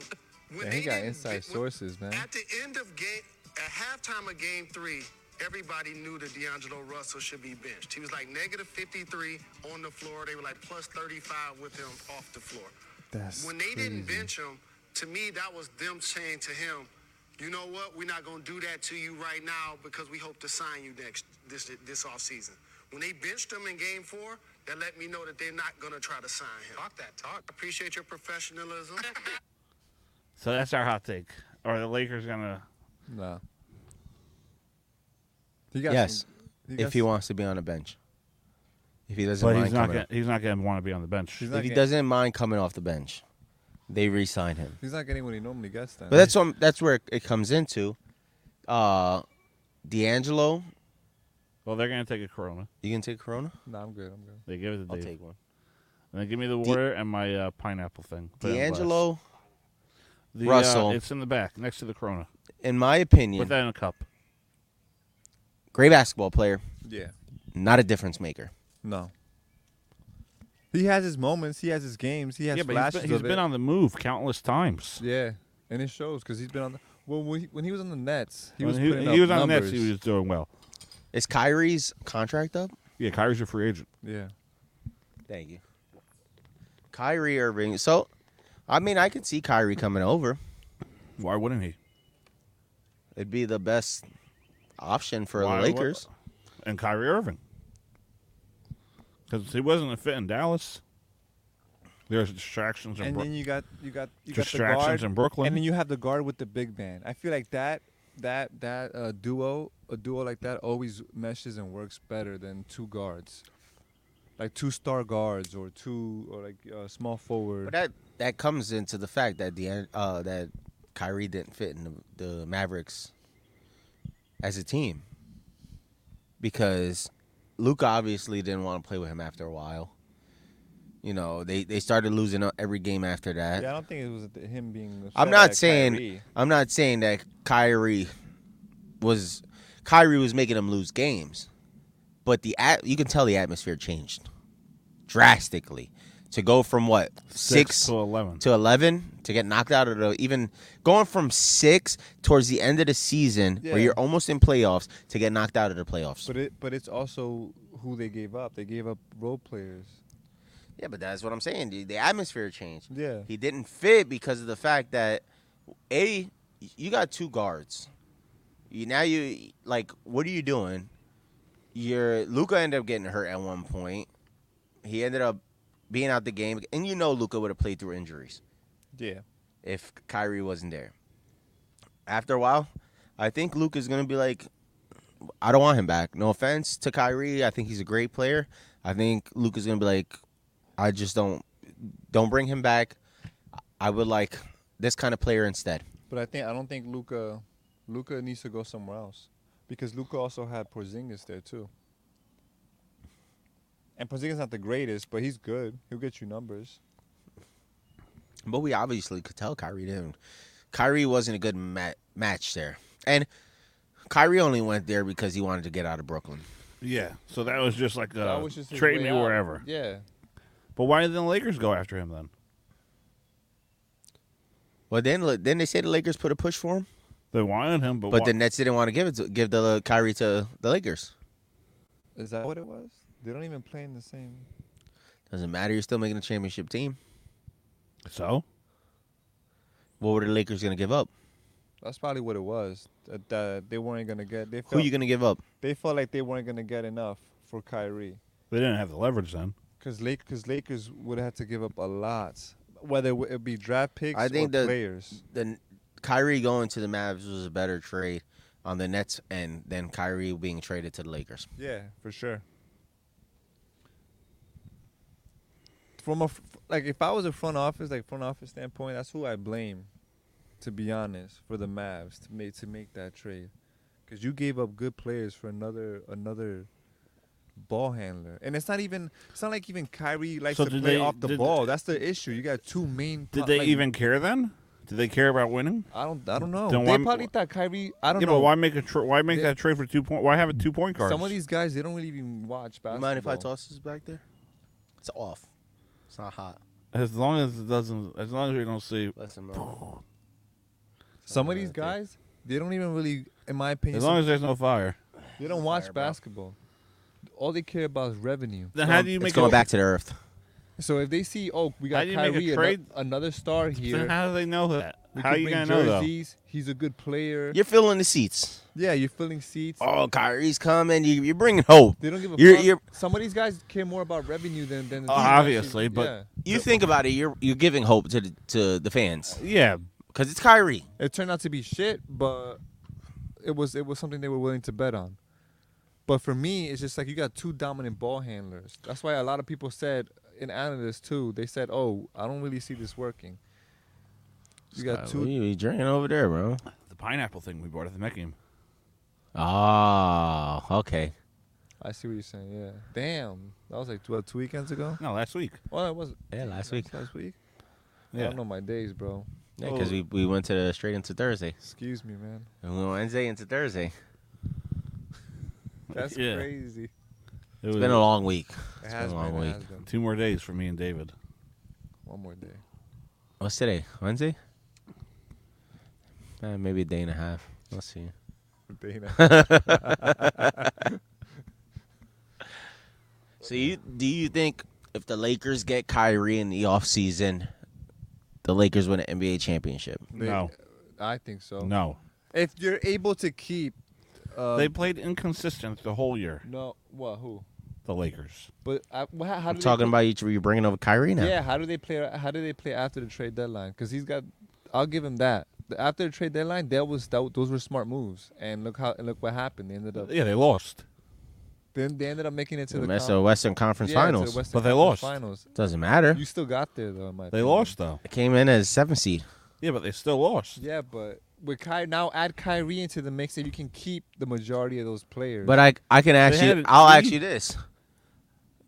[SPEAKER 16] when
[SPEAKER 10] Yeah,
[SPEAKER 16] they
[SPEAKER 10] he got
[SPEAKER 16] didn't
[SPEAKER 10] inside sources, man.
[SPEAKER 16] at the end of game, at halftime of game three, everybody knew that D'Angelo Russell should be benched. He was like negative 53 on the floor. They were like plus 35 with him off the floor.
[SPEAKER 10] That's
[SPEAKER 16] when they didn't
[SPEAKER 10] crazy.
[SPEAKER 16] bench him, Um, to me, that was them saying to him, you know what? We're not going to do that to you right now because we hope to sign you next this this offseason. When they benched him in game four, that let me know that they're not going to try to sign him. Talk that talk. Appreciate your professionalism.
[SPEAKER 4] So that's our hot take. Are the Lakers gonna?
[SPEAKER 10] No. He got
[SPEAKER 14] Yes,
[SPEAKER 10] some-
[SPEAKER 14] if
[SPEAKER 10] got
[SPEAKER 14] he
[SPEAKER 10] some-
[SPEAKER 14] wants to be on the bench. If he doesn't
[SPEAKER 4] But
[SPEAKER 14] mind
[SPEAKER 4] he's not
[SPEAKER 14] coming
[SPEAKER 4] gonna, he's not gonna want to be on the bench.
[SPEAKER 10] He's
[SPEAKER 14] if
[SPEAKER 10] not
[SPEAKER 14] he
[SPEAKER 10] getting-
[SPEAKER 14] doesn't mind coming off the bench, they re-sign him.
[SPEAKER 10] He's not getting what he normally gets then.
[SPEAKER 14] But that's what I'm- that's where it comes into. Uh, D'Angelo,
[SPEAKER 4] Well, they're gonna take a Corona.
[SPEAKER 14] you can take Corona.
[SPEAKER 10] No, I'm good. I'm good.
[SPEAKER 4] They give it to Dave.
[SPEAKER 14] I'll take one.
[SPEAKER 4] And then give me the water and my uh, pineapple thing. Put it in a glass.
[SPEAKER 14] D'Angelo,
[SPEAKER 4] The, uh,
[SPEAKER 14] Russell.
[SPEAKER 4] it's in the back next to the Corona.
[SPEAKER 14] in my opinion,
[SPEAKER 4] Put that in a cup.
[SPEAKER 14] great basketball player.
[SPEAKER 10] Yeah.
[SPEAKER 14] Not a difference maker.
[SPEAKER 10] No. He has his moments. He has his games. He has
[SPEAKER 4] yeah, but he's
[SPEAKER 10] flashes.
[SPEAKER 4] been, he's
[SPEAKER 10] of
[SPEAKER 4] been
[SPEAKER 10] it.
[SPEAKER 4] on the move countless times.
[SPEAKER 10] Yeah, and it shows because he's been on. The, well, when he, when he was on the Nets, he
[SPEAKER 4] When
[SPEAKER 10] was
[SPEAKER 4] he,
[SPEAKER 10] putting
[SPEAKER 4] he
[SPEAKER 10] up
[SPEAKER 4] was on
[SPEAKER 10] numbers.
[SPEAKER 4] Nets. He was doing well.
[SPEAKER 14] Is Kyrie's contract up?
[SPEAKER 4] Yeah, Kyrie's a free agent.
[SPEAKER 10] Yeah.
[SPEAKER 14] Thank you. Kyrie Irving. So, I mean, I could see Kyrie coming over.
[SPEAKER 4] Why wouldn't he?
[SPEAKER 14] It'd be the best option for
[SPEAKER 4] Why-
[SPEAKER 14] the
[SPEAKER 4] what-
[SPEAKER 14] Lakers.
[SPEAKER 4] and Kyrie Irving. Because he wasn't a fit in Dallas. There's distractions in
[SPEAKER 10] And
[SPEAKER 4] Bro-
[SPEAKER 10] then you got you got you got
[SPEAKER 4] Distractions
[SPEAKER 10] the guard
[SPEAKER 4] in Brooklyn.
[SPEAKER 10] and then you have the guard with the big man. I feel like that that that uh, duo a duo like that always meshes and works better than two guards, like two star guards or two or like uh, small forward.
[SPEAKER 14] But that that comes into the fact that the uh, that Kyrie didn't fit in the, the Mavericks as a team because Luke obviously didn't want to play with him after a while. You know, they they started losing every game after that.
[SPEAKER 10] yeah, I don't think it was th- him being. upset
[SPEAKER 14] I'm not
[SPEAKER 10] at
[SPEAKER 14] saying
[SPEAKER 10] Kyrie.
[SPEAKER 14] I'm not saying that Kyrie was Kyrie was making them lose games, but the at, you can tell the atmosphere changed drastically to go from what
[SPEAKER 4] Six
[SPEAKER 14] six,
[SPEAKER 4] to 11.
[SPEAKER 14] to eleven to get knocked out of the even going from six towards the end of the season where
[SPEAKER 10] Yeah.
[SPEAKER 14] you're almost in playoffs to get knocked out of the playoffs.
[SPEAKER 10] But it but it's also who they gave up. They gave up role players.
[SPEAKER 14] Yeah, but that's what I'm saying. The, the atmosphere changed.
[SPEAKER 10] Yeah.
[SPEAKER 14] He didn't fit because of the fact that A, you got two guards. You now you like what are you doing? Your Luca ended up getting hurt at one point. He ended up being out the game and you know Luca would have played through injuries
[SPEAKER 10] Yeah.
[SPEAKER 14] if Kyrie wasn't there. After a while, I think Luke is gonna be like, I don't want him back. No offense to Kyrie, I think he's a great player. I think Luke is gonna be like, I just don't don't bring him back. I would like this kind of player instead.
[SPEAKER 10] But I think I don't think Luca Luca needs to go somewhere else because Luca also had Porzingis there too. And Porzingis not the greatest, but he's good. He'll get you numbers.
[SPEAKER 14] But we obviously could tell Kyrie didn't. Kyrie wasn't a good ma- match there, and Kyrie only went there because he wanted to get out of Brooklyn.
[SPEAKER 4] Yeah, so that was just like
[SPEAKER 10] That
[SPEAKER 4] uh,
[SPEAKER 10] was just his
[SPEAKER 4] trade
[SPEAKER 10] way
[SPEAKER 4] me
[SPEAKER 10] out.
[SPEAKER 4] wherever.
[SPEAKER 10] Yeah.
[SPEAKER 4] But why didn't the Lakers go after him then?
[SPEAKER 14] Well, then then they say the Lakers put a push for him.
[SPEAKER 4] They wanted him, but
[SPEAKER 14] But
[SPEAKER 4] why-
[SPEAKER 14] the Nets didn't want to give it to, give the Kyrie to the Lakers.
[SPEAKER 10] Is that what it was? They don't even play in the same.
[SPEAKER 14] Doesn't matter. You're still making a championship team.
[SPEAKER 4] So,
[SPEAKER 14] what were the Lakers gonna give up?
[SPEAKER 10] That's probably what it was. That, that they weren't gonna get. They felt,
[SPEAKER 14] Who you gonna give up?
[SPEAKER 10] They felt like they weren't gonna get enough for Kyrie.
[SPEAKER 4] They didn't have the leverage then.
[SPEAKER 10] Cause Lake, cause Lakers would have to give up a lot, whether it would be draft picks
[SPEAKER 14] I think
[SPEAKER 10] or
[SPEAKER 14] the
[SPEAKER 10] players.
[SPEAKER 14] the Kyrie going to the Mavs was a better trade on the Nets end than Kyrie being traded to the Lakers.
[SPEAKER 10] Yeah, for sure. From a f- like, if I was a front office, like front office standpoint, that's who I blame, to be honest, for the Mavs to make to make that trade, because you gave up good players for another another ball handler, and it's not even it's not like even Kyrie likes
[SPEAKER 4] So
[SPEAKER 10] to play
[SPEAKER 4] did they-
[SPEAKER 10] off the
[SPEAKER 4] did-
[SPEAKER 10] ball. That's the issue. You got two main.
[SPEAKER 4] Did
[SPEAKER 10] pro-
[SPEAKER 4] they
[SPEAKER 10] Uh, like,
[SPEAKER 4] even care then? Did they care about winning?
[SPEAKER 10] I don't. I don't know.
[SPEAKER 4] Then
[SPEAKER 10] they
[SPEAKER 4] why-
[SPEAKER 10] probably thought Kyrie. I don't
[SPEAKER 4] yeah,
[SPEAKER 10] know.
[SPEAKER 4] But why make a tra- why make that trade for two point? Why have a two point guard?
[SPEAKER 10] Some of these guys they don't really even watch basketball.
[SPEAKER 14] mind if I toss this back there? It's off. It's not hot.
[SPEAKER 4] as long as it doesn't, as long as we don't see.
[SPEAKER 10] Some of these guys, they don't even really, in my opinion,
[SPEAKER 4] As long
[SPEAKER 10] some-
[SPEAKER 4] as there's no fire.
[SPEAKER 10] they don't watch basketball. All they care about is revenue.
[SPEAKER 4] Then
[SPEAKER 10] So
[SPEAKER 4] how
[SPEAKER 10] I'm-
[SPEAKER 4] do you
[SPEAKER 14] It's
[SPEAKER 4] make
[SPEAKER 14] going
[SPEAKER 4] a-
[SPEAKER 14] back to the earth.
[SPEAKER 10] So if they see, oh, we
[SPEAKER 4] How
[SPEAKER 10] got
[SPEAKER 4] do you make a
[SPEAKER 10] Kyrie, ano-
[SPEAKER 4] trade? *laughs*
[SPEAKER 10] another star here.
[SPEAKER 4] how do they know that?
[SPEAKER 10] we
[SPEAKER 4] How
[SPEAKER 10] could
[SPEAKER 4] you
[SPEAKER 10] bring
[SPEAKER 4] gonna know, though?
[SPEAKER 10] jerseys, He's a good player.
[SPEAKER 14] You're filling the seats.
[SPEAKER 10] Yeah, you're filling seats.
[SPEAKER 14] Oh, Kyrie's coming. You, you're bringing hope.
[SPEAKER 10] They don't give a
[SPEAKER 14] you're,
[SPEAKER 10] fuck.
[SPEAKER 14] You're,
[SPEAKER 10] Some of these guys care more about revenue than than. the
[SPEAKER 4] Oh,
[SPEAKER 10] team actually-
[SPEAKER 14] obviously,
[SPEAKER 10] yeah.
[SPEAKER 14] but you think about it. You're you're giving hope to the, to the fans.
[SPEAKER 4] Yeah,
[SPEAKER 14] because it's Kyrie.
[SPEAKER 10] It turned out to be shit, but it was it was something they were willing to bet on. But for me, it's just like you got two dominant ball handlers. That's why a lot of people said in analysts too. They said, "Oh, I don't really see this working." You got two.
[SPEAKER 14] You drinking over there, bro.
[SPEAKER 4] The pineapple thing we bought at the Meckium.
[SPEAKER 14] Oh, okay.
[SPEAKER 10] I see what you're saying. Yeah. Damn, that was like what two weekends ago.
[SPEAKER 4] No, last week.
[SPEAKER 10] Oh, that was
[SPEAKER 14] Yeah, last week.
[SPEAKER 10] Last week. I
[SPEAKER 14] Yeah.
[SPEAKER 10] don't know my days, bro.
[SPEAKER 14] Yeah, because we, we went to the, straight into Thursday.
[SPEAKER 10] Excuse me, man.
[SPEAKER 14] And we went Wednesday into Thursday.
[SPEAKER 10] That's
[SPEAKER 4] Yeah.
[SPEAKER 10] crazy.
[SPEAKER 4] It
[SPEAKER 14] been a long week.
[SPEAKER 10] It has been, it has been.
[SPEAKER 4] Two more days for me and David.
[SPEAKER 10] One more day.
[SPEAKER 14] *laughs* What's today? Wednesday? Uh, maybe a day and a half. We'll see.
[SPEAKER 10] Dana.
[SPEAKER 14] So you do you think if the Lakers get Kyrie in the offseason, the Lakers win an NBA championship?
[SPEAKER 10] They- I think so.
[SPEAKER 4] No.
[SPEAKER 10] If you're able to keep. Uh,
[SPEAKER 4] they played inconsistent the whole year.
[SPEAKER 10] No, what? Who?
[SPEAKER 4] The Lakers.
[SPEAKER 10] But I, wha- how, how
[SPEAKER 14] I'm
[SPEAKER 10] do
[SPEAKER 14] talking
[SPEAKER 10] they,
[SPEAKER 14] about you. You're bringing over Kyrie now.
[SPEAKER 10] Yeah, how do they play? How do they play after the trade deadline? Because he's got. I'll give him that. The- After the trade deadline, that was that, those were smart moves, and look how and look what happened. They ended up.
[SPEAKER 4] Yeah, they lost.
[SPEAKER 10] Then they ended up making it to the.
[SPEAKER 14] That's
[SPEAKER 10] con-
[SPEAKER 14] the Western Conference
[SPEAKER 10] Yeah, to the
[SPEAKER 14] Finals.
[SPEAKER 10] Western Conference Finals.
[SPEAKER 14] Doesn't matter.
[SPEAKER 10] You still got there though. In my
[SPEAKER 4] They
[SPEAKER 10] opinion.
[SPEAKER 4] lost though.
[SPEAKER 14] I came in as seventh seed.
[SPEAKER 4] Yeah, but they still lost.
[SPEAKER 10] Yeah, but with Kyrie now add Kyrie into the mix, and you can keep the majority of those players.
[SPEAKER 14] But I I can ask
[SPEAKER 10] They had
[SPEAKER 14] you.
[SPEAKER 10] it
[SPEAKER 14] I'll ask
[SPEAKER 10] easy.
[SPEAKER 14] you this: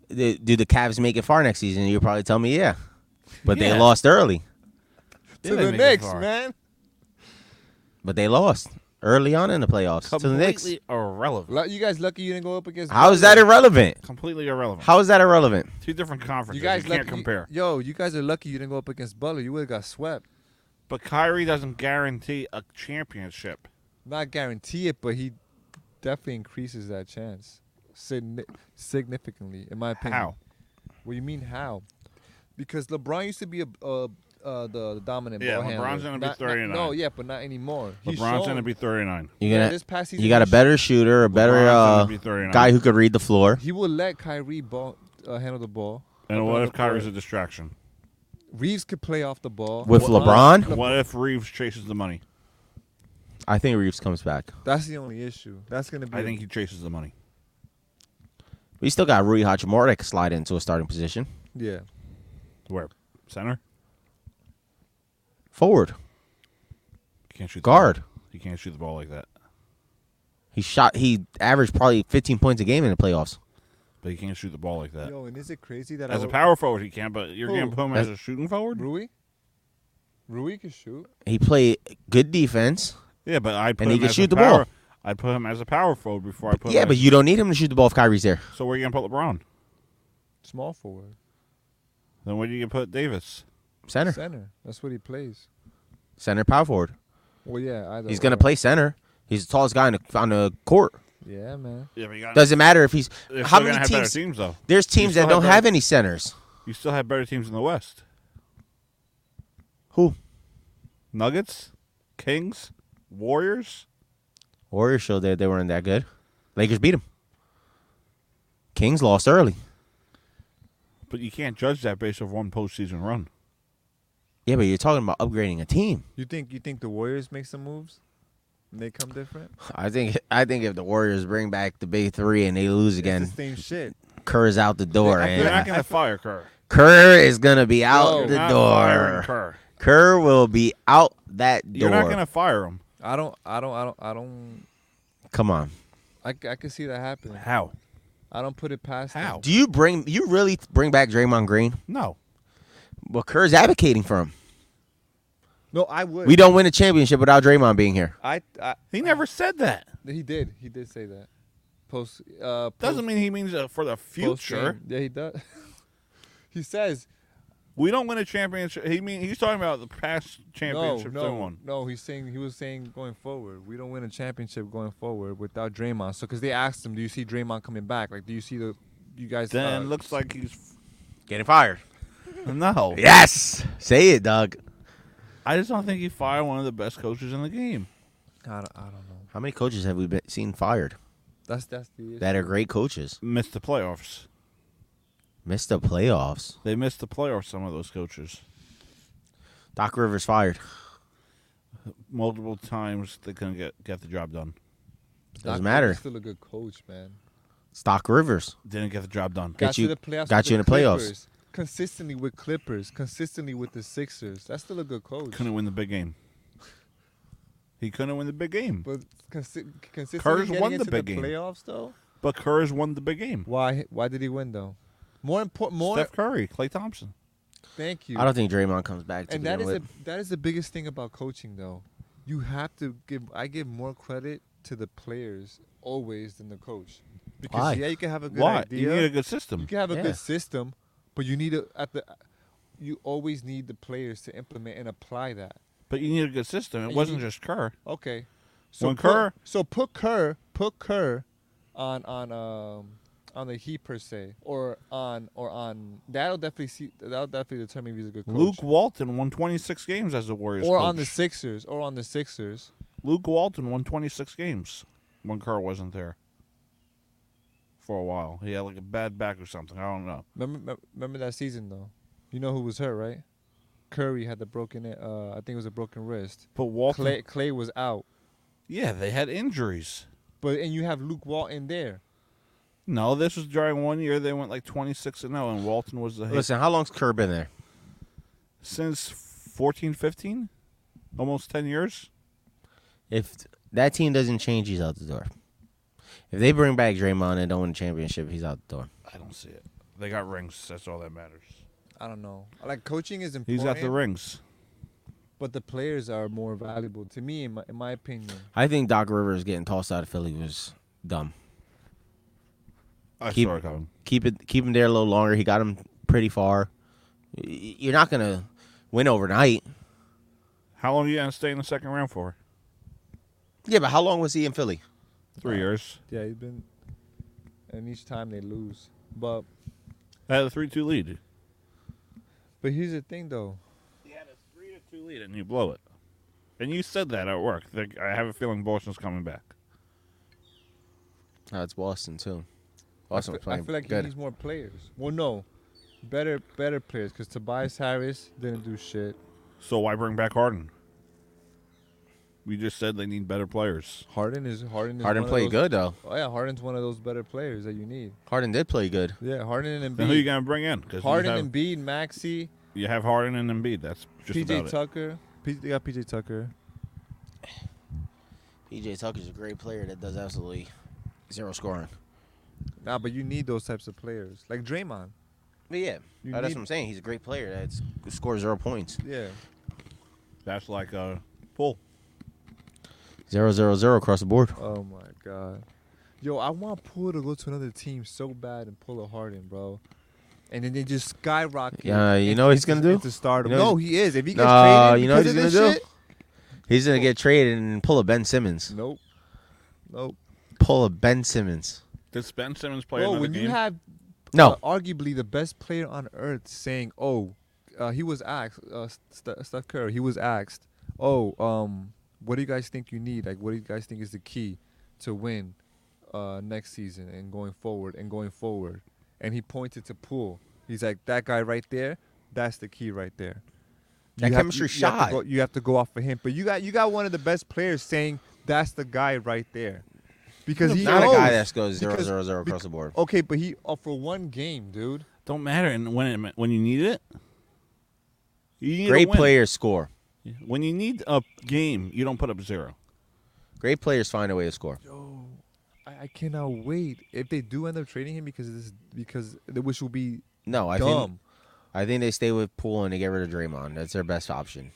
[SPEAKER 14] do, do the Cavs make it far next season? You'll probably tell me yeah, but
[SPEAKER 10] Yeah.
[SPEAKER 14] they lost early.
[SPEAKER 10] to the Knicks, man.
[SPEAKER 14] But they lost early on in the playoffs to the Knicks.
[SPEAKER 4] Completely irrelevant.
[SPEAKER 10] Lu- You guys lucky you didn't go up against.
[SPEAKER 14] How is that irrelevant?
[SPEAKER 4] Completely irrelevant.
[SPEAKER 14] How is that irrelevant?
[SPEAKER 4] Two different conferences.
[SPEAKER 10] You
[SPEAKER 4] You
[SPEAKER 10] guys
[SPEAKER 4] can't
[SPEAKER 10] lucky-
[SPEAKER 4] compare.
[SPEAKER 10] Yo, you guys are lucky you didn't go up against Butler. You would have got swept.
[SPEAKER 4] But Kyrie doesn't guarantee a championship.
[SPEAKER 10] Not guarantee it, but he definitely increases that chance signi- significantly, in my opinion.
[SPEAKER 4] How?
[SPEAKER 10] What do you mean how? Because LeBron used to be a, a uh, the, the dominant
[SPEAKER 4] Yeah,
[SPEAKER 10] ball handler.
[SPEAKER 4] LeBron's gonna be
[SPEAKER 10] Not- not-
[SPEAKER 4] 39.
[SPEAKER 10] No, yeah, but not anymore. He's
[SPEAKER 4] LeBron's
[SPEAKER 10] shown-
[SPEAKER 4] gonna be 39.
[SPEAKER 14] You
[SPEAKER 10] Yeah,
[SPEAKER 14] gonna,
[SPEAKER 10] this past season
[SPEAKER 14] you got a
[SPEAKER 10] he
[SPEAKER 14] better shooter, a better
[SPEAKER 4] LeBron's gonna
[SPEAKER 14] uh,
[SPEAKER 4] be 39.
[SPEAKER 14] guy who could read the floor.
[SPEAKER 10] He will let Kyrie ball, uh, handle the ball.
[SPEAKER 4] And
[SPEAKER 10] Open
[SPEAKER 4] what
[SPEAKER 10] up
[SPEAKER 4] if
[SPEAKER 10] the court.
[SPEAKER 4] Kyrie's a distraction?
[SPEAKER 10] Reeves could play off the ball
[SPEAKER 14] With LeBron?
[SPEAKER 4] What if Reeves chases the money?
[SPEAKER 14] I think Reeves comes back.
[SPEAKER 10] That's the only issue. That's gonna be.
[SPEAKER 4] I think he chases the money.
[SPEAKER 14] We still got Rui Hachimura that could slide into a starting position.
[SPEAKER 10] Yeah.
[SPEAKER 4] Where? Center?
[SPEAKER 14] Forward.
[SPEAKER 4] Can't shoot. the
[SPEAKER 14] Guard.
[SPEAKER 4] ball. He can't shoot the ball like that.
[SPEAKER 14] He shot. He averaged probably 15 points a game in the playoffs.
[SPEAKER 4] but he can't shoot the ball like that.
[SPEAKER 10] Yo, and is it crazy that
[SPEAKER 4] as
[SPEAKER 10] I
[SPEAKER 4] a power forward, he can, but you're
[SPEAKER 10] Who?
[SPEAKER 4] going to put him as a shooting forward?
[SPEAKER 10] Rui? Rui can shoot.
[SPEAKER 14] He played good defense.
[SPEAKER 4] Yeah, but I put
[SPEAKER 14] and he
[SPEAKER 4] him
[SPEAKER 14] can
[SPEAKER 4] as
[SPEAKER 14] shoot
[SPEAKER 4] a
[SPEAKER 14] the
[SPEAKER 4] power,
[SPEAKER 14] ball.
[SPEAKER 4] I put him as a power forward before I put.
[SPEAKER 14] Yeah,
[SPEAKER 4] him
[SPEAKER 14] but
[SPEAKER 4] as-
[SPEAKER 14] you don't need him to shoot the ball if Kyrie's there.
[SPEAKER 4] So where are you gonna put LeBron?
[SPEAKER 10] Small forward.
[SPEAKER 4] Then where do you put Davis?
[SPEAKER 14] Center.
[SPEAKER 10] Center. That's what he plays.
[SPEAKER 14] Center power forward.
[SPEAKER 10] Well, yeah, either
[SPEAKER 14] He's gonna
[SPEAKER 10] or.
[SPEAKER 14] play center. He's the tallest guy on the, on the court.
[SPEAKER 10] Yeah, man.
[SPEAKER 4] Yeah, but you got-
[SPEAKER 14] Doesn't matter if he's
[SPEAKER 4] They're
[SPEAKER 14] how
[SPEAKER 4] still
[SPEAKER 14] many
[SPEAKER 4] gonna have better
[SPEAKER 14] teams.
[SPEAKER 4] teams, though.
[SPEAKER 14] There's
[SPEAKER 4] You
[SPEAKER 14] teams
[SPEAKER 4] still
[SPEAKER 14] that don't
[SPEAKER 4] better-
[SPEAKER 14] have any centers.
[SPEAKER 4] You still have better teams in the West.
[SPEAKER 14] Who?
[SPEAKER 4] Nuggets, Kings, Warriors.
[SPEAKER 14] Warriors showed that they weren't that good. Lakers beat them. Kings lost early.
[SPEAKER 4] But you can't judge that based off one postseason run.
[SPEAKER 14] Yeah, but you're talking about upgrading a team.
[SPEAKER 10] You think you think the Warriors make some moves? And they come different.
[SPEAKER 14] I think I think if the Warriors bring back the big three and they lose again,
[SPEAKER 10] the same shit.
[SPEAKER 14] Kerr's out the door.
[SPEAKER 4] They're
[SPEAKER 14] and
[SPEAKER 4] not gonna fire Kerr.
[SPEAKER 14] Kerr is gonna be out
[SPEAKER 4] You're
[SPEAKER 14] the
[SPEAKER 4] not
[SPEAKER 14] door.
[SPEAKER 4] firing Kerr.
[SPEAKER 14] Kerr will be out that door.
[SPEAKER 4] You're not gonna fire him.
[SPEAKER 10] I don't. I don't. I don't. I don't.
[SPEAKER 14] Come on.
[SPEAKER 10] I, c- I can see that happening.
[SPEAKER 4] How?
[SPEAKER 10] I don't put it past. them.
[SPEAKER 14] Do you bring you really bring back Draymond Green?
[SPEAKER 4] No.
[SPEAKER 14] Well, Kerr's advocating for him.
[SPEAKER 10] No, I would.
[SPEAKER 14] We don't win a championship without Draymond being here.
[SPEAKER 10] I, I.
[SPEAKER 4] He never said that.
[SPEAKER 10] He did. He did say that. Post. Uh, post
[SPEAKER 4] Doesn't mean he means uh, for the future.
[SPEAKER 10] post-game. Yeah, he does. *laughs* he says
[SPEAKER 4] We don't win a championship. He mean he's talking about the past championships
[SPEAKER 10] no, Uh, no,
[SPEAKER 4] they won.
[SPEAKER 10] No, he's saying he was saying going forward, we don't win a championship going forward without Draymond. So because they asked him, do you see Draymond coming back? Like, do you see the you guys?
[SPEAKER 4] Then
[SPEAKER 10] uh,
[SPEAKER 4] looks like he's
[SPEAKER 14] getting fired.
[SPEAKER 4] No.
[SPEAKER 14] Yes. Say it, Doug.
[SPEAKER 4] I just don't think he fired one of the best coaches in the game.
[SPEAKER 10] I don't, I don't know.
[SPEAKER 14] How many coaches have we been, seen fired
[SPEAKER 10] That's that's the issue.
[SPEAKER 14] that are great coaches?
[SPEAKER 4] Missed the playoffs.
[SPEAKER 14] Missed the playoffs.
[SPEAKER 4] They missed the playoffs. Some of those coaches
[SPEAKER 14] Doc Rivers fired.
[SPEAKER 4] multiple times they couldn't get get the job done.
[SPEAKER 10] Doc
[SPEAKER 14] Doesn't matter.
[SPEAKER 10] Rivers Still a good coach, man.
[SPEAKER 14] Stock Rivers.
[SPEAKER 4] Didn't get the job done.
[SPEAKER 10] Got to the playoffs.
[SPEAKER 14] got
[SPEAKER 10] with
[SPEAKER 14] you in the playoffs.
[SPEAKER 10] Clippers, Consistently with Clippers, consistently with the Sixers. That's still a good coach.
[SPEAKER 4] Couldn't win the big game. He couldn't win the big game.
[SPEAKER 10] But consi- consistently
[SPEAKER 4] Kerr's
[SPEAKER 10] getting
[SPEAKER 4] won the
[SPEAKER 10] into
[SPEAKER 4] big
[SPEAKER 10] the
[SPEAKER 4] game.
[SPEAKER 10] playoffs, though.
[SPEAKER 4] But Kerr's won the big game.
[SPEAKER 10] Why? Why did he win though? More important. More.
[SPEAKER 4] Steph Curry, Clay Thompson.
[SPEAKER 10] Thank you.
[SPEAKER 14] I don't think Draymond comes back. To
[SPEAKER 10] and that
[SPEAKER 14] begin
[SPEAKER 10] is
[SPEAKER 14] with.
[SPEAKER 10] the- that is the biggest thing about coaching though you have to give i give more credit to the players always than the coach because
[SPEAKER 4] Why?
[SPEAKER 10] yeah you can have a good
[SPEAKER 4] Why?
[SPEAKER 10] idea
[SPEAKER 4] You need a good system.
[SPEAKER 10] you can have a
[SPEAKER 4] Yeah.
[SPEAKER 10] good system but you need to at the you always need the players to implement and apply that
[SPEAKER 4] But you need a good system. It
[SPEAKER 10] And you
[SPEAKER 4] wasn't
[SPEAKER 10] need-
[SPEAKER 4] just Kerr.
[SPEAKER 10] okay
[SPEAKER 4] When
[SPEAKER 10] put-
[SPEAKER 4] Kerr-
[SPEAKER 10] so put Kerr put Kerr on on um on the Heat per se or on or on that'll definitely see that'll definitely determine if he's a good coach
[SPEAKER 4] Luke Walton won 26 games as a Warriors
[SPEAKER 10] or
[SPEAKER 4] coach.
[SPEAKER 10] on the Sixers or on the Sixers
[SPEAKER 4] Luke Walton won 26 games when Kerr wasn't there for a while. He had like a bad back or something. I don't know.
[SPEAKER 10] Remember, remember that season though. You know who was hurt, right? Curry had the broken. Uh, I think it was a broken wrist.
[SPEAKER 4] But Walton-
[SPEAKER 10] Clay, Clay was out.
[SPEAKER 4] Yeah, they had injuries.
[SPEAKER 10] But and you have Luke Walton there.
[SPEAKER 4] No, this was during one year they went like 26 and 0, and Walton was the head
[SPEAKER 14] Listen, how long's Kerr been there?
[SPEAKER 4] since 14, 15, almost 10 years.
[SPEAKER 14] If that team doesn't change, he's out the door. If they bring back Draymond and don't win the championship, he's out the door.
[SPEAKER 4] I don't see it. They got rings. That's all that matters.
[SPEAKER 10] I don't know. Like coaching is important.
[SPEAKER 4] He's got the rings.
[SPEAKER 10] But the players are more valuable to me, in my, in my opinion.
[SPEAKER 14] I think Doc Rivers getting tossed out of Philly was dumb.
[SPEAKER 4] I
[SPEAKER 14] keep,
[SPEAKER 4] saw it coming.
[SPEAKER 14] Keep it, keep him there a little longer. He got him pretty far. Y- y- You're not gonna win overnight.
[SPEAKER 4] How long are you going to stay in the second round for?
[SPEAKER 14] Yeah, but how long was he in Philly?
[SPEAKER 4] Three years.
[SPEAKER 10] Yeah, he's been. And each time they lose, but
[SPEAKER 4] They had a 3 2 lead.
[SPEAKER 10] but here's the thing though.
[SPEAKER 4] two lead and you blow it. And you said that at work. Like, I have a feeling Boston's coming back.
[SPEAKER 14] Oh, it's Boston too.
[SPEAKER 10] I
[SPEAKER 14] Boston
[SPEAKER 10] feel,
[SPEAKER 14] was playing
[SPEAKER 10] I feel like
[SPEAKER 14] good.
[SPEAKER 10] he needs more players. Well, no, better better players because Tobias Harris didn't do shit.
[SPEAKER 4] So why bring back Harden? We just said they need better players.
[SPEAKER 10] Harden is Harden. Is
[SPEAKER 14] Harden
[SPEAKER 10] one of
[SPEAKER 14] played
[SPEAKER 10] those-
[SPEAKER 14] good, though.
[SPEAKER 10] Oh yeah, Harden's one of those better players that you need.
[SPEAKER 14] Harden did play good.
[SPEAKER 10] Yeah, Harden *laughs* and Embiid.
[SPEAKER 4] Then who you gonna bring in? 'Cause you
[SPEAKER 10] Harden,
[SPEAKER 4] have-
[SPEAKER 10] Embiid, Maxi,
[SPEAKER 4] You have Harden and Embiid. That's just about
[SPEAKER 10] PJ
[SPEAKER 4] it.
[SPEAKER 10] Tucker. P- they got PJ Tucker.
[SPEAKER 14] PJ Tucker's a great player that does absolutely zero scoring.
[SPEAKER 10] Nah, but you need those types of players, like Draymond.
[SPEAKER 14] But yeah,
[SPEAKER 10] You
[SPEAKER 14] that's
[SPEAKER 10] need-
[SPEAKER 14] what I'm saying. He's a great player. That's who scores zero points.
[SPEAKER 10] Yeah.
[SPEAKER 4] That's like a pull.
[SPEAKER 14] Zero zero zero across the board.
[SPEAKER 10] Oh my god. Yo, I want Poole to go to another team so bad and pull a Harden, bro. And then they just skyrocket.
[SPEAKER 14] Yeah, you
[SPEAKER 10] and
[SPEAKER 14] know what he's
[SPEAKER 10] it's-
[SPEAKER 14] gonna do?
[SPEAKER 10] it's a stardom.
[SPEAKER 14] You know
[SPEAKER 10] no,
[SPEAKER 14] he's-
[SPEAKER 10] he is. If he gets
[SPEAKER 14] Nah,
[SPEAKER 10] traded
[SPEAKER 14] you know what
[SPEAKER 10] because
[SPEAKER 14] he's
[SPEAKER 10] of
[SPEAKER 14] gonna
[SPEAKER 10] this
[SPEAKER 14] do?
[SPEAKER 10] shit-
[SPEAKER 14] He's gonna get traded and pull a Ben Simmons.
[SPEAKER 10] Nope. Nope.
[SPEAKER 14] Pull a Ben Simmons.
[SPEAKER 4] Does Ben Simmons play
[SPEAKER 10] Bro,
[SPEAKER 4] another
[SPEAKER 10] when
[SPEAKER 4] game?
[SPEAKER 10] you have
[SPEAKER 14] No.
[SPEAKER 10] uh, arguably the best player on earth saying, "Oh, uh, he was asked, uh, St- Steph Curry, he was asked, oh, um, what do you guys think you need? Like, what do you guys think is the key to win uh, next season and going forward and going forward?" And he pointed to Poole. He's like, "That guy right there, that's the key right there."
[SPEAKER 14] That
[SPEAKER 10] have-
[SPEAKER 14] chemistry
[SPEAKER 10] you have to
[SPEAKER 14] shot.
[SPEAKER 10] go- you have to go off for him, but you got you got one of the best players saying that's the guy right there, because he
[SPEAKER 14] Not a
[SPEAKER 10] knows.
[SPEAKER 14] guy that goes zero,
[SPEAKER 10] Because-
[SPEAKER 14] zero, zero
[SPEAKER 10] bec-
[SPEAKER 14] across the board.
[SPEAKER 10] Okay, but he oh, for one game, dude.
[SPEAKER 4] Don't matter. And when it, when you need it, you need a
[SPEAKER 14] Great
[SPEAKER 4] win.
[SPEAKER 14] players score.
[SPEAKER 4] When you need a game, you don't put up zero.
[SPEAKER 14] Great players find a way to score.
[SPEAKER 10] I, I cannot wait if they do end up trading him because this because the which will be
[SPEAKER 14] No, I
[SPEAKER 10] dumb.
[SPEAKER 14] think I think they stay with Poole and they get rid of Draymond. That's their best option.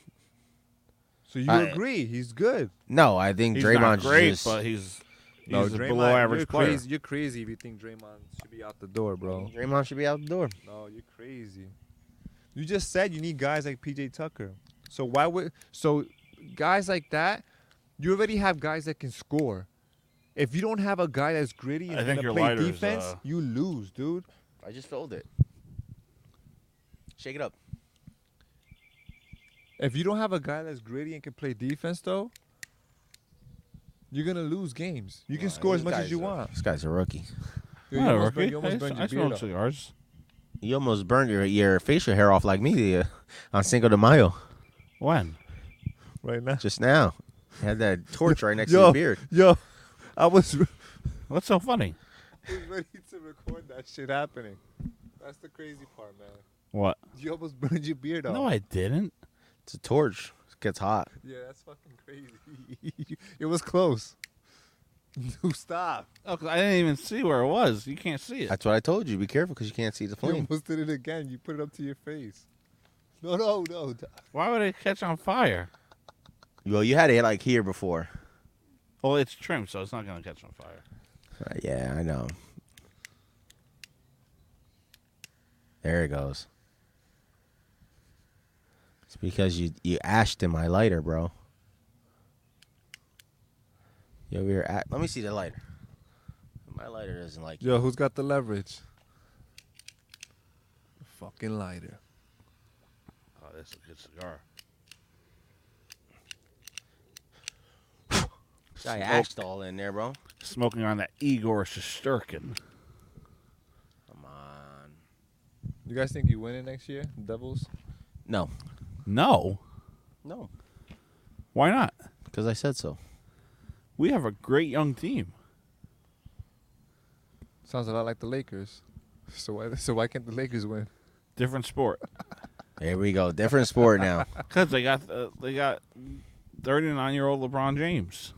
[SPEAKER 10] So you
[SPEAKER 14] I-
[SPEAKER 10] agree he's good?
[SPEAKER 14] No, I think
[SPEAKER 10] He's
[SPEAKER 14] Draymond's
[SPEAKER 10] not great,
[SPEAKER 14] just,
[SPEAKER 10] but
[SPEAKER 4] he's-
[SPEAKER 10] No, Draymond, you're
[SPEAKER 14] player.
[SPEAKER 10] Crazy, you're crazy if you think Draymond should be out the door, bro.
[SPEAKER 14] Draymond should be out the door.
[SPEAKER 10] No, you're crazy. You just said you need guys like PJ Tucker. So why would so guys like that? You already have guys that can score. If you don't have a guy that's gritty
[SPEAKER 4] I
[SPEAKER 10] and
[SPEAKER 4] think
[SPEAKER 10] gonna
[SPEAKER 4] your
[SPEAKER 10] play
[SPEAKER 4] lighter is,
[SPEAKER 10] defense,
[SPEAKER 4] uh,
[SPEAKER 10] you lose, dude.
[SPEAKER 14] I just filled it. Shake it up.
[SPEAKER 10] If you don't have a guy that's gritty and can play defense, though, you're gonna lose games. You can score as
[SPEAKER 14] these
[SPEAKER 10] much
[SPEAKER 14] guys
[SPEAKER 10] as you
[SPEAKER 14] are-
[SPEAKER 10] *laughs* want.
[SPEAKER 14] This guy's a rookie.
[SPEAKER 10] Dude, you almost burned- you almost burned your beard off.
[SPEAKER 4] cigars.
[SPEAKER 14] You almost burned your, your facial hair off like me uh, on Cinco de Mayo.
[SPEAKER 4] When?
[SPEAKER 10] Right now.
[SPEAKER 14] Just now. You had that torch right next
[SPEAKER 10] *laughs*
[SPEAKER 14] to
[SPEAKER 10] Yo,
[SPEAKER 14] your beard.
[SPEAKER 10] Yo, I was. *laughs*
[SPEAKER 4] What's so funny?
[SPEAKER 10] I was ready to record that shit happening. That's the crazy part, man.
[SPEAKER 4] What?
[SPEAKER 10] You almost *laughs* burned your beard off.
[SPEAKER 4] No, I didn't.
[SPEAKER 14] It's a torch. It gets hot.
[SPEAKER 10] Yeah, that's fucking crazy. *laughs* it was close. Dude, stop.
[SPEAKER 4] Oh, 'cause I didn't even see where it was. You can't see it.
[SPEAKER 14] That's what I told you. Be careful because you can't see the
[SPEAKER 10] You
[SPEAKER 14] flame.
[SPEAKER 10] almost did it again. You put it up to your face. No, no, no.
[SPEAKER 4] Why would it catch on fire?
[SPEAKER 14] Well, you had it like here before.
[SPEAKER 4] Well, it's trimmed, so it's not gonna catch on fire.
[SPEAKER 14] Uh, yeah, I know. There it goes. It's because you you ashed in my lighter, bro. You over here? At, let me see the lighter. My lighter doesn't like.
[SPEAKER 10] Yo, who's got the leverage? Fucking lighter.
[SPEAKER 4] Oh, that's a good cigar.
[SPEAKER 14] I
[SPEAKER 10] oh.
[SPEAKER 4] Smoke-
[SPEAKER 14] ashed all in there, bro.
[SPEAKER 4] Smoking on that Igor Shosturkin.
[SPEAKER 14] Come on.
[SPEAKER 10] You guys think you win it next year, Devils?
[SPEAKER 14] No,
[SPEAKER 4] No.
[SPEAKER 14] no,
[SPEAKER 4] Why not?
[SPEAKER 14] because I said so.
[SPEAKER 4] We have a great young team.
[SPEAKER 10] Sounds a lot like the Lakers. So why, *laughs* so why can't the Lakers win?
[SPEAKER 4] Different *laughs* sport.
[SPEAKER 14] There we go. Different
[SPEAKER 10] *laughs*
[SPEAKER 14] sport now.
[SPEAKER 4] Because they got uh, they got thirty nine year old LeBron James,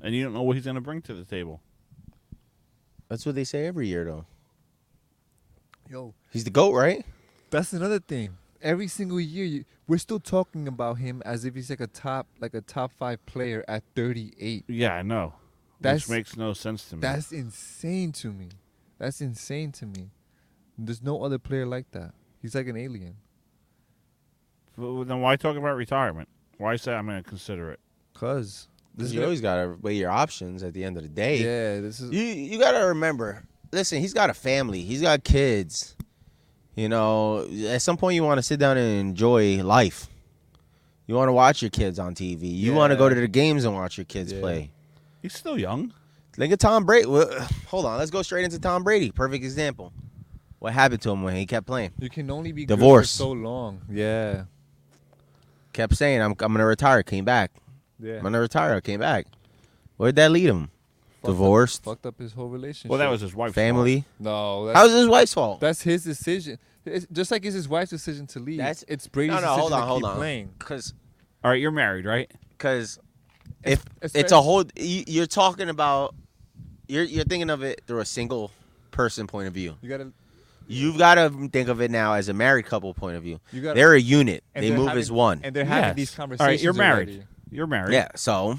[SPEAKER 4] and you don't know what he's going to bring to the table.
[SPEAKER 14] That's what they say every year, though.
[SPEAKER 10] Yo,
[SPEAKER 14] He's the goat, right?
[SPEAKER 10] that's another thing. Every single year, you, we're still talking about him as if he's like a top, like a top five player at 38.
[SPEAKER 4] Yeah, I know.
[SPEAKER 10] That's-
[SPEAKER 4] Which makes no sense to me.
[SPEAKER 10] That's insane to me. That's insane to me. There's no other player like that. He's like an alien.
[SPEAKER 4] But then why talk about retirement? Why say I'm going to consider it?
[SPEAKER 10] Cause this
[SPEAKER 14] you always gotta weigh your options at the end of the day.
[SPEAKER 10] Yeah, this is
[SPEAKER 14] you. You gotta remember. Listen, he's got a family. He's got kids. You know, at some point you want to sit down and enjoy life. You want to watch your kids on TV. You want to go to the games and watch your kids play.
[SPEAKER 4] He's still young.
[SPEAKER 14] Look at Tom Brady. Well, hold on, let's go straight into Tom Brady. Perfect example. What happened to him when he kept playing?
[SPEAKER 10] You can only be good for
[SPEAKER 14] divorced
[SPEAKER 10] so long. Yeah.
[SPEAKER 14] Kept saying, "I'm I'm gonna retire." Came back.
[SPEAKER 10] Yeah.
[SPEAKER 14] I'm gonna retire. Came back. Where'd that lead him? Divorced.
[SPEAKER 10] fucked up his whole relationship.
[SPEAKER 14] Well, that was his wife's Family. fault.
[SPEAKER 10] No,
[SPEAKER 14] How's his wife's fault?
[SPEAKER 10] That's his decision. It's just like it's his wife's decision to leave.
[SPEAKER 14] That's-
[SPEAKER 10] it's Brady's
[SPEAKER 14] No, no,
[SPEAKER 10] decision
[SPEAKER 14] hold
[SPEAKER 10] to
[SPEAKER 14] on, hold
[SPEAKER 10] keep
[SPEAKER 14] on.
[SPEAKER 10] playing.
[SPEAKER 14] Because
[SPEAKER 4] All right, you're married, right?
[SPEAKER 14] Because if
[SPEAKER 10] it's
[SPEAKER 14] it's, a whole, you, you're talking about, you're you're thinking of it through a single person point of view.
[SPEAKER 10] You gotta-
[SPEAKER 14] You've got to think of it now as a married couple point of view.
[SPEAKER 10] You gotta-
[SPEAKER 14] they're a unit.
[SPEAKER 10] and
[SPEAKER 14] They
[SPEAKER 10] they're
[SPEAKER 14] move
[SPEAKER 10] having-
[SPEAKER 14] as one.
[SPEAKER 10] and they're having Yes. these
[SPEAKER 4] All right, you're conversations married. already. You're married.
[SPEAKER 14] Yeah. So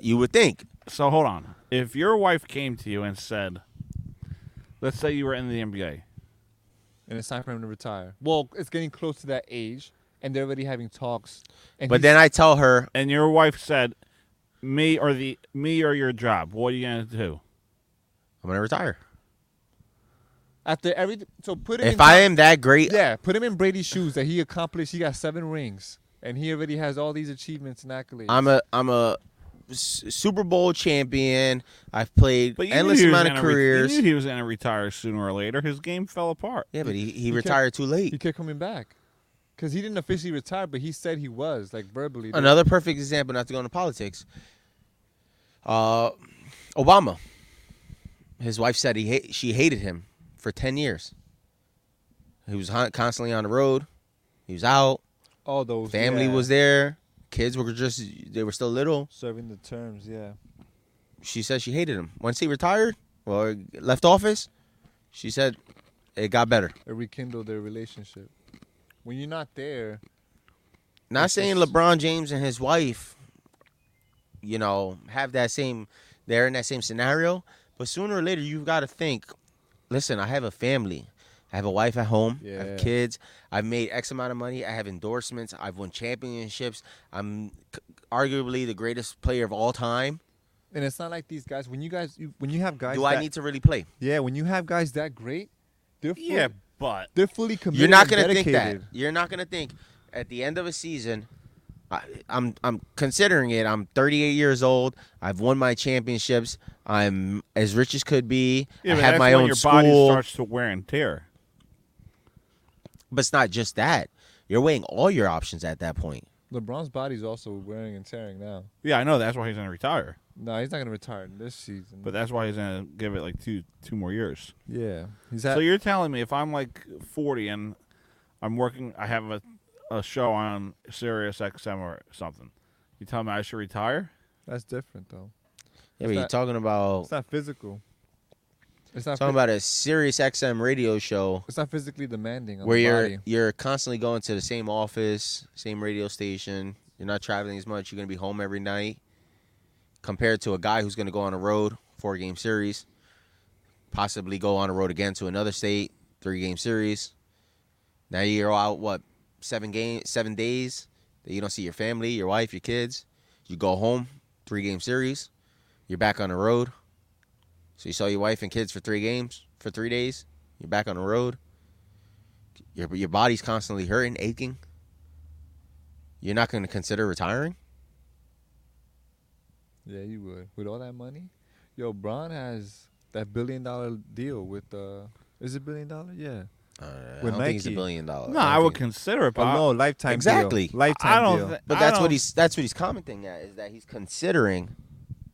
[SPEAKER 14] you would think.
[SPEAKER 4] So hold on. If your wife came to you and said, "Let's say you were in the NBA,"
[SPEAKER 10] and it's time for him to retire. Well, it's getting close to that age, and they're already having talks. And
[SPEAKER 14] But
[SPEAKER 10] he's-
[SPEAKER 14] then I tell her,
[SPEAKER 4] and your wife said, "Me or the me or your job? What are you gonna do?"
[SPEAKER 14] I'm gonna retire.
[SPEAKER 10] after every so put him.
[SPEAKER 14] If
[SPEAKER 10] in
[SPEAKER 14] I
[SPEAKER 10] Tom-
[SPEAKER 14] am that great-
[SPEAKER 10] yeah, put him in Brady's shoes that he accomplished. He got seven rings, and he already has all these achievements and accolades.
[SPEAKER 14] I'm a I'm a S- Super Bowl champion. I've played
[SPEAKER 4] But you
[SPEAKER 14] endless
[SPEAKER 4] knew he was
[SPEAKER 14] amount of
[SPEAKER 4] gonna re-
[SPEAKER 14] careers.
[SPEAKER 4] you knew he was gonna retire sooner or later. His game fell apart.
[SPEAKER 14] Yeah, but he, he,
[SPEAKER 10] kept-
[SPEAKER 14] retired too late.
[SPEAKER 10] He kept coming back because he didn't officially retire, but he said he was like verbally.
[SPEAKER 14] Another perfect example, not to go into politics. Uh, Obama. His wife said he ha- she hated him for ten years. He was hon- constantly on the road. He was out.
[SPEAKER 10] All those,
[SPEAKER 14] family
[SPEAKER 10] yeah.
[SPEAKER 14] was there. Kids were just they were still little.
[SPEAKER 10] serving the terms. Yeah,
[SPEAKER 14] She said she hated him. Once he retired or left office, she said it got better.
[SPEAKER 10] it rekindled their relationship. When you're not there,
[SPEAKER 14] Not saying LeBron James and his wife, you know, have that same, they're in that same scenario. But sooner or later, you've got to think listen, I have a family. I have a wife at home. I
[SPEAKER 10] Yeah.
[SPEAKER 14] have kids. I've made X amount of money. I have endorsements. I've won championships. I'm c- arguably the greatest player of all time.
[SPEAKER 10] and it's not like these guys. When you guys, you, when you have guys,
[SPEAKER 14] Do I
[SPEAKER 10] that-
[SPEAKER 14] need to really play?
[SPEAKER 10] Yeah, when you have guys that great, they're fully,
[SPEAKER 14] Yeah, but-
[SPEAKER 10] they're fully committed.
[SPEAKER 14] You're not
[SPEAKER 10] going
[SPEAKER 14] gonna
[SPEAKER 10] to
[SPEAKER 14] think that. You're not going to think at the end of a season. I, I'm I'm considering it. I'm 38 years old. I've won my championships. I'm as rich as could be.
[SPEAKER 4] Yeah,
[SPEAKER 14] I
[SPEAKER 4] but
[SPEAKER 14] have
[SPEAKER 4] that's
[SPEAKER 14] my
[SPEAKER 4] when
[SPEAKER 14] own
[SPEAKER 4] your body
[SPEAKER 14] school.
[SPEAKER 4] starts to wear and tear.
[SPEAKER 14] but it's not just that. You're weighing all your options at that point.
[SPEAKER 10] LeBron's body's also wearing and tearing now.
[SPEAKER 4] Yeah, I know. That's why he's gonna retire.
[SPEAKER 10] No, he's not going to retire this season.
[SPEAKER 4] But that's why he's gonna give it like two two more years.
[SPEAKER 10] Yeah, he's at-
[SPEAKER 4] so you're telling me if I'm like 40 and I'm working, I have a a show on Sirius XM or something. You tell me I should retire?
[SPEAKER 10] That's different though.
[SPEAKER 14] Yeah,
[SPEAKER 10] It's
[SPEAKER 14] but you're
[SPEAKER 10] not-
[SPEAKER 14] talking about
[SPEAKER 10] It's not physical. It's not
[SPEAKER 14] talking
[SPEAKER 10] phys-
[SPEAKER 14] about a Sirius XM radio show
[SPEAKER 10] It's not physically demanding on
[SPEAKER 14] where
[SPEAKER 10] the
[SPEAKER 14] you're
[SPEAKER 10] body.
[SPEAKER 14] you're constantly going to the same office, same radio station. You're not traveling as much. You're gonna be home every night, compared to a guy who's gonna go on a road four game series, possibly go on a road again to another state three game series. Now you're out what seven game seven days that you don't see your family, your wife, your kids. You go home three game series. You're back on the road. So you saw your wife and kids for three games for three days. You're back on the road. Your your body's constantly hurting, aching. You're not going to consider retiring.
[SPEAKER 10] Yeah, you would with all that money. Yo, Bron has that billion dollar deal with uh, is it billion dollar? Yeah.
[SPEAKER 14] Uh, I don't think it's a billion dollar.
[SPEAKER 4] No, I would consider it, but
[SPEAKER 10] Oh,
[SPEAKER 4] I-
[SPEAKER 10] no, lifetime deal.
[SPEAKER 14] Exactly,
[SPEAKER 10] Lifetime I don't deal. thi-
[SPEAKER 14] but
[SPEAKER 10] I
[SPEAKER 14] that's
[SPEAKER 10] don't-
[SPEAKER 14] what he's that's what he's commenting at is that he's considering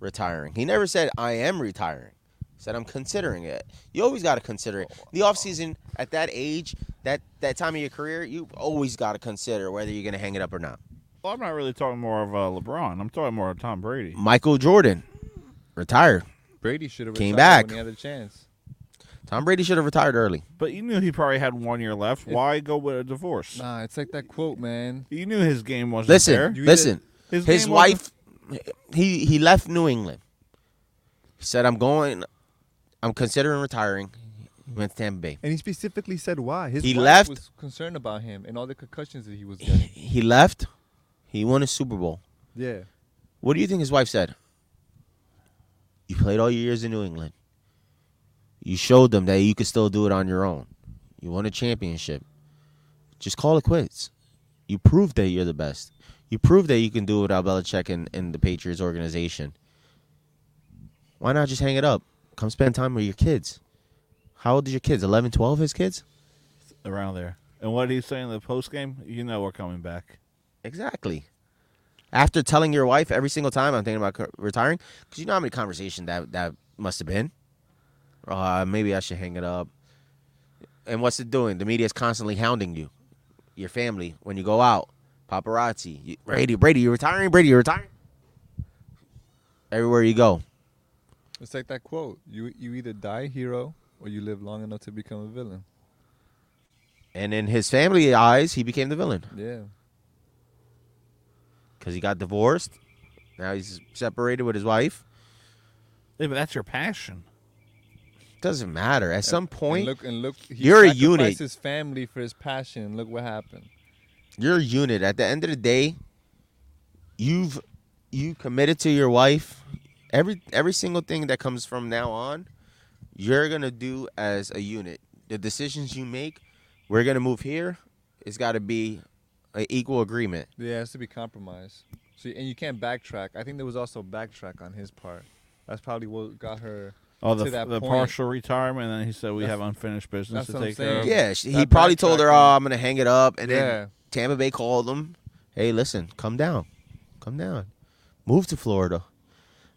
[SPEAKER 14] retiring. He never said I am retiring. He said I'm considering it. You always got to consider it. The off season at that age, that that time of your career, you always got to consider whether you're going to hang it up or not.
[SPEAKER 4] Well, I'm not really talking more of uh, LeBron. I'm talking more of Tom Brady.
[SPEAKER 10] Mm.
[SPEAKER 14] Michael Jordan retired.
[SPEAKER 10] Brady should have
[SPEAKER 14] Came
[SPEAKER 10] retired
[SPEAKER 14] back.
[SPEAKER 10] when he had a chance.
[SPEAKER 14] Tom Brady should have retired early.
[SPEAKER 4] But you knew he probably had one year left. Why go with a divorce?
[SPEAKER 10] Nah, it's like that quote, man.
[SPEAKER 4] You knew his game wasn't
[SPEAKER 14] Listen,
[SPEAKER 4] there.
[SPEAKER 14] listen.
[SPEAKER 4] His
[SPEAKER 14] His,
[SPEAKER 4] game
[SPEAKER 14] wife, he he left New England. He said, "I'm going. I'm considering retiring." He went to Tampa Bay.
[SPEAKER 10] And he specifically said why. His
[SPEAKER 14] He
[SPEAKER 10] wife
[SPEAKER 14] left-
[SPEAKER 10] was concerned about him and all the concussions that he was
[SPEAKER 14] *laughs*
[SPEAKER 10] getting.
[SPEAKER 14] He left. He won a Super Bowl.
[SPEAKER 10] Yeah.
[SPEAKER 14] What do you think his wife said? You played all your years in New England. You showed them that you could still do it on your own. You won a championship. Just call it quits. You proved that you're the best. You proved that you can do it without Belichick and, and the Patriots organization. Why not just hang it up? Come spend time with your kids. How old is your kids? 11, 12, his kids?
[SPEAKER 4] around there. And what did he say in the post game? You know we're coming back.
[SPEAKER 14] Exactly. After telling your wife every single time I'm thinking about co- retiring, because you know how many conversations that that must have been. Uh, maybe I should hang it up. And what's it doing? The media is constantly hounding you, your family when you go out, paparazzi. You, Brady, Brady, you're retiring. Brady, you're retiring. Everywhere you go,
[SPEAKER 10] It's like that quote. You you either die a hero or you live long enough to become a villain.
[SPEAKER 14] And in his family eyes, he became the villain
[SPEAKER 10] Yeah.
[SPEAKER 14] because he got divorced. Now he's separated with his wife.
[SPEAKER 4] Yeah, but that's your passion.
[SPEAKER 14] Doesn't matter. At some point,
[SPEAKER 10] and look and look. He
[SPEAKER 14] you're a
[SPEAKER 10] sacrificed
[SPEAKER 14] unit.
[SPEAKER 10] His family for his passion. and Look what happened.
[SPEAKER 14] You're a unit. At the end of the day, you've you committed to your wife. Every every single thing that comes from now on, you're gonna do as a unit. The decisions you make, we're gonna move here. It's got to be an equal agreement.
[SPEAKER 10] Yeah, it has to be compromised. So and you can't backtrack. I think there was also backtrack on his part. That's probably what got her.
[SPEAKER 4] Oh,
[SPEAKER 10] to
[SPEAKER 4] the,
[SPEAKER 10] that
[SPEAKER 4] the
[SPEAKER 10] point.
[SPEAKER 4] partial retirement, and then he said we
[SPEAKER 10] That's-
[SPEAKER 4] have unfinished
[SPEAKER 10] that's
[SPEAKER 4] business to
[SPEAKER 10] what I'm
[SPEAKER 4] take care of.
[SPEAKER 14] Yeah, sh- he probably told her, "Oh, I'm gonna hang it up," and
[SPEAKER 10] Yeah.
[SPEAKER 14] then Tampa Bay called him, "Hey, listen, come down, come down, move to Florida.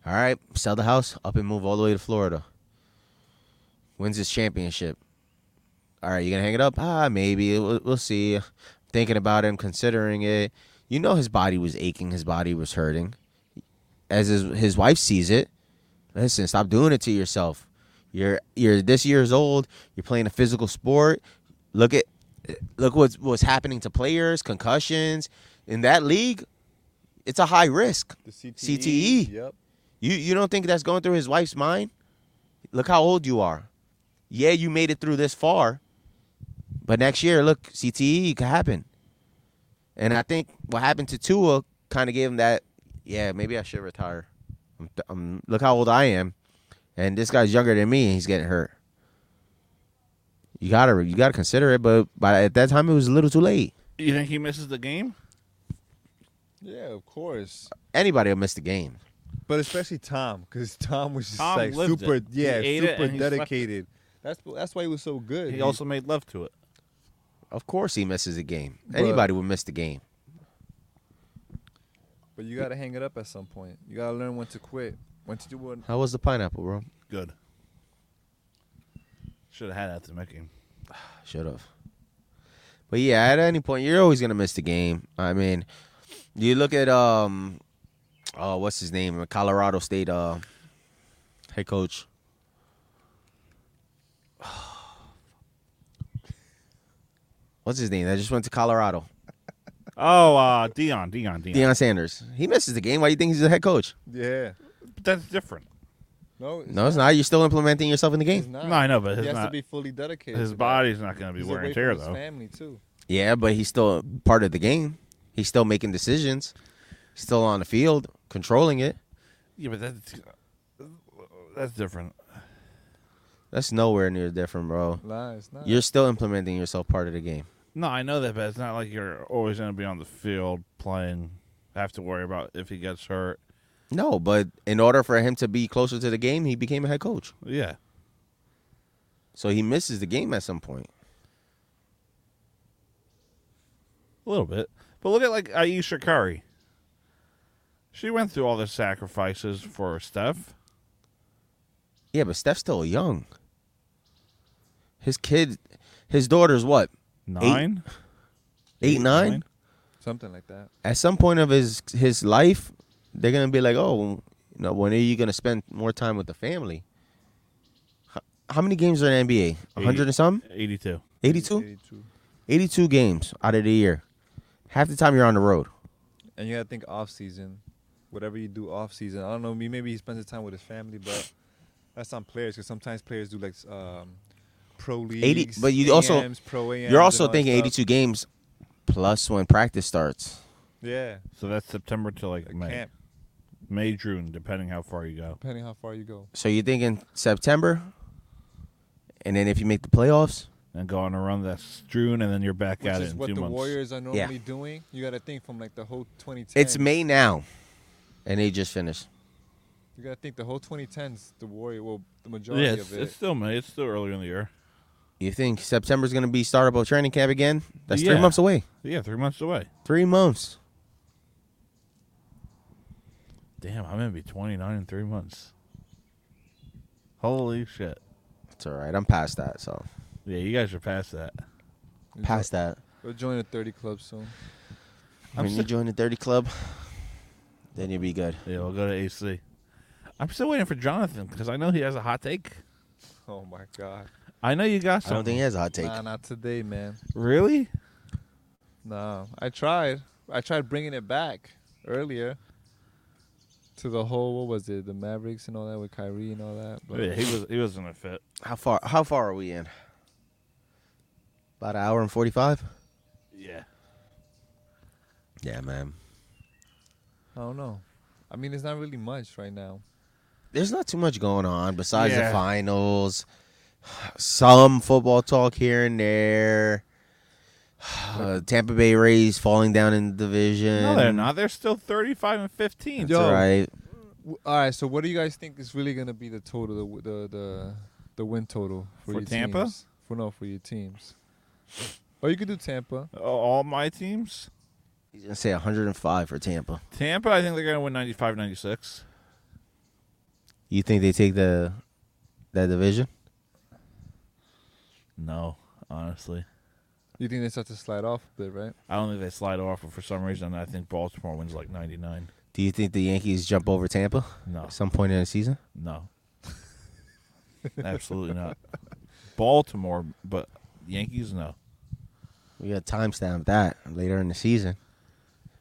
[SPEAKER 14] All right, sell the house, up and move all the way to Florida. Wins this championship. All right, you gonna hang it up? Ah, maybe we'll, we'll see. Thinking about it, I'm considering it. You know, his body was aching, his body was hurting. As his his wife sees it, listen, stop doing it to yourself. You're you're this years old. You're playing a physical sport. Look at look what's what's happening to players, concussions in that league. It's a high risk. E.
[SPEAKER 10] The E, CTE,
[SPEAKER 4] E?
[SPEAKER 14] CTE.
[SPEAKER 10] yep.
[SPEAKER 14] You you don't think that's going through his wife's mind? Look how old you are. Yeah, you made it through this far, but next year, look, CTE could happen. And I think what happened to Tua kind of gave him that. Yeah, maybe I should retire. I'm, I'm, look how old I am, and this guy's younger than me, and he's getting hurt. You gotta you gotta consider it, but by at that time it was a little too late.
[SPEAKER 4] You think he misses the game?
[SPEAKER 10] Yeah, of course.
[SPEAKER 14] Anybody will miss the game.
[SPEAKER 10] But especially Tom, because *laughs* Tom was just
[SPEAKER 4] Tom
[SPEAKER 10] like
[SPEAKER 4] lived
[SPEAKER 10] super,
[SPEAKER 4] it. He
[SPEAKER 10] yeah,
[SPEAKER 4] ate it
[SPEAKER 10] super
[SPEAKER 4] and he slept it.
[SPEAKER 10] dedicated. That's that's why he was so good.
[SPEAKER 4] He also made love to it.
[SPEAKER 14] Of course, he misses a game.
[SPEAKER 10] But-
[SPEAKER 14] Anybody would miss the game.
[SPEAKER 10] But you gotta hang it up at some point. You gotta learn when to quit, when to do what.
[SPEAKER 14] How was the pineapple, bro?
[SPEAKER 4] Good. Should have had that to make him.
[SPEAKER 14] Should have. But yeah, at any point, you're always gonna miss the game. I mean, you look at um, oh, what's his name? Colorado State uh, head coach. *sighs* What's his name? That just went to Colorado.
[SPEAKER 4] Oh, uh, Dion, Dion, Dion.
[SPEAKER 14] Deion Sanders. He misses the game. Why do you think he's the head coach?
[SPEAKER 10] Yeah.
[SPEAKER 4] But that's different.
[SPEAKER 10] No,
[SPEAKER 14] no, it's not. You're still implementing yourself in the game.
[SPEAKER 10] not.
[SPEAKER 4] No, I know, but
[SPEAKER 10] he
[SPEAKER 4] his
[SPEAKER 10] has to
[SPEAKER 4] not-
[SPEAKER 10] be fully dedicated.
[SPEAKER 4] his
[SPEAKER 10] to that.
[SPEAKER 4] body's not gonna be
[SPEAKER 10] He's
[SPEAKER 4] wear
[SPEAKER 10] away
[SPEAKER 4] and
[SPEAKER 10] from
[SPEAKER 4] tear,
[SPEAKER 10] his
[SPEAKER 4] though.
[SPEAKER 10] Family too.
[SPEAKER 14] Yeah, but he's still part of the game. He's still making decisions. He's still on the field, controlling it.
[SPEAKER 4] Yeah, but that's that's different.
[SPEAKER 14] That's nowhere near different, bro.
[SPEAKER 10] Nah, it's not.
[SPEAKER 14] You're still implementing yourself part of the game.
[SPEAKER 4] No, I know that, but it's not like you're always gonna be on the field playing. Have to worry about if he gets hurt.
[SPEAKER 14] No, but in order for him to be closer to the game, he became a head coach.
[SPEAKER 4] Yeah.
[SPEAKER 14] So he misses the game at some point.
[SPEAKER 4] A little bit. But look at like Aisha Curry. She went through all the sacrifices for Steph.
[SPEAKER 14] Yeah, but Steph's still young. His kid, his daughter's what?
[SPEAKER 4] Nine?
[SPEAKER 14] Eight, eight nine?
[SPEAKER 10] Something like that.
[SPEAKER 14] At some point of his his life, they're gonna be like, oh, you know, when are you gonna spend more time with the family? How, how many games are in the NBA? A hundred and some?
[SPEAKER 4] 82.
[SPEAKER 14] 82? 82 games out of the year. Half the time you're on the road.
[SPEAKER 10] And you gotta think off season, whatever you do off season. I don't know. me- Maybe he spends his time with his family, but that's on players because sometimes players do like um, pro leagues.
[SPEAKER 14] 80 but you also
[SPEAKER 10] AMs, pro AMs,
[SPEAKER 14] you're also
[SPEAKER 10] and all that
[SPEAKER 14] thinking
[SPEAKER 10] stuff.
[SPEAKER 14] 82 games plus when practice starts
[SPEAKER 10] Yeah,
[SPEAKER 4] So that's September to like May.
[SPEAKER 10] camp.
[SPEAKER 4] May, June, depending how far you go.
[SPEAKER 10] depending how far you go.
[SPEAKER 14] so you're thinking september and then if you make the playoffs
[SPEAKER 4] And go on a run that's June and then you're back
[SPEAKER 10] Which
[SPEAKER 4] at it
[SPEAKER 10] is
[SPEAKER 4] in
[SPEAKER 10] what
[SPEAKER 4] two
[SPEAKER 10] the
[SPEAKER 4] months.
[SPEAKER 10] Warriors are normally
[SPEAKER 14] Yeah.
[SPEAKER 10] doing. You gotta think from like the whole 2010.
[SPEAKER 14] it's may now and they just finished
[SPEAKER 10] You gotta think the whole 2010s. The Warrior, well, the majority
[SPEAKER 4] yeah,
[SPEAKER 10] of
[SPEAKER 4] it's,
[SPEAKER 10] it.
[SPEAKER 4] it's still May. It's still earlier in the year.
[SPEAKER 14] you think september's going to be start about training camp again that's
[SPEAKER 4] Yeah.
[SPEAKER 14] three months away
[SPEAKER 4] Yeah, three months away.
[SPEAKER 14] three months
[SPEAKER 4] Damn, I'm gonna be 29 in three months. Holy shit!
[SPEAKER 14] it's all right i'm past that so
[SPEAKER 4] Yeah, you guys are past that.
[SPEAKER 14] past that
[SPEAKER 10] We'll join the 30 club soon.
[SPEAKER 4] I'm
[SPEAKER 14] when you
[SPEAKER 4] still-
[SPEAKER 14] join the 30 club then you'll be good
[SPEAKER 4] Yeah, we'll go to AC. I'm still waiting for Jonathan because I know he has a hot take.
[SPEAKER 10] Oh my god.
[SPEAKER 4] I know you got something.
[SPEAKER 10] Nah, not today, man.
[SPEAKER 4] Really?
[SPEAKER 10] No, I tried. I tried bringing it back earlier to the whole what was it, the Mavericks and all that with Kyrie and all that.
[SPEAKER 4] Yeah, he was he wasn't a fit.
[SPEAKER 14] How far? How far are we in? About an hour and forty-five.
[SPEAKER 4] Yeah.
[SPEAKER 14] Yeah, man.
[SPEAKER 10] I don't know. I mean, it's not really much right now.
[SPEAKER 14] There's not too much going on besides
[SPEAKER 10] Yeah.
[SPEAKER 14] the finals. Some football talk here and there. Uh, Tampa Bay Rays falling down in the division.
[SPEAKER 4] No, they're not. They're still thirty-five and fifteen.
[SPEAKER 14] That's right.
[SPEAKER 10] W- All right. So, what do you guys think is really going to be the total, the w- the the, the win total for,
[SPEAKER 4] For
[SPEAKER 10] your
[SPEAKER 4] Tampa?
[SPEAKER 10] Teams? For no, for your teams. Or you could do Tampa.
[SPEAKER 4] all my teams.
[SPEAKER 14] He's gonna say 105 for Tampa.
[SPEAKER 4] Tampa, I think they're gonna win 95-96.
[SPEAKER 14] You think they take the that division?
[SPEAKER 4] No, honestly,
[SPEAKER 10] You think they start to slide off a bit, right?
[SPEAKER 4] I don't think they slide off. But for some reason, I think Baltimore wins like ninety-nine.
[SPEAKER 14] Do you think the Yankees jump over Tampa?
[SPEAKER 4] No.
[SPEAKER 14] At some point in the season?
[SPEAKER 4] No, *laughs* absolutely not. Baltimore, but Yankees, no.
[SPEAKER 14] We got to timestamp that later in the season.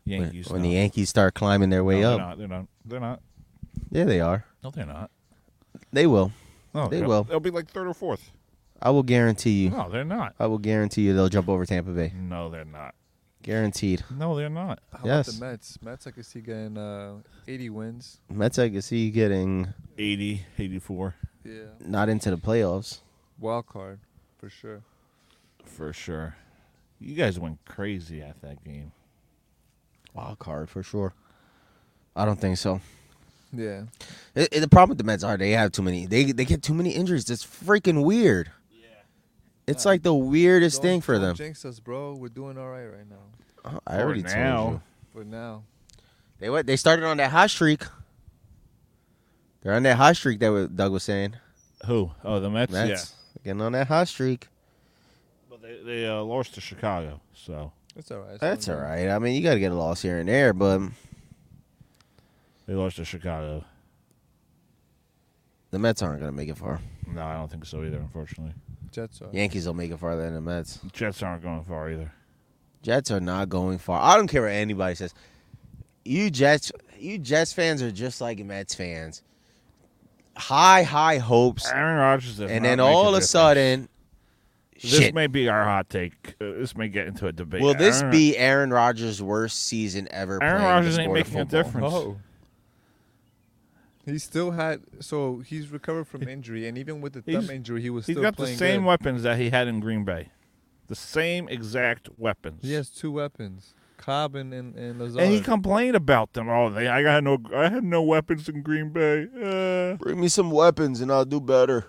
[SPEAKER 14] When-
[SPEAKER 4] Yankees,
[SPEAKER 14] When,
[SPEAKER 4] no.
[SPEAKER 14] the Yankees start climbing their
[SPEAKER 4] No,
[SPEAKER 14] way
[SPEAKER 4] they're
[SPEAKER 14] up.
[SPEAKER 4] not. They're not. They're not.
[SPEAKER 14] Yeah, they are.
[SPEAKER 4] No, they're not.
[SPEAKER 14] They will.
[SPEAKER 4] No,
[SPEAKER 14] they
[SPEAKER 4] they'll-
[SPEAKER 14] will.
[SPEAKER 4] They'll be like third or fourth.
[SPEAKER 14] I will guarantee you.
[SPEAKER 4] No, they're not.
[SPEAKER 14] I will guarantee you they'll jump over Tampa Bay.
[SPEAKER 4] No, they're not.
[SPEAKER 14] Guaranteed.
[SPEAKER 4] No, they're not.
[SPEAKER 10] How about
[SPEAKER 14] Yes.
[SPEAKER 10] the Mets? Mets, I could see getting uh, 80 wins.
[SPEAKER 14] Mets, I can see getting
[SPEAKER 4] 80, 84.
[SPEAKER 10] Yeah.
[SPEAKER 14] not into the playoffs.
[SPEAKER 10] Wild card, for sure.
[SPEAKER 4] For sure. You guys went crazy at that game.
[SPEAKER 14] Wild card for sure. I don't think so.
[SPEAKER 10] Yeah.
[SPEAKER 14] It, it- the problem with the Mets are they have too many. They they get too many injuries. It's freaking weird. Yeah. It's like the weirdest
[SPEAKER 10] Don't-
[SPEAKER 14] thing for
[SPEAKER 10] don't
[SPEAKER 14] them.
[SPEAKER 10] Jinx us, bro. We're doing all right right now.
[SPEAKER 14] Oh, I already told you.
[SPEAKER 10] For now.
[SPEAKER 14] They went. They started on that hot streak. They're on that hot streak that wa- Doug was saying.
[SPEAKER 4] Who? Oh, the Mets.
[SPEAKER 14] Mets. Getting on that hot streak.
[SPEAKER 4] But they, they uh, lost to Chicago, so
[SPEAKER 10] That's all right.
[SPEAKER 14] That's all right. I mean, you got to get a loss here and there, but
[SPEAKER 4] they lost to Chicago.
[SPEAKER 14] the Mets aren't going to make it far.
[SPEAKER 4] No, I don't think so either. Unfortunately,
[SPEAKER 10] Jets are.
[SPEAKER 14] Yankees will make it farther than the Mets.
[SPEAKER 4] Jets aren't going far either.
[SPEAKER 14] Jets are not going far. I don't care what anybody says. You Jets, you Jets fans are just like Mets fans. High, high hopes.
[SPEAKER 4] Aaron Rodgers, does
[SPEAKER 14] and
[SPEAKER 4] not
[SPEAKER 14] then
[SPEAKER 4] make a
[SPEAKER 14] all of a
[SPEAKER 4] difference.
[SPEAKER 14] sudden,
[SPEAKER 4] This
[SPEAKER 14] shit.
[SPEAKER 4] may be our hot take. Uh, This may get into a debate.
[SPEAKER 14] will this
[SPEAKER 4] Aaron-
[SPEAKER 14] be Aaron Rodgers' worst season ever?
[SPEAKER 4] Aaron
[SPEAKER 14] playing the
[SPEAKER 4] Rodgers ain't
[SPEAKER 14] sport of
[SPEAKER 4] making a
[SPEAKER 14] football?
[SPEAKER 4] difference.
[SPEAKER 10] Oh. He still had so he's recovered from injury, and even with the
[SPEAKER 4] He's-
[SPEAKER 10] thumb injury, he was
[SPEAKER 4] He's
[SPEAKER 10] still
[SPEAKER 4] got the
[SPEAKER 10] playing
[SPEAKER 4] same
[SPEAKER 10] good.
[SPEAKER 4] weapons that he had in Green Bay, the same exact weapons.
[SPEAKER 10] He has two weapons, Cobb and and, and Lazard.
[SPEAKER 4] And he complained about them. Oh, they, I got no, I had no weapons in Green Bay. Uh.
[SPEAKER 14] Bring me some weapons and I'll do better.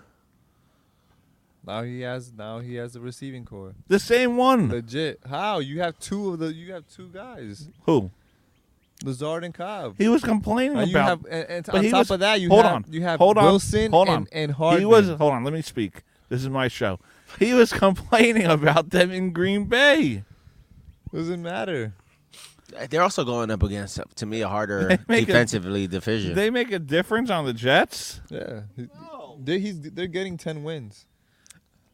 [SPEAKER 10] now he has now he has the receiving core.
[SPEAKER 4] The same one.
[SPEAKER 10] Legit. How you have two of the you have two guys,
[SPEAKER 4] Who?
[SPEAKER 10] Lazard and Cobb.
[SPEAKER 4] He was complaining
[SPEAKER 10] And you
[SPEAKER 4] about.
[SPEAKER 10] have- and- and
[SPEAKER 4] but
[SPEAKER 10] on
[SPEAKER 4] he
[SPEAKER 10] top
[SPEAKER 4] was-
[SPEAKER 10] of that, you
[SPEAKER 4] hold
[SPEAKER 10] have-
[SPEAKER 4] on,
[SPEAKER 10] you have
[SPEAKER 4] hold on,
[SPEAKER 10] Wilson
[SPEAKER 4] hold
[SPEAKER 10] and-
[SPEAKER 4] on.
[SPEAKER 10] and
[SPEAKER 4] He
[SPEAKER 10] Hardman.
[SPEAKER 4] was hold on. Let me speak. This is my show. He was *laughs* complaining about them in Green Bay.
[SPEAKER 10] Doesn't matter.
[SPEAKER 14] They're also going up against, to me, a harder
[SPEAKER 4] *laughs* They make a-
[SPEAKER 14] defensively division.
[SPEAKER 4] They make a difference on the Jets.
[SPEAKER 10] Yeah, he- they're, he's they're getting ten wins.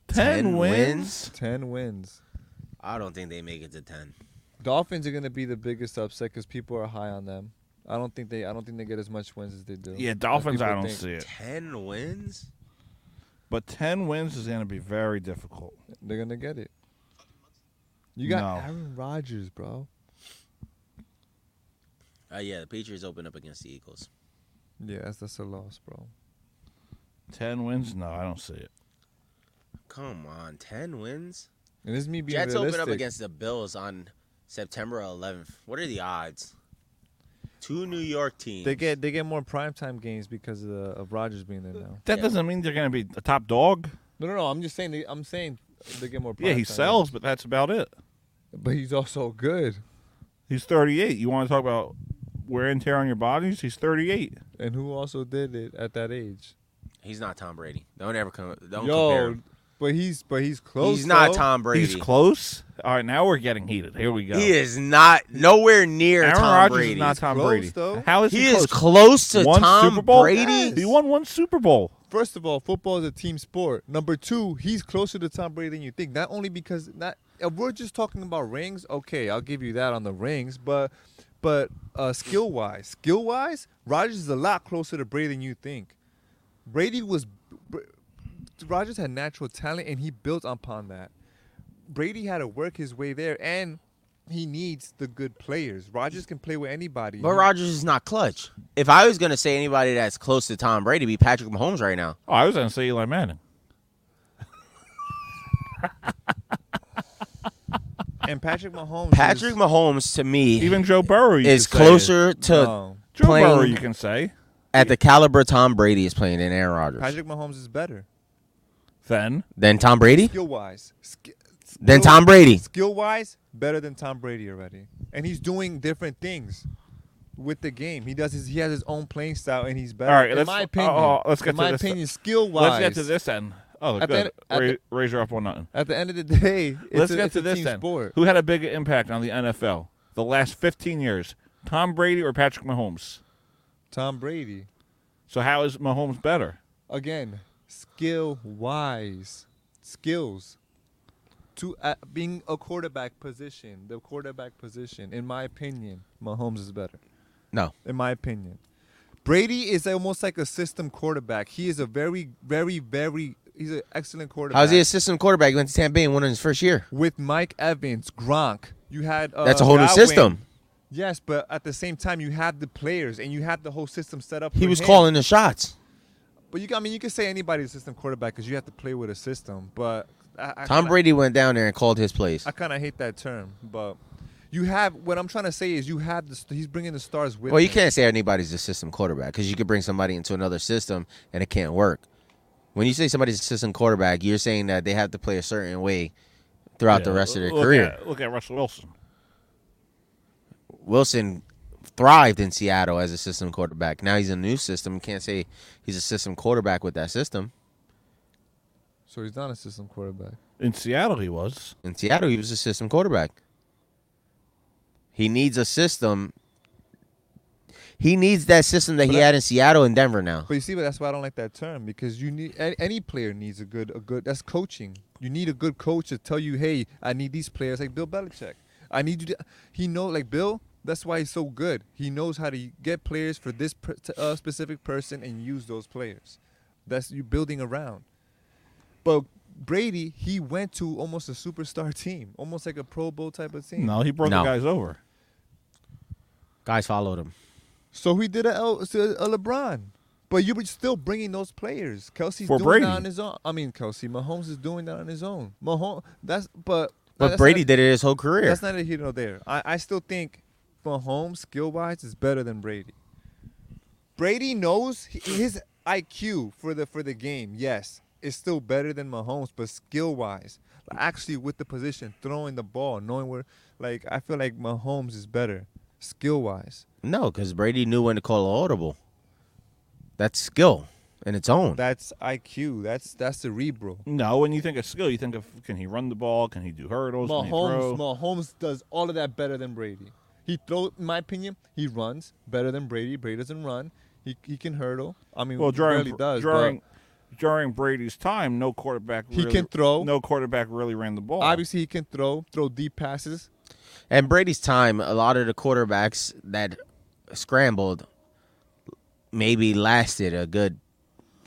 [SPEAKER 4] 10 10 wins? wins?
[SPEAKER 10] Ten wins.
[SPEAKER 14] I don't think they make it to ten.
[SPEAKER 10] Dolphins are going to be the biggest upset because people are high on them. I don't think they. I don't think they get as much wins as they do.
[SPEAKER 4] Yeah,
[SPEAKER 10] As
[SPEAKER 4] Dolphins. I
[SPEAKER 10] people
[SPEAKER 4] don't
[SPEAKER 10] think.
[SPEAKER 4] see it.
[SPEAKER 14] Ten wins.
[SPEAKER 4] But ten wins is going to be very difficult.
[SPEAKER 10] They're going to get it. You got
[SPEAKER 4] No.
[SPEAKER 10] Aaron Rodgers, bro.
[SPEAKER 14] Uh, yeah, the Patriots open up against the Eagles.
[SPEAKER 10] Yeah, that's, that's a loss, bro.
[SPEAKER 4] Ten wins? No, I don't see it.
[SPEAKER 14] Come on, ten wins.
[SPEAKER 10] And this is me being
[SPEAKER 14] Jets
[SPEAKER 10] realistic.
[SPEAKER 14] open up against the Bills on September 11th. What are the odds? Two New York teams.
[SPEAKER 10] They get they get more primetime games because of, the, of Rodgers being there now.
[SPEAKER 4] That doesn't mean they're going to be a top dog.
[SPEAKER 10] No, no, no. I'm just saying. They, I'm saying they get more.
[SPEAKER 4] Yeah, he
[SPEAKER 10] primetime
[SPEAKER 4] sells, but that's about it.
[SPEAKER 10] games. But he's also good.
[SPEAKER 4] He's 38. You want to talk about wear and tear on your bodies? He's 38.
[SPEAKER 10] And who also did it at that age?
[SPEAKER 14] He's not Tom Brady. Don't ever come. Don't
[SPEAKER 10] Yo,
[SPEAKER 14] compare. Him.
[SPEAKER 10] but he's but he's close.
[SPEAKER 14] He's not
[SPEAKER 10] though.
[SPEAKER 14] Tom Brady.
[SPEAKER 4] He's close. All right, now we're getting heated. Here we go.
[SPEAKER 14] He is not nowhere near
[SPEAKER 4] Aaron
[SPEAKER 14] Tom
[SPEAKER 4] Rodgers
[SPEAKER 14] Brady.
[SPEAKER 4] is not Tom
[SPEAKER 14] Close,
[SPEAKER 4] Brady.
[SPEAKER 14] though.
[SPEAKER 4] How is he?
[SPEAKER 14] He is
[SPEAKER 4] close
[SPEAKER 14] close to
[SPEAKER 4] one
[SPEAKER 14] Tom
[SPEAKER 4] Super Bowl?
[SPEAKER 14] Brady?
[SPEAKER 4] He won one Super Bowl.
[SPEAKER 10] First of all, football is a team sport. Number two, he's closer to Tom Brady than you think. Not only because not if we're just talking about rings, okay, I'll give you that on the rings, but but uh, skill wise, skill wise, Rodgers is a lot closer to Brady than you think. Brady was Br- Rodgers had natural talent and he built upon that. Brady had to work his way there and he needs the good players. Rodgers can play with anybody.
[SPEAKER 14] But Rodgers is not clutch. If I was gonna say anybody that's close to Tom Brady, be Patrick Mahomes right now.
[SPEAKER 4] Oh, I was gonna say Eli Manning.
[SPEAKER 10] and Patrick Mahomes
[SPEAKER 14] Patrick Mahomes to me,
[SPEAKER 4] even Joe Burrow you
[SPEAKER 14] is
[SPEAKER 4] could say
[SPEAKER 14] closer
[SPEAKER 4] it.
[SPEAKER 14] to
[SPEAKER 4] No. Joe
[SPEAKER 14] playing
[SPEAKER 4] Burrow you can say.
[SPEAKER 14] at the caliber Tom Brady is playing than Aaron Rodgers.
[SPEAKER 10] Patrick Mahomes is better.
[SPEAKER 4] Then
[SPEAKER 14] Then Tom Brady.
[SPEAKER 10] Skill wise. Sk-
[SPEAKER 14] Then
[SPEAKER 10] skill-
[SPEAKER 14] Tom Brady.
[SPEAKER 10] Skill wise, better than Tom Brady already. And he's doing different things with the game. He does his he has his own playing style and he's better.
[SPEAKER 4] All right,
[SPEAKER 10] in
[SPEAKER 4] let's,
[SPEAKER 10] my opinion.
[SPEAKER 4] oh, oh, let's get
[SPEAKER 10] in
[SPEAKER 4] to
[SPEAKER 10] my
[SPEAKER 4] this.
[SPEAKER 10] opinion, skill wise.
[SPEAKER 4] Let's get to this end. Oh,
[SPEAKER 10] At the
[SPEAKER 4] good.
[SPEAKER 10] end- at
[SPEAKER 4] Ra-
[SPEAKER 10] the-
[SPEAKER 4] raise her up on nothing.
[SPEAKER 10] At the end of the day, it's
[SPEAKER 4] let's
[SPEAKER 10] a-
[SPEAKER 4] get
[SPEAKER 10] it's
[SPEAKER 4] to
[SPEAKER 10] a
[SPEAKER 4] this
[SPEAKER 10] team
[SPEAKER 4] end.
[SPEAKER 10] sport.
[SPEAKER 4] Who had a big impact on the NFL the last 15 years? Tom Brady or Patrick Mahomes?
[SPEAKER 10] Tom Brady.
[SPEAKER 4] So how is Mahomes better?
[SPEAKER 10] Again, skill wise. Skills. To uh, being a quarterback position, the quarterback position, in my opinion, Mahomes is better.
[SPEAKER 14] No.
[SPEAKER 10] in my opinion. Brady is almost like a system quarterback. He is a very, very, very. He's an excellent quarterback.
[SPEAKER 14] How's he a system quarterback? He went to Tampa Bay and won in his first year.
[SPEAKER 10] With Mike Evans, Gronk, you had uh,
[SPEAKER 14] That's a whole new
[SPEAKER 10] Godwin.
[SPEAKER 14] system.
[SPEAKER 10] Yes, but at the same time, you had the players and you had the whole system set up.
[SPEAKER 14] He
[SPEAKER 10] for
[SPEAKER 14] was
[SPEAKER 10] him.
[SPEAKER 14] calling the shots.
[SPEAKER 10] But you, I mean, you could say anybody's a system quarterback because you have to play with a system. But I, I
[SPEAKER 14] Tom
[SPEAKER 10] kinda-
[SPEAKER 14] Brady went down there and called his plays.
[SPEAKER 10] I kind of hate that term, but you have what I'm trying to say is you have the. st- He's bringing the stars with.
[SPEAKER 14] Well, you
[SPEAKER 10] him.
[SPEAKER 14] can't say anybody's a system quarterback because you could bring somebody into another system and it can't work. When you say somebody's a system quarterback, you're saying that they have to play a certain way throughout the
[SPEAKER 4] Yeah,
[SPEAKER 14] rest of their
[SPEAKER 4] look
[SPEAKER 14] career.
[SPEAKER 4] At, look at Russell Wilson.
[SPEAKER 14] Wilson thrived in Seattle as a system quarterback. Now he's in a new system. You can't say he's a system quarterback with that system.
[SPEAKER 10] So he's not a system quarterback.
[SPEAKER 4] In Seattle, he was.
[SPEAKER 14] In Seattle, he was a system quarterback. He needs a system. He needs that system that he had in Seattle and Denver now.
[SPEAKER 10] But you see, but that's why I don't like that term because you need a- any player needs a good a good that's coaching. You need a good coach to tell you, hey, I need these players like Bill Belichick. I need you to. He know like Bill. That's why he's so good. He knows how to get players for this per, to a specific person and use those players. That's you building around. But Brady, he went to almost a superstar *laughs* team, almost like a Pro Bowl type of team.
[SPEAKER 4] No, he brought
[SPEAKER 14] No.
[SPEAKER 4] the guys over.
[SPEAKER 14] Guys followed him.
[SPEAKER 10] So he did a, L- so a LeBron, but you were still bringing those players. Kelsey's
[SPEAKER 14] For
[SPEAKER 10] doing
[SPEAKER 14] Brady.
[SPEAKER 10] that on his own. I mean, Kelsey Mahomes is doing that on his own. Mahomes, that's but
[SPEAKER 14] But
[SPEAKER 10] that's
[SPEAKER 14] Brady
[SPEAKER 10] not-
[SPEAKER 14] did it his whole career.
[SPEAKER 10] That's not a here nor there. I, I still think Mahomes skill wise is better than Brady. Brady knows he- his IQ for the for the game. Yes, is still better than Mahomes, but skill wise, actually with the position, throwing the ball, knowing where, like I feel like Mahomes is better skill wise.
[SPEAKER 14] No, because Brady knew when to call an audible. That's skill in its own.
[SPEAKER 10] That's IQ. That's that's cerebral.
[SPEAKER 4] No, when you think of skill, you think of can he run the ball? Can he do hurdles? can he throw?
[SPEAKER 10] Mahomes, Mahomes does all of that better than Brady. He throws, in my opinion, he runs better than Brady. Brady doesn't run. He, he can hurdle. I mean,
[SPEAKER 4] well, during
[SPEAKER 10] barely does. but
[SPEAKER 4] during during Brady's time, no quarterback
[SPEAKER 10] He
[SPEAKER 4] really,
[SPEAKER 10] can throw.
[SPEAKER 4] No quarterback really ran the ball.
[SPEAKER 10] obviously, he can throw, throw deep passes.
[SPEAKER 14] And Brady's time, a lot of the quarterbacks that scrambled maybe lasted a good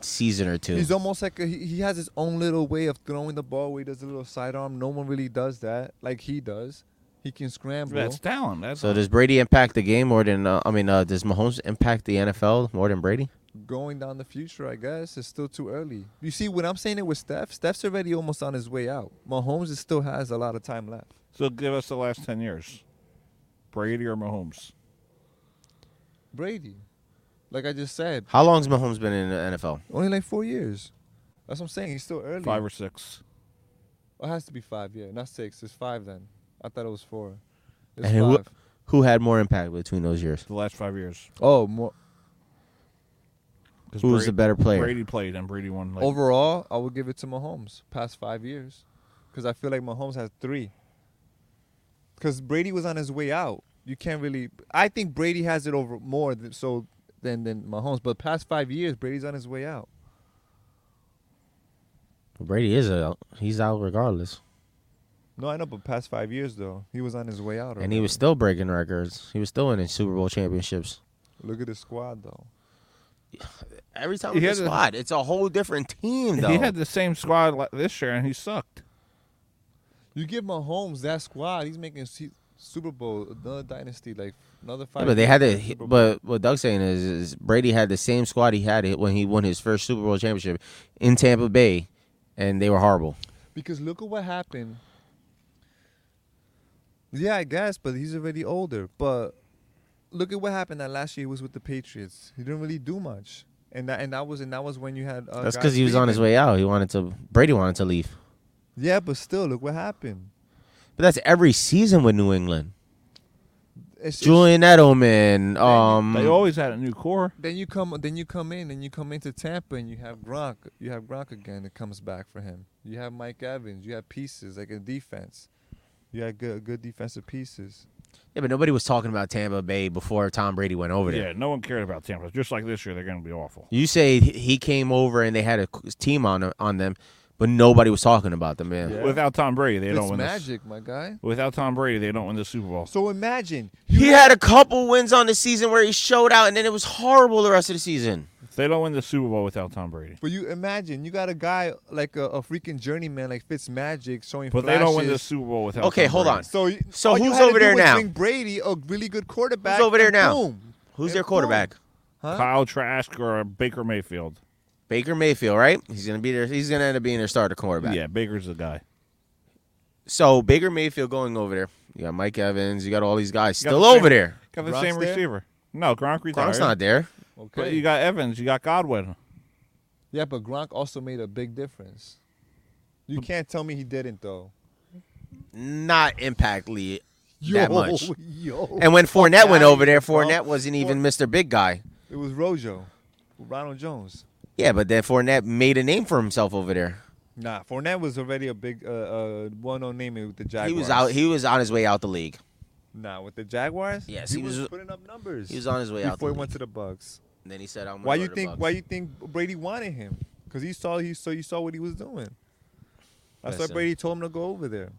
[SPEAKER 14] season or two.
[SPEAKER 10] He's almost like a, he he has his own little way of throwing the ball. Where he does a little sidearm. No one really does that like he does. He can scramble.
[SPEAKER 4] That's talent. That's
[SPEAKER 14] So does Brady impact the game more than uh, I mean, uh, does Mahomes impact the NFL more than Brady?
[SPEAKER 10] going down the future, I guess. It's still too early. You see, when I'm saying it with Steph, Steph's already almost on his way out. Mahomes is still has a lot of time left.
[SPEAKER 4] So give us the last ten years, Brady or Mahomes?
[SPEAKER 10] Brady, like I just said,
[SPEAKER 14] How long's Mahomes been in the NFL?
[SPEAKER 10] only like four years. That's what I'm saying. He's still early.
[SPEAKER 4] Five or six.
[SPEAKER 10] Oh, it has to be five, yeah. Not six. It's five then. I thought it was four. It's
[SPEAKER 14] And who,
[SPEAKER 10] five.
[SPEAKER 14] who had more impact between those years?
[SPEAKER 4] The last five years.
[SPEAKER 10] Oh, more.
[SPEAKER 4] 'Cause
[SPEAKER 14] Who was
[SPEAKER 4] Bra-
[SPEAKER 14] the better player?
[SPEAKER 4] Brady played, and Brady won. Like,
[SPEAKER 10] Overall, I would give it to Mahomes. Past five years, because I feel like Mahomes has three. Because Brady was on his way out. You can't really. I think Brady has it over more than, so than than Mahomes. But past five years, Brady's on his way out.
[SPEAKER 14] Well, Brady is out. He's out regardless.
[SPEAKER 10] No, I know, but past five years though, he was on his way out.
[SPEAKER 14] And he was still breaking records. He was still in his Super Bowl championships.
[SPEAKER 10] Look at his squad though.
[SPEAKER 14] Every time
[SPEAKER 4] He
[SPEAKER 14] with the
[SPEAKER 4] had a-
[SPEAKER 14] squad, it's a whole different team though.
[SPEAKER 4] He had the same squad li- this year, and he sucked.
[SPEAKER 10] You give Mahomes that squad, he's making se- Super Bowl another dynasty, like another five.
[SPEAKER 14] Yeah, but they had
[SPEAKER 10] years
[SPEAKER 14] the.
[SPEAKER 10] in
[SPEAKER 14] he-
[SPEAKER 10] Super Bowl.
[SPEAKER 14] But what Doug's saying is, is Brady had the same squad he had it when he won his first Super Bowl championship in Tampa Bay, and they were horrible.
[SPEAKER 10] because look at what happened. Yeah, I guess, but he's already older. But look at what happened that last year he was with the Patriots. He didn't really do much, and that and that was and that was when you had. Uh,
[SPEAKER 14] That's
[SPEAKER 10] guys
[SPEAKER 14] because he was on his
[SPEAKER 10] leaving.
[SPEAKER 14] way out. He wanted to. Brady wanted to leave.
[SPEAKER 10] Yeah, but still, look what happened.
[SPEAKER 14] But that's every season with New England.
[SPEAKER 10] It's-
[SPEAKER 14] Julian Edelman. Um,
[SPEAKER 4] They always had a new core.
[SPEAKER 10] Then you come, then you come in, and you come into Tampa, and you have Gronk. You have Gronk again. It comes back for him. You have Mike Evans. You have pieces like a defense. You had good, good defensive pieces.
[SPEAKER 14] Yeah, but nobody was talking about Tampa Bay before Tom Brady went over there.
[SPEAKER 4] Yeah, no one cared about Tampa. Just like this year, they're going to be awful.
[SPEAKER 14] You say he- he came over and they had a c- team on on them, but nobody was talking about them, man.
[SPEAKER 4] Without Tom Brady, they
[SPEAKER 10] It's
[SPEAKER 4] don't win.
[SPEAKER 10] magic,
[SPEAKER 4] this.
[SPEAKER 10] my guy.
[SPEAKER 4] Without Tom Brady, they don't win the Super Bowl.
[SPEAKER 10] So imagine
[SPEAKER 14] He had a couple wins on the season where he showed out, and then it was horrible the rest of the season.
[SPEAKER 4] They don't win the Super Bowl without Tom Brady.
[SPEAKER 10] But you imagine you got a guy like a, a freaking journeyman like Fitz Magic showing.
[SPEAKER 4] But they don't win the
[SPEAKER 10] flashes.
[SPEAKER 4] Super Bowl without.
[SPEAKER 14] Okay,
[SPEAKER 4] Tom
[SPEAKER 14] hold
[SPEAKER 4] Brady.
[SPEAKER 14] on.
[SPEAKER 10] So, you-
[SPEAKER 14] So
[SPEAKER 10] all you
[SPEAKER 14] who's
[SPEAKER 10] had to do
[SPEAKER 14] over there
[SPEAKER 10] was
[SPEAKER 14] now?
[SPEAKER 10] Bring Brady, a really good quarterback.
[SPEAKER 14] Who's over there
[SPEAKER 10] and
[SPEAKER 14] now?
[SPEAKER 10] boom.
[SPEAKER 14] Who's their
[SPEAKER 10] And boom.
[SPEAKER 14] quarterback?
[SPEAKER 10] Huh?
[SPEAKER 4] Kyle Trask or Baker Mayfield.
[SPEAKER 14] Baker Mayfield, right? He's gonna be there. He's gonna end up being their starter quarterback.
[SPEAKER 4] Yeah, Baker's the guy.
[SPEAKER 14] So Baker Mayfield going over there. You got Mike Evans. You got all these guys
[SPEAKER 4] You got
[SPEAKER 14] still
[SPEAKER 4] the same-
[SPEAKER 14] over there.
[SPEAKER 4] Got the
[SPEAKER 10] Gronk's
[SPEAKER 4] same
[SPEAKER 10] there?
[SPEAKER 4] receiver. No, Gronk retired.
[SPEAKER 14] Gronk's not there.
[SPEAKER 4] But
[SPEAKER 10] Okay.
[SPEAKER 4] you got Evans. You got Godwin.
[SPEAKER 10] Yeah, but Gronk also made a big difference. You can't tell me he didn't though.
[SPEAKER 14] Not impactly that
[SPEAKER 10] Yo,
[SPEAKER 14] much.
[SPEAKER 10] *laughs* yo.
[SPEAKER 14] And when
[SPEAKER 10] Fuck
[SPEAKER 14] Fournette went
[SPEAKER 10] outta
[SPEAKER 14] over
[SPEAKER 10] here,
[SPEAKER 14] there,
[SPEAKER 10] bro.
[SPEAKER 14] Fournette wasn't even Mr. Big Guy.
[SPEAKER 10] It was Rojo, Ronald Jones.
[SPEAKER 14] Yeah, but then Fournette made a name for himself over there.
[SPEAKER 10] Nah, Fournette was already a big uh, uh one-on name with the Jaguars.
[SPEAKER 14] He was out. He was on his way out the league.
[SPEAKER 10] Nah, with the Jaguars.
[SPEAKER 14] Yes,
[SPEAKER 10] he,
[SPEAKER 14] he
[SPEAKER 10] was,
[SPEAKER 14] was-
[SPEAKER 10] putting up numbers.
[SPEAKER 14] he was on his way out
[SPEAKER 10] before
[SPEAKER 14] the
[SPEAKER 10] he went to the Bucks.
[SPEAKER 14] And then he said, "I'm." gonna
[SPEAKER 10] Why
[SPEAKER 14] go
[SPEAKER 10] you
[SPEAKER 14] to the
[SPEAKER 10] think?
[SPEAKER 14] Bucs."
[SPEAKER 10] Why you think Brady wanted him? Because he saw he saw you saw what he was doing. That's why
[SPEAKER 14] Listen.
[SPEAKER 10] Brady told him to go over there.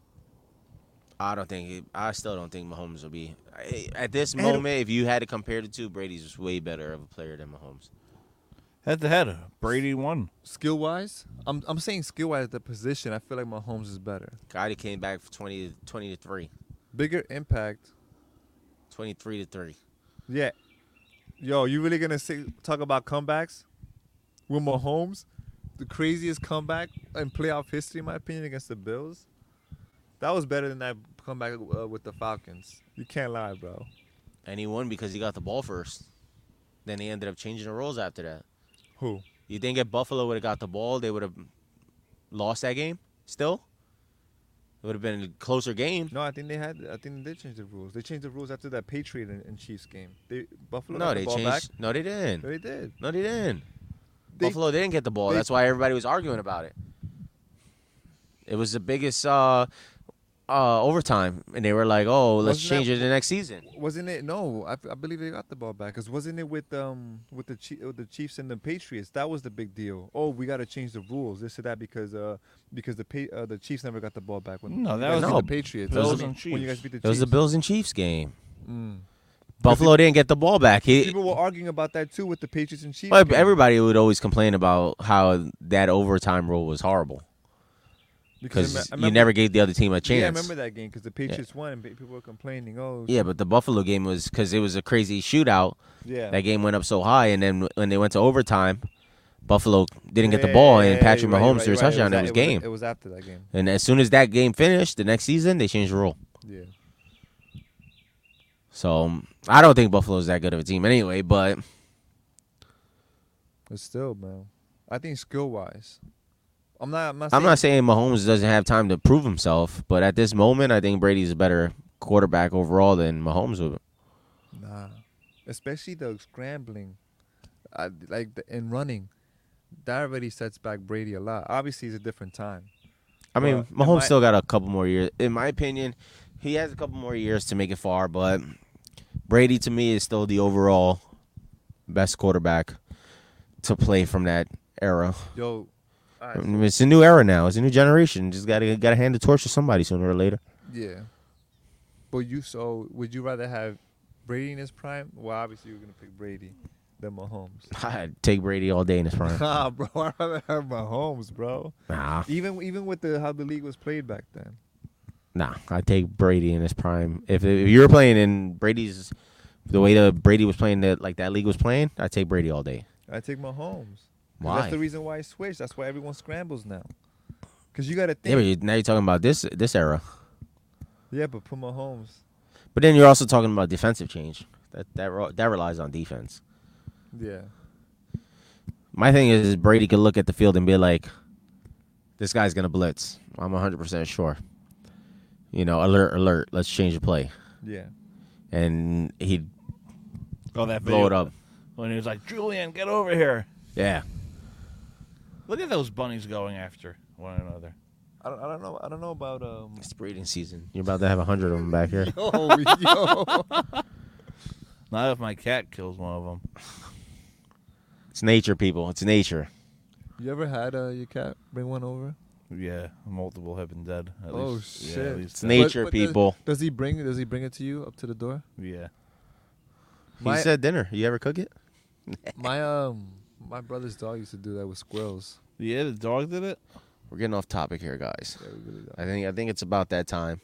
[SPEAKER 14] I don't think. He, I still don't think Mahomes will be I- at this
[SPEAKER 10] Adam-
[SPEAKER 14] moment. If you had to compare the two, Brady's just way better of a player than Mahomes.
[SPEAKER 4] Head to head, Brady won.
[SPEAKER 10] Skill wise, I'm I'm saying skill wise at the position. I feel like Mahomes is better.
[SPEAKER 14] Guy that came back for 20 to, 20 to three,
[SPEAKER 10] Bigger impact.
[SPEAKER 14] 23 to three.
[SPEAKER 10] Yeah. Yo, you really gonna say, talk about comebacks with Mahomes? The craziest comeback in playoff history, in my opinion, against the Bills. That was better than that comeback uh, with the Falcons. You can't lie, bro.
[SPEAKER 14] And he won because he got the ball first. Then they ended up changing the rules after that.
[SPEAKER 10] Who?
[SPEAKER 14] You think if Buffalo would have got the ball, they would have lost that game? Still, it would have been a closer game.
[SPEAKER 10] No, I think they had. I think they did change the rules. They changed the rules after that Patriot and, and Chiefs game. They Buffalo.
[SPEAKER 14] No,
[SPEAKER 10] got the
[SPEAKER 14] they
[SPEAKER 10] ball
[SPEAKER 14] changed.
[SPEAKER 10] Back.
[SPEAKER 14] No, they didn't.
[SPEAKER 10] They did.
[SPEAKER 14] No, they didn't.
[SPEAKER 10] They-
[SPEAKER 14] Buffalo didn't get the ball.
[SPEAKER 10] they-
[SPEAKER 14] That's why everybody was arguing about it. It was the biggest uh, uh, overtime, and they were like, "Oh, let's
[SPEAKER 10] Wasn't
[SPEAKER 14] change
[SPEAKER 10] that-
[SPEAKER 14] it to next season."
[SPEAKER 10] Wasn't it? No, I, I believe they got the ball back. Cause wasn't it with um with the Chie- with the Chiefs and the Patriots? That was the big deal. Oh, we got to change the rules. This or that because uh because the pa- uh, the Chiefs never got the ball back when
[SPEAKER 4] No,
[SPEAKER 10] you
[SPEAKER 4] that
[SPEAKER 10] guys
[SPEAKER 4] was
[SPEAKER 10] beat
[SPEAKER 14] No,
[SPEAKER 10] the Patriots.
[SPEAKER 4] Bills
[SPEAKER 10] When you-
[SPEAKER 4] and Chiefs.
[SPEAKER 10] When you guys beat the
[SPEAKER 14] It was
[SPEAKER 10] Chiefs,
[SPEAKER 14] the Bills and Chiefs game.
[SPEAKER 10] Mm.
[SPEAKER 14] Buffalo didn't get the ball back. He,
[SPEAKER 10] people were arguing about that too with the Patriots and Chiefs.
[SPEAKER 14] but
[SPEAKER 10] game.
[SPEAKER 14] everybody would always complain about how that overtime rule was
[SPEAKER 10] I
[SPEAKER 14] horrible
[SPEAKER 10] me-
[SPEAKER 14] because
[SPEAKER 10] I
[SPEAKER 14] you
[SPEAKER 10] remember-
[SPEAKER 14] never gave the other team a
[SPEAKER 10] Yeah, I
[SPEAKER 14] chance.
[SPEAKER 10] remember that game because the Patriots won and people were complaining. Oh,
[SPEAKER 14] Yeah, but the Buffalo game was because it was a crazy shootout.
[SPEAKER 10] Yeah.
[SPEAKER 14] that game went up so high, and then when they went to overtime, Buffalo didn't get the ball, and
[SPEAKER 10] Yeah,
[SPEAKER 14] Patrick
[SPEAKER 10] you're right,
[SPEAKER 14] Mahomes
[SPEAKER 10] you're
[SPEAKER 14] threw a
[SPEAKER 10] right, you're right.
[SPEAKER 14] touchdown.
[SPEAKER 10] It
[SPEAKER 14] It was,
[SPEAKER 10] was-
[SPEAKER 14] game.
[SPEAKER 10] it was after that game.
[SPEAKER 14] And as soon as that game finished, the next season they changed the rule.
[SPEAKER 10] Yeah.
[SPEAKER 14] So um, I don't think Buffalo's that good of a team anyway. But
[SPEAKER 10] But still, man, I think skill wise, I'm not. I'm not. Saying,
[SPEAKER 14] I'm not saying Mahomes doesn't have time to prove himself. But at this moment, I think Brady's a better quarterback overall than Mahomes would.
[SPEAKER 10] Nah, especially the scrambling, I, like the, and running, that already sets back Brady a lot. Obviously, it's a different time.
[SPEAKER 14] I mean,
[SPEAKER 10] Well,
[SPEAKER 14] Mahomes
[SPEAKER 10] am I-
[SPEAKER 14] still got a couple more years. In my opinion, he has a couple more years to make it far, but Brady to me is still the overall best quarterback to play from that era.
[SPEAKER 10] Yo, All
[SPEAKER 14] I mean, It's a new era now. It's a new generation. Just gotta gotta hand the torch to somebody sooner or later.
[SPEAKER 10] Yeah. But you so would you rather have Brady in his prime? Well, obviously you're gonna pick Brady than
[SPEAKER 14] *laughs*
[SPEAKER 10] Mahomes.
[SPEAKER 14] I'd take Brady all day in his prime.
[SPEAKER 10] *laughs* Nah, bro, I'd rather have Mahomes, bro.
[SPEAKER 14] Nah.
[SPEAKER 10] Even even with the how the league was played back then.
[SPEAKER 14] Nah, I'd take Brady in his prime. If, if you were playing in Brady's the way that Brady was playing that like that league was playing, I'd take Brady all day.
[SPEAKER 10] I take Mahomes. 'Cause
[SPEAKER 14] Why?
[SPEAKER 10] That's the reason why I switched. That's why everyone scrambles now. Cause you gotta
[SPEAKER 14] Yeah,
[SPEAKER 10] think.
[SPEAKER 14] but you, now you're talking about this this era.
[SPEAKER 10] Yeah, but put Mahomes.
[SPEAKER 14] But then you're also talking about defensive change. That that re- that relies on defense.
[SPEAKER 10] Yeah.
[SPEAKER 14] My thing is, is Brady could look at the field and be like, "This guy's gonna blitz. I'm 100 percent sure." You know, alert, alert. Let's change the play.
[SPEAKER 10] Yeah.
[SPEAKER 14] And he'd
[SPEAKER 4] Oh, that
[SPEAKER 14] blow
[SPEAKER 4] video
[SPEAKER 14] it up.
[SPEAKER 17] When he was like, Julian, get over here.
[SPEAKER 14] Yeah.
[SPEAKER 17] Look at those bunnies going after one another.
[SPEAKER 10] I don't, I don't know. I don't know about um. *laughs*
[SPEAKER 14] It's breeding season. You're about to have a hundred of them back here.
[SPEAKER 10] Yo, *laughs* yo.
[SPEAKER 17] Not if my cat kills one of them.
[SPEAKER 14] It's nature, people. It's nature.
[SPEAKER 10] You ever had uh, your cat bring one over?
[SPEAKER 17] Yeah, multiple have been dead. At
[SPEAKER 10] oh
[SPEAKER 17] least,
[SPEAKER 10] shit!
[SPEAKER 17] Yeah, at least
[SPEAKER 14] It's
[SPEAKER 17] that.
[SPEAKER 14] nature,
[SPEAKER 10] does-
[SPEAKER 14] people.
[SPEAKER 10] Does, he bring? Does he bring it to you up to the door?
[SPEAKER 17] Yeah.
[SPEAKER 14] He
[SPEAKER 10] My-
[SPEAKER 14] said dinner. You ever cook it?
[SPEAKER 10] My um, my brother's dog used to do that with squirrels.
[SPEAKER 17] Yeah, the dog did it.
[SPEAKER 14] We're getting off topic here, guys. I think I think it's about that time.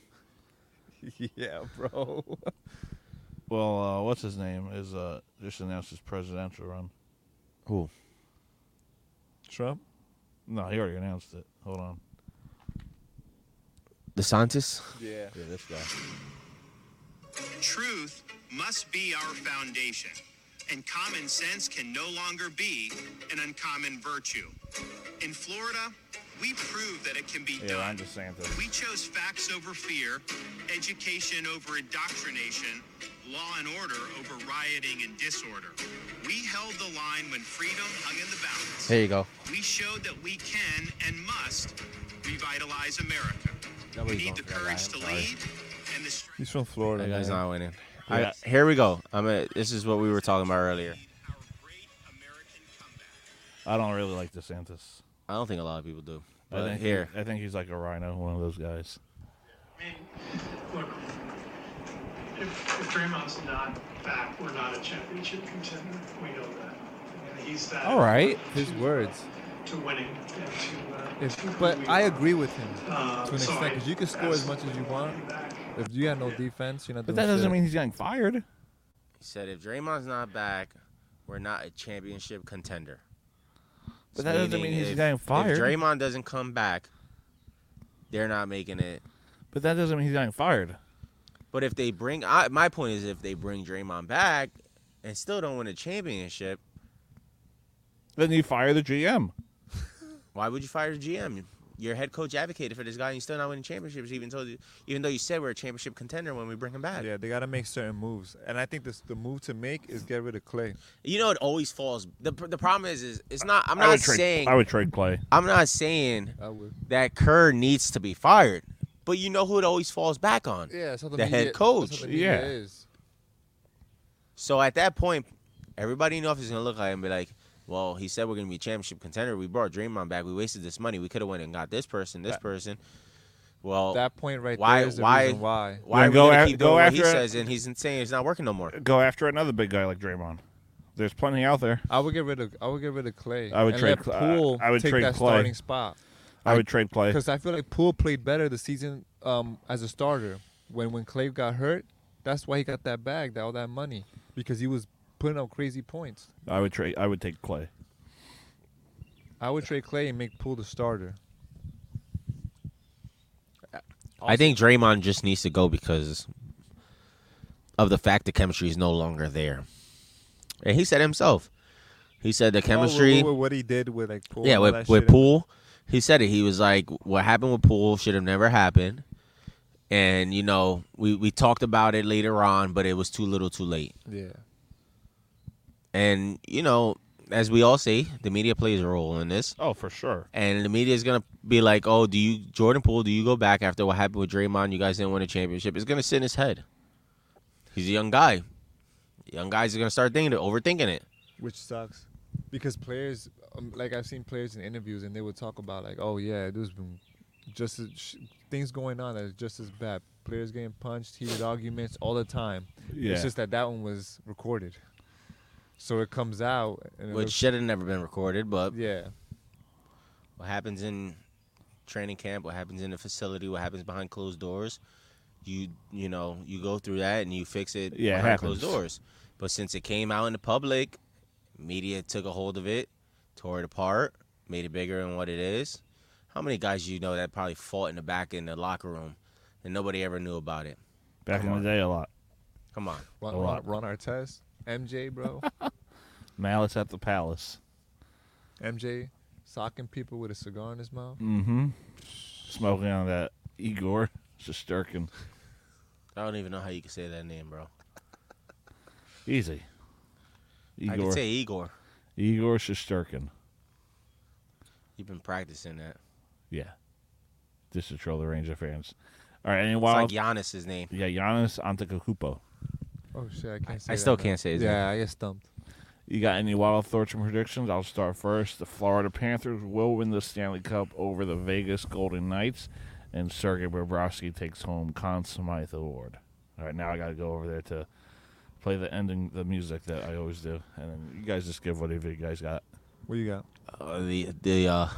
[SPEAKER 10] yeah, bro. *laughs*
[SPEAKER 17] Well, uh, what's his name? Is uh just announced his presidential run.
[SPEAKER 14] Who?
[SPEAKER 10] Trump.
[SPEAKER 17] No, he already announced it. Hold on.
[SPEAKER 14] DeSantis.
[SPEAKER 10] Yeah.
[SPEAKER 17] Yeah, this guy.
[SPEAKER 18] *laughs* Truth must be our foundation, and common sense can no longer be an uncommon virtue. In Florida, we proved that it can be
[SPEAKER 17] Yeah,
[SPEAKER 18] done.
[SPEAKER 17] I'm just saying this.
[SPEAKER 18] We chose facts over fear, education over indoctrination, law and order over rioting and disorder. We held the line when freedom hung in the balance.
[SPEAKER 14] There you go.
[SPEAKER 18] We showed that we can and must revitalize America.
[SPEAKER 14] Nobody's
[SPEAKER 18] we need the
[SPEAKER 14] going for that guy,
[SPEAKER 18] courage
[SPEAKER 14] I'm
[SPEAKER 18] to
[SPEAKER 14] sorry.
[SPEAKER 18] lead and the strength.
[SPEAKER 10] He's from Florida.
[SPEAKER 14] That guy's
[SPEAKER 10] man.
[SPEAKER 14] not winning.
[SPEAKER 10] Yeah.
[SPEAKER 14] I, here we go. I mean, this is what we were talking about earlier.
[SPEAKER 17] I don't really like DeSantis.
[SPEAKER 14] I don't think a lot of people do.
[SPEAKER 17] I
[SPEAKER 14] But
[SPEAKER 17] think
[SPEAKER 14] here.
[SPEAKER 17] I think he's like a rhino, one of those guys.
[SPEAKER 19] Look, if, if Draymond's not back, we're not a championship contender. We know that. And he's that.
[SPEAKER 10] His words.
[SPEAKER 19] To winning and to. Uh,
[SPEAKER 10] If, but I agree with him
[SPEAKER 19] Uh,
[SPEAKER 10] to an extent
[SPEAKER 19] sorry.
[SPEAKER 10] because you can score as much as you want. If you got no defense, you're not.
[SPEAKER 17] But
[SPEAKER 10] doing
[SPEAKER 17] that doesn't
[SPEAKER 10] shit.
[SPEAKER 17] mean he's getting fired.
[SPEAKER 14] He said if Draymond's not back, we're not a championship contender.
[SPEAKER 17] But that doesn't
[SPEAKER 14] Meaning
[SPEAKER 17] mean he's
[SPEAKER 14] if-
[SPEAKER 17] getting fired.
[SPEAKER 14] If Draymond doesn't come back, they're not making it.
[SPEAKER 17] But that doesn't mean he's getting fired.
[SPEAKER 14] But if they bring, I, my point is, if they bring Draymond back and still don't win a championship,
[SPEAKER 17] Then you fire the GM.
[SPEAKER 14] why would you fire the GM? Your head coach advocated for this guy, and you still not winning championships, even though even though you said we're a championship contender when we bring him back.
[SPEAKER 10] Yeah, they got to make certain moves, and I think this the move to make is get rid of Clay.
[SPEAKER 14] You know, it always falls. the The problem is, is it's not. I'm
[SPEAKER 17] I
[SPEAKER 14] not
[SPEAKER 17] would trade-
[SPEAKER 14] saying
[SPEAKER 17] I would trade Clay.
[SPEAKER 14] I'm not saying
[SPEAKER 10] I would.
[SPEAKER 14] that Kerr needs to be fired, but you know who it always falls back on?
[SPEAKER 10] Yeah, that's how the
[SPEAKER 14] the
[SPEAKER 10] media-
[SPEAKER 14] head coach.
[SPEAKER 10] that's how the media Yeah. is.
[SPEAKER 14] So at that point, everybody in the office is gonna look at him and be like, "Well, he said we're gonna be a championship contender. We brought Draymond back. We wasted this money. We could have went and got this person, this
[SPEAKER 10] That-
[SPEAKER 14] person." Well,
[SPEAKER 10] That point right
[SPEAKER 14] why,
[SPEAKER 10] there is the
[SPEAKER 14] why,
[SPEAKER 10] reason why.
[SPEAKER 14] Why
[SPEAKER 17] Then
[SPEAKER 14] are we
[SPEAKER 17] go
[SPEAKER 14] gonna
[SPEAKER 17] af-
[SPEAKER 14] keep
[SPEAKER 17] go
[SPEAKER 14] doing what he
[SPEAKER 17] after-
[SPEAKER 14] says? And he's saying he's not working no more.
[SPEAKER 17] Go after another big guy like Draymond. There's plenty out there.
[SPEAKER 10] I would get rid of I would get rid of Clay.
[SPEAKER 17] I would
[SPEAKER 10] and
[SPEAKER 17] trade
[SPEAKER 10] let
[SPEAKER 17] Cl- I-
[SPEAKER 10] Poole
[SPEAKER 17] I would
[SPEAKER 10] take
[SPEAKER 17] trade
[SPEAKER 10] that
[SPEAKER 17] Clay.
[SPEAKER 10] starting spot.
[SPEAKER 17] I would trade Clay.
[SPEAKER 10] because I feel like Poole played better the season um, as a starter. When when Clay got hurt, that's why he got that bag, that all that money, because he was putting up crazy points.
[SPEAKER 17] I would trade. I would take Clay.
[SPEAKER 10] I would trade Clay and make Poole the starter.
[SPEAKER 14] I think Draymond just needs to go because of the fact the chemistry is no longer there. And he said himself. He said the chemistry.
[SPEAKER 10] Oh, with- with what he did with like Poole.
[SPEAKER 14] yeah,
[SPEAKER 10] and all that
[SPEAKER 14] with, with
[SPEAKER 10] shit.
[SPEAKER 14] Poole. He said it. He was like, what happened with Poole should have never happened. And, you know, we, we talked about it later on, but it was too little too late.
[SPEAKER 10] Yeah.
[SPEAKER 14] And, you know, as we all say, the media plays a role in this.
[SPEAKER 17] Oh, for sure.
[SPEAKER 14] And the media is going to be like, oh, do you, Jordan Poole, do you go back after what happened with Draymond? You guys didn't win a championship. It's going to sit in his head. He's a young guy. Young guys are going to start thinking it, overthinking it.
[SPEAKER 10] Which sucks. because players, um, like I've seen players in interviews, and they would talk about like, oh yeah, there's been just as sh- things going on that's just as bad. Players getting punched, heated arguments all the time.
[SPEAKER 14] Yeah.
[SPEAKER 10] It's just that that one was recorded, so it comes out. And it
[SPEAKER 14] Which
[SPEAKER 10] looks-
[SPEAKER 14] should have never been recorded, but
[SPEAKER 10] yeah.
[SPEAKER 14] What happens in training camp? What happens in the facility? What happens behind closed doors? You you know you go through that and you fix it
[SPEAKER 4] Yeah, it
[SPEAKER 14] behind closed
[SPEAKER 4] happens.
[SPEAKER 14] doors. But since it came out in the public, media took a hold of it, tore it apart, made it bigger than what it is. How many guys you know that probably fought in the back in the locker room, and nobody ever knew about it?
[SPEAKER 4] Back in the day, a lot.
[SPEAKER 14] Come on,
[SPEAKER 10] Ron,
[SPEAKER 4] A lot.
[SPEAKER 10] Ron, Ron Artest, MJ,
[SPEAKER 14] *laughs*
[SPEAKER 10] bro,
[SPEAKER 4] Malice at the Palace.
[SPEAKER 10] MJ, socking people with a cigar in his mouth.
[SPEAKER 14] Mm.
[SPEAKER 4] Mm-hmm. Smoking on that Igor Shesterkin.
[SPEAKER 14] I don't even know how you can say that name, bro.
[SPEAKER 4] Easy.
[SPEAKER 14] I could say Igor.
[SPEAKER 4] Igor Shesterkin.
[SPEAKER 14] You've been practicing that.
[SPEAKER 4] Yeah. Just to troll the Ranger fans. All right. Any
[SPEAKER 14] It's
[SPEAKER 4] wild?
[SPEAKER 14] like Giannis's name.
[SPEAKER 4] yeah, Giannis Antetokounmpo.
[SPEAKER 10] Oh shit, I can't say.
[SPEAKER 14] I
[SPEAKER 10] that
[SPEAKER 14] still
[SPEAKER 10] now.
[SPEAKER 14] can't say his
[SPEAKER 10] Yeah,
[SPEAKER 14] name.
[SPEAKER 10] I get stumped.
[SPEAKER 4] You got any wild thoughts and predictions? I'll start first. The Florida Panthers will win the Stanley Cup over the Vegas Golden Knights, and Sergei Bobrovsky takes home Conn Smythe Award. All right, now I got to go over there to play the ending, the music that I always do, and then you guys just give whatever you guys got.
[SPEAKER 10] What you got?
[SPEAKER 14] Uh, the the uh,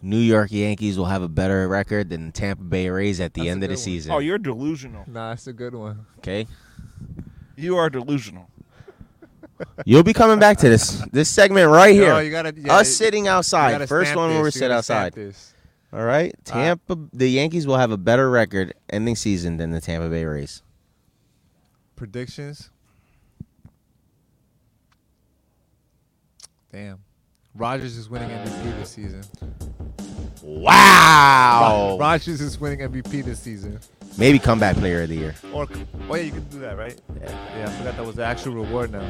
[SPEAKER 14] New York Yankees will have a better record than the Tampa Bay Rays at the
[SPEAKER 10] That's a
[SPEAKER 14] end of
[SPEAKER 10] good
[SPEAKER 14] the
[SPEAKER 10] one.
[SPEAKER 14] season.
[SPEAKER 4] Oh, you're delusional.
[SPEAKER 10] Nah, that's a good one.
[SPEAKER 14] Okay,
[SPEAKER 4] You are delusional.
[SPEAKER 14] you'll be coming back to this this segment right
[SPEAKER 10] No,
[SPEAKER 14] here.
[SPEAKER 10] you gotta- yeah,
[SPEAKER 14] Us
[SPEAKER 10] you-
[SPEAKER 14] sitting
[SPEAKER 10] you
[SPEAKER 14] outside.
[SPEAKER 10] gotta
[SPEAKER 14] First
[SPEAKER 10] stamp
[SPEAKER 14] one where we
[SPEAKER 10] this, you
[SPEAKER 14] sit
[SPEAKER 10] gotta stamp
[SPEAKER 14] outside.
[SPEAKER 10] this.
[SPEAKER 14] All right, Tampa. the Yankees will have a better record ending season than the Tampa Bay Rays.
[SPEAKER 10] Predictions. Damn. Rogers is winning MVP this season.
[SPEAKER 14] Wow.
[SPEAKER 10] Rogers is winning MVP this season.
[SPEAKER 14] Maybe comeback player of the year.
[SPEAKER 10] Or oh yeah, you can do that, right? Yeah, I forgot that was the actual reward now.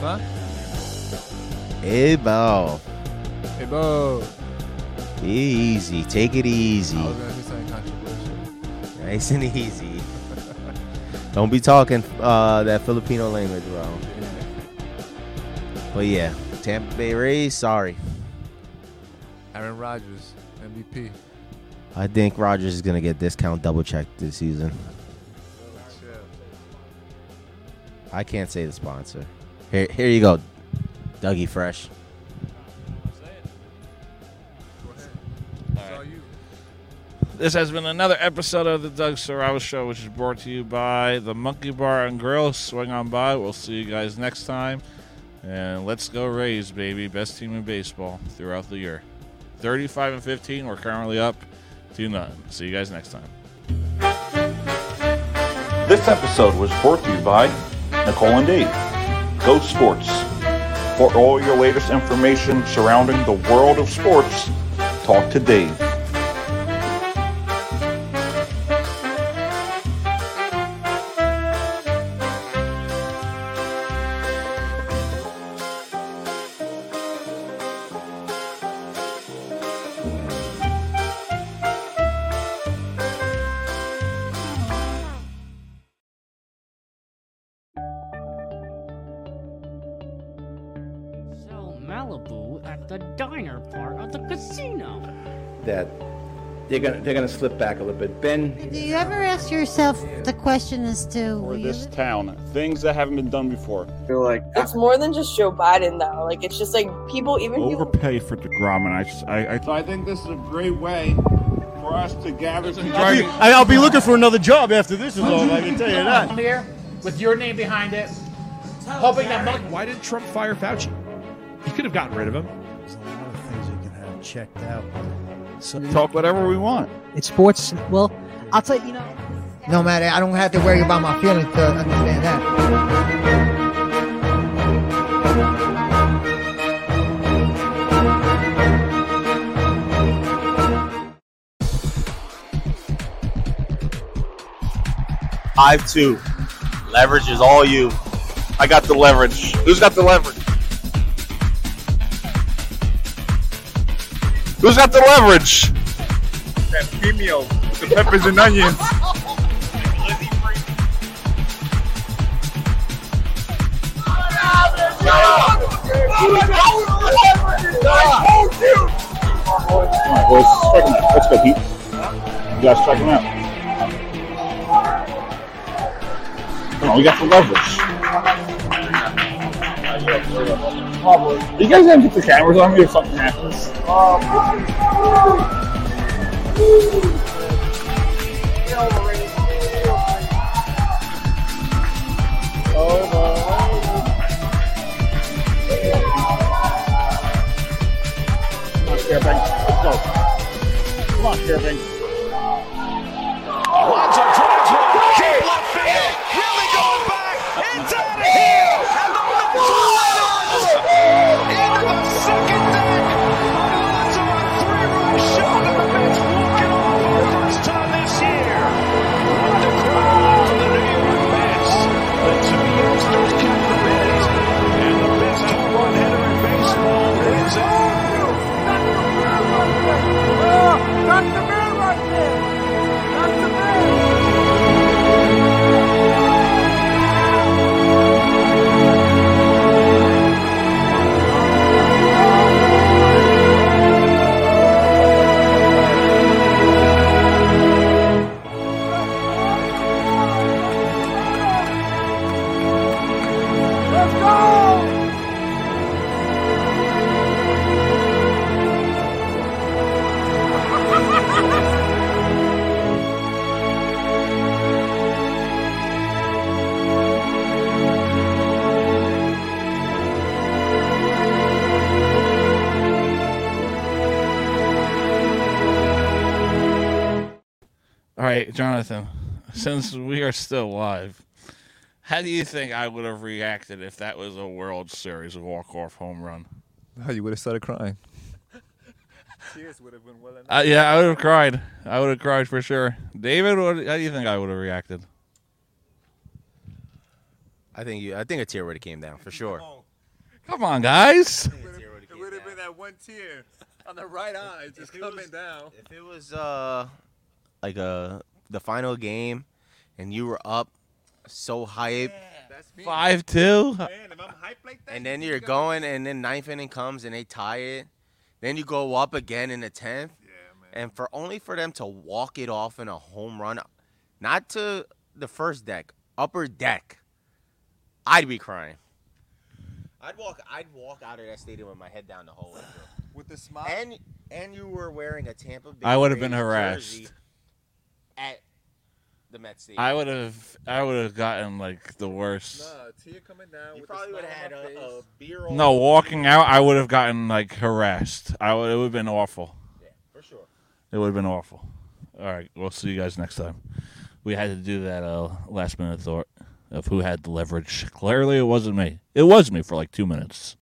[SPEAKER 10] Huh?
[SPEAKER 14] Hey, Bo.
[SPEAKER 10] Hey, Bo.
[SPEAKER 14] Be easy. Take it easy.
[SPEAKER 10] I was gonna do something controversial.
[SPEAKER 14] Nice and easy. Don't be talking uh, that Filipino language, bro. But yeah, Tampa Bay Rays. Sorry,
[SPEAKER 10] Aaron Rodgers, MVP.
[SPEAKER 14] I think Rogers is gonna get discount double checked this season. I can't say the sponsor. Here, here you go, Dougie Fresh.
[SPEAKER 4] This has been another episode of the Doug Serrao Show, which is brought to you by the Monkey Bar and Grill. Swing on by. We'll see you guys next time. And let's go Rays, baby. Best team in baseball throughout the year. 35 and 15. We're currently up to nothing. See you guys next time.
[SPEAKER 20] This episode was brought to you by Nicole and Dave, Go Sports. For all your latest information surrounding the world of sports, talk to Dave.
[SPEAKER 1] Sell Malibu at the diner part of the casino.
[SPEAKER 2] that they're gonna they're gonna slip back a little bit. Ben,
[SPEAKER 3] Do you ever ask yourself the question as to
[SPEAKER 7] for this town. Things that haven't been done before.
[SPEAKER 6] feel like it's more than just Joe Biden though. Like it's just like people, even people.
[SPEAKER 4] Overpaid for DeGrom, and I, just- I, I
[SPEAKER 7] So I think this is a great way for us to gather
[SPEAKER 8] I'll be, I- I'll be looking for another job after this is all. I can tell you that.
[SPEAKER 9] Down here with your name behind it, hoping that Mike.
[SPEAKER 21] Why did Trump fire Fauci? He could have gotten rid of him.
[SPEAKER 22] There's a lot of things you can have checked out. So
[SPEAKER 17] Talk whatever we want.
[SPEAKER 11] It's sports. Well, I'll tell you, you know.
[SPEAKER 22] No matter, I don't have to worry about my feelings to
[SPEAKER 10] *laughs*
[SPEAKER 22] understand that.
[SPEAKER 23] Five two. Leverage is all you. I got the leverage. Who's got the leverage? Who's got the leverage? That Vimeo, the peppers and onions.
[SPEAKER 18] Let's check him out. Let's go, Pete. You guys check him out. Come on, we got the leverage. Probably. You guys gonna get the cameras on me if something happens? Come on, Fairbanks. Let's go. Come on, Fairbanks.
[SPEAKER 6] Lots of drives with a kick left field. Really going back. It's out of here. And the Mets win it. Into the second deck. Lots of a three-run shot. And the Mets walking off for the first time this year. What a crowd for the New York Mets. The two youngsters kept the Mets. And the best home run hitter in baseball is out. That's the man right there. That's the man. Let's go!
[SPEAKER 4] All right, Jonathan, since we are still live, how do you think I would have reacted if that was a World Series walk off home run?
[SPEAKER 10] Oh, you would have started crying.
[SPEAKER 4] Tears would have been well enough. Uh, yeah, I would have cried. I would have cried for sure. David, what, how do you think I would have reacted?
[SPEAKER 14] I think you. I think a tear would have came down for sure.
[SPEAKER 4] Come on, guys.
[SPEAKER 10] It would have been that one tear on the right eye just coming down.
[SPEAKER 14] If it was uh Like uh, the final game, and you were up so hype.
[SPEAKER 4] Five two.
[SPEAKER 14] and then you're going, and then ninth inning comes, and they tie it. Then you go up again in the tenth, and for only for them to walk it off in a home run, not to the first deck, upper deck. I'd be crying. I'd walk. I'd walk out of that stadium with my head down the whole way.
[SPEAKER 10] With the smile.
[SPEAKER 14] And and you were wearing a Tampa Bay.
[SPEAKER 4] I would have been
[SPEAKER 14] Rays
[SPEAKER 4] harassed.
[SPEAKER 14] jersey At the Mets stadium.
[SPEAKER 4] I would have. I would have gotten like the worst.
[SPEAKER 10] tear coming down.
[SPEAKER 14] You probably would have had a, a beer.
[SPEAKER 4] No, walking out, I would have gotten like harassed. I would. It would have been awful. Yeah,
[SPEAKER 14] for sure.
[SPEAKER 4] It would have been awful. All right, we'll see you guys next time. We had to do that uh, last minute thought of who had the leverage. Clearly, it wasn't me. It was me for like two minutes.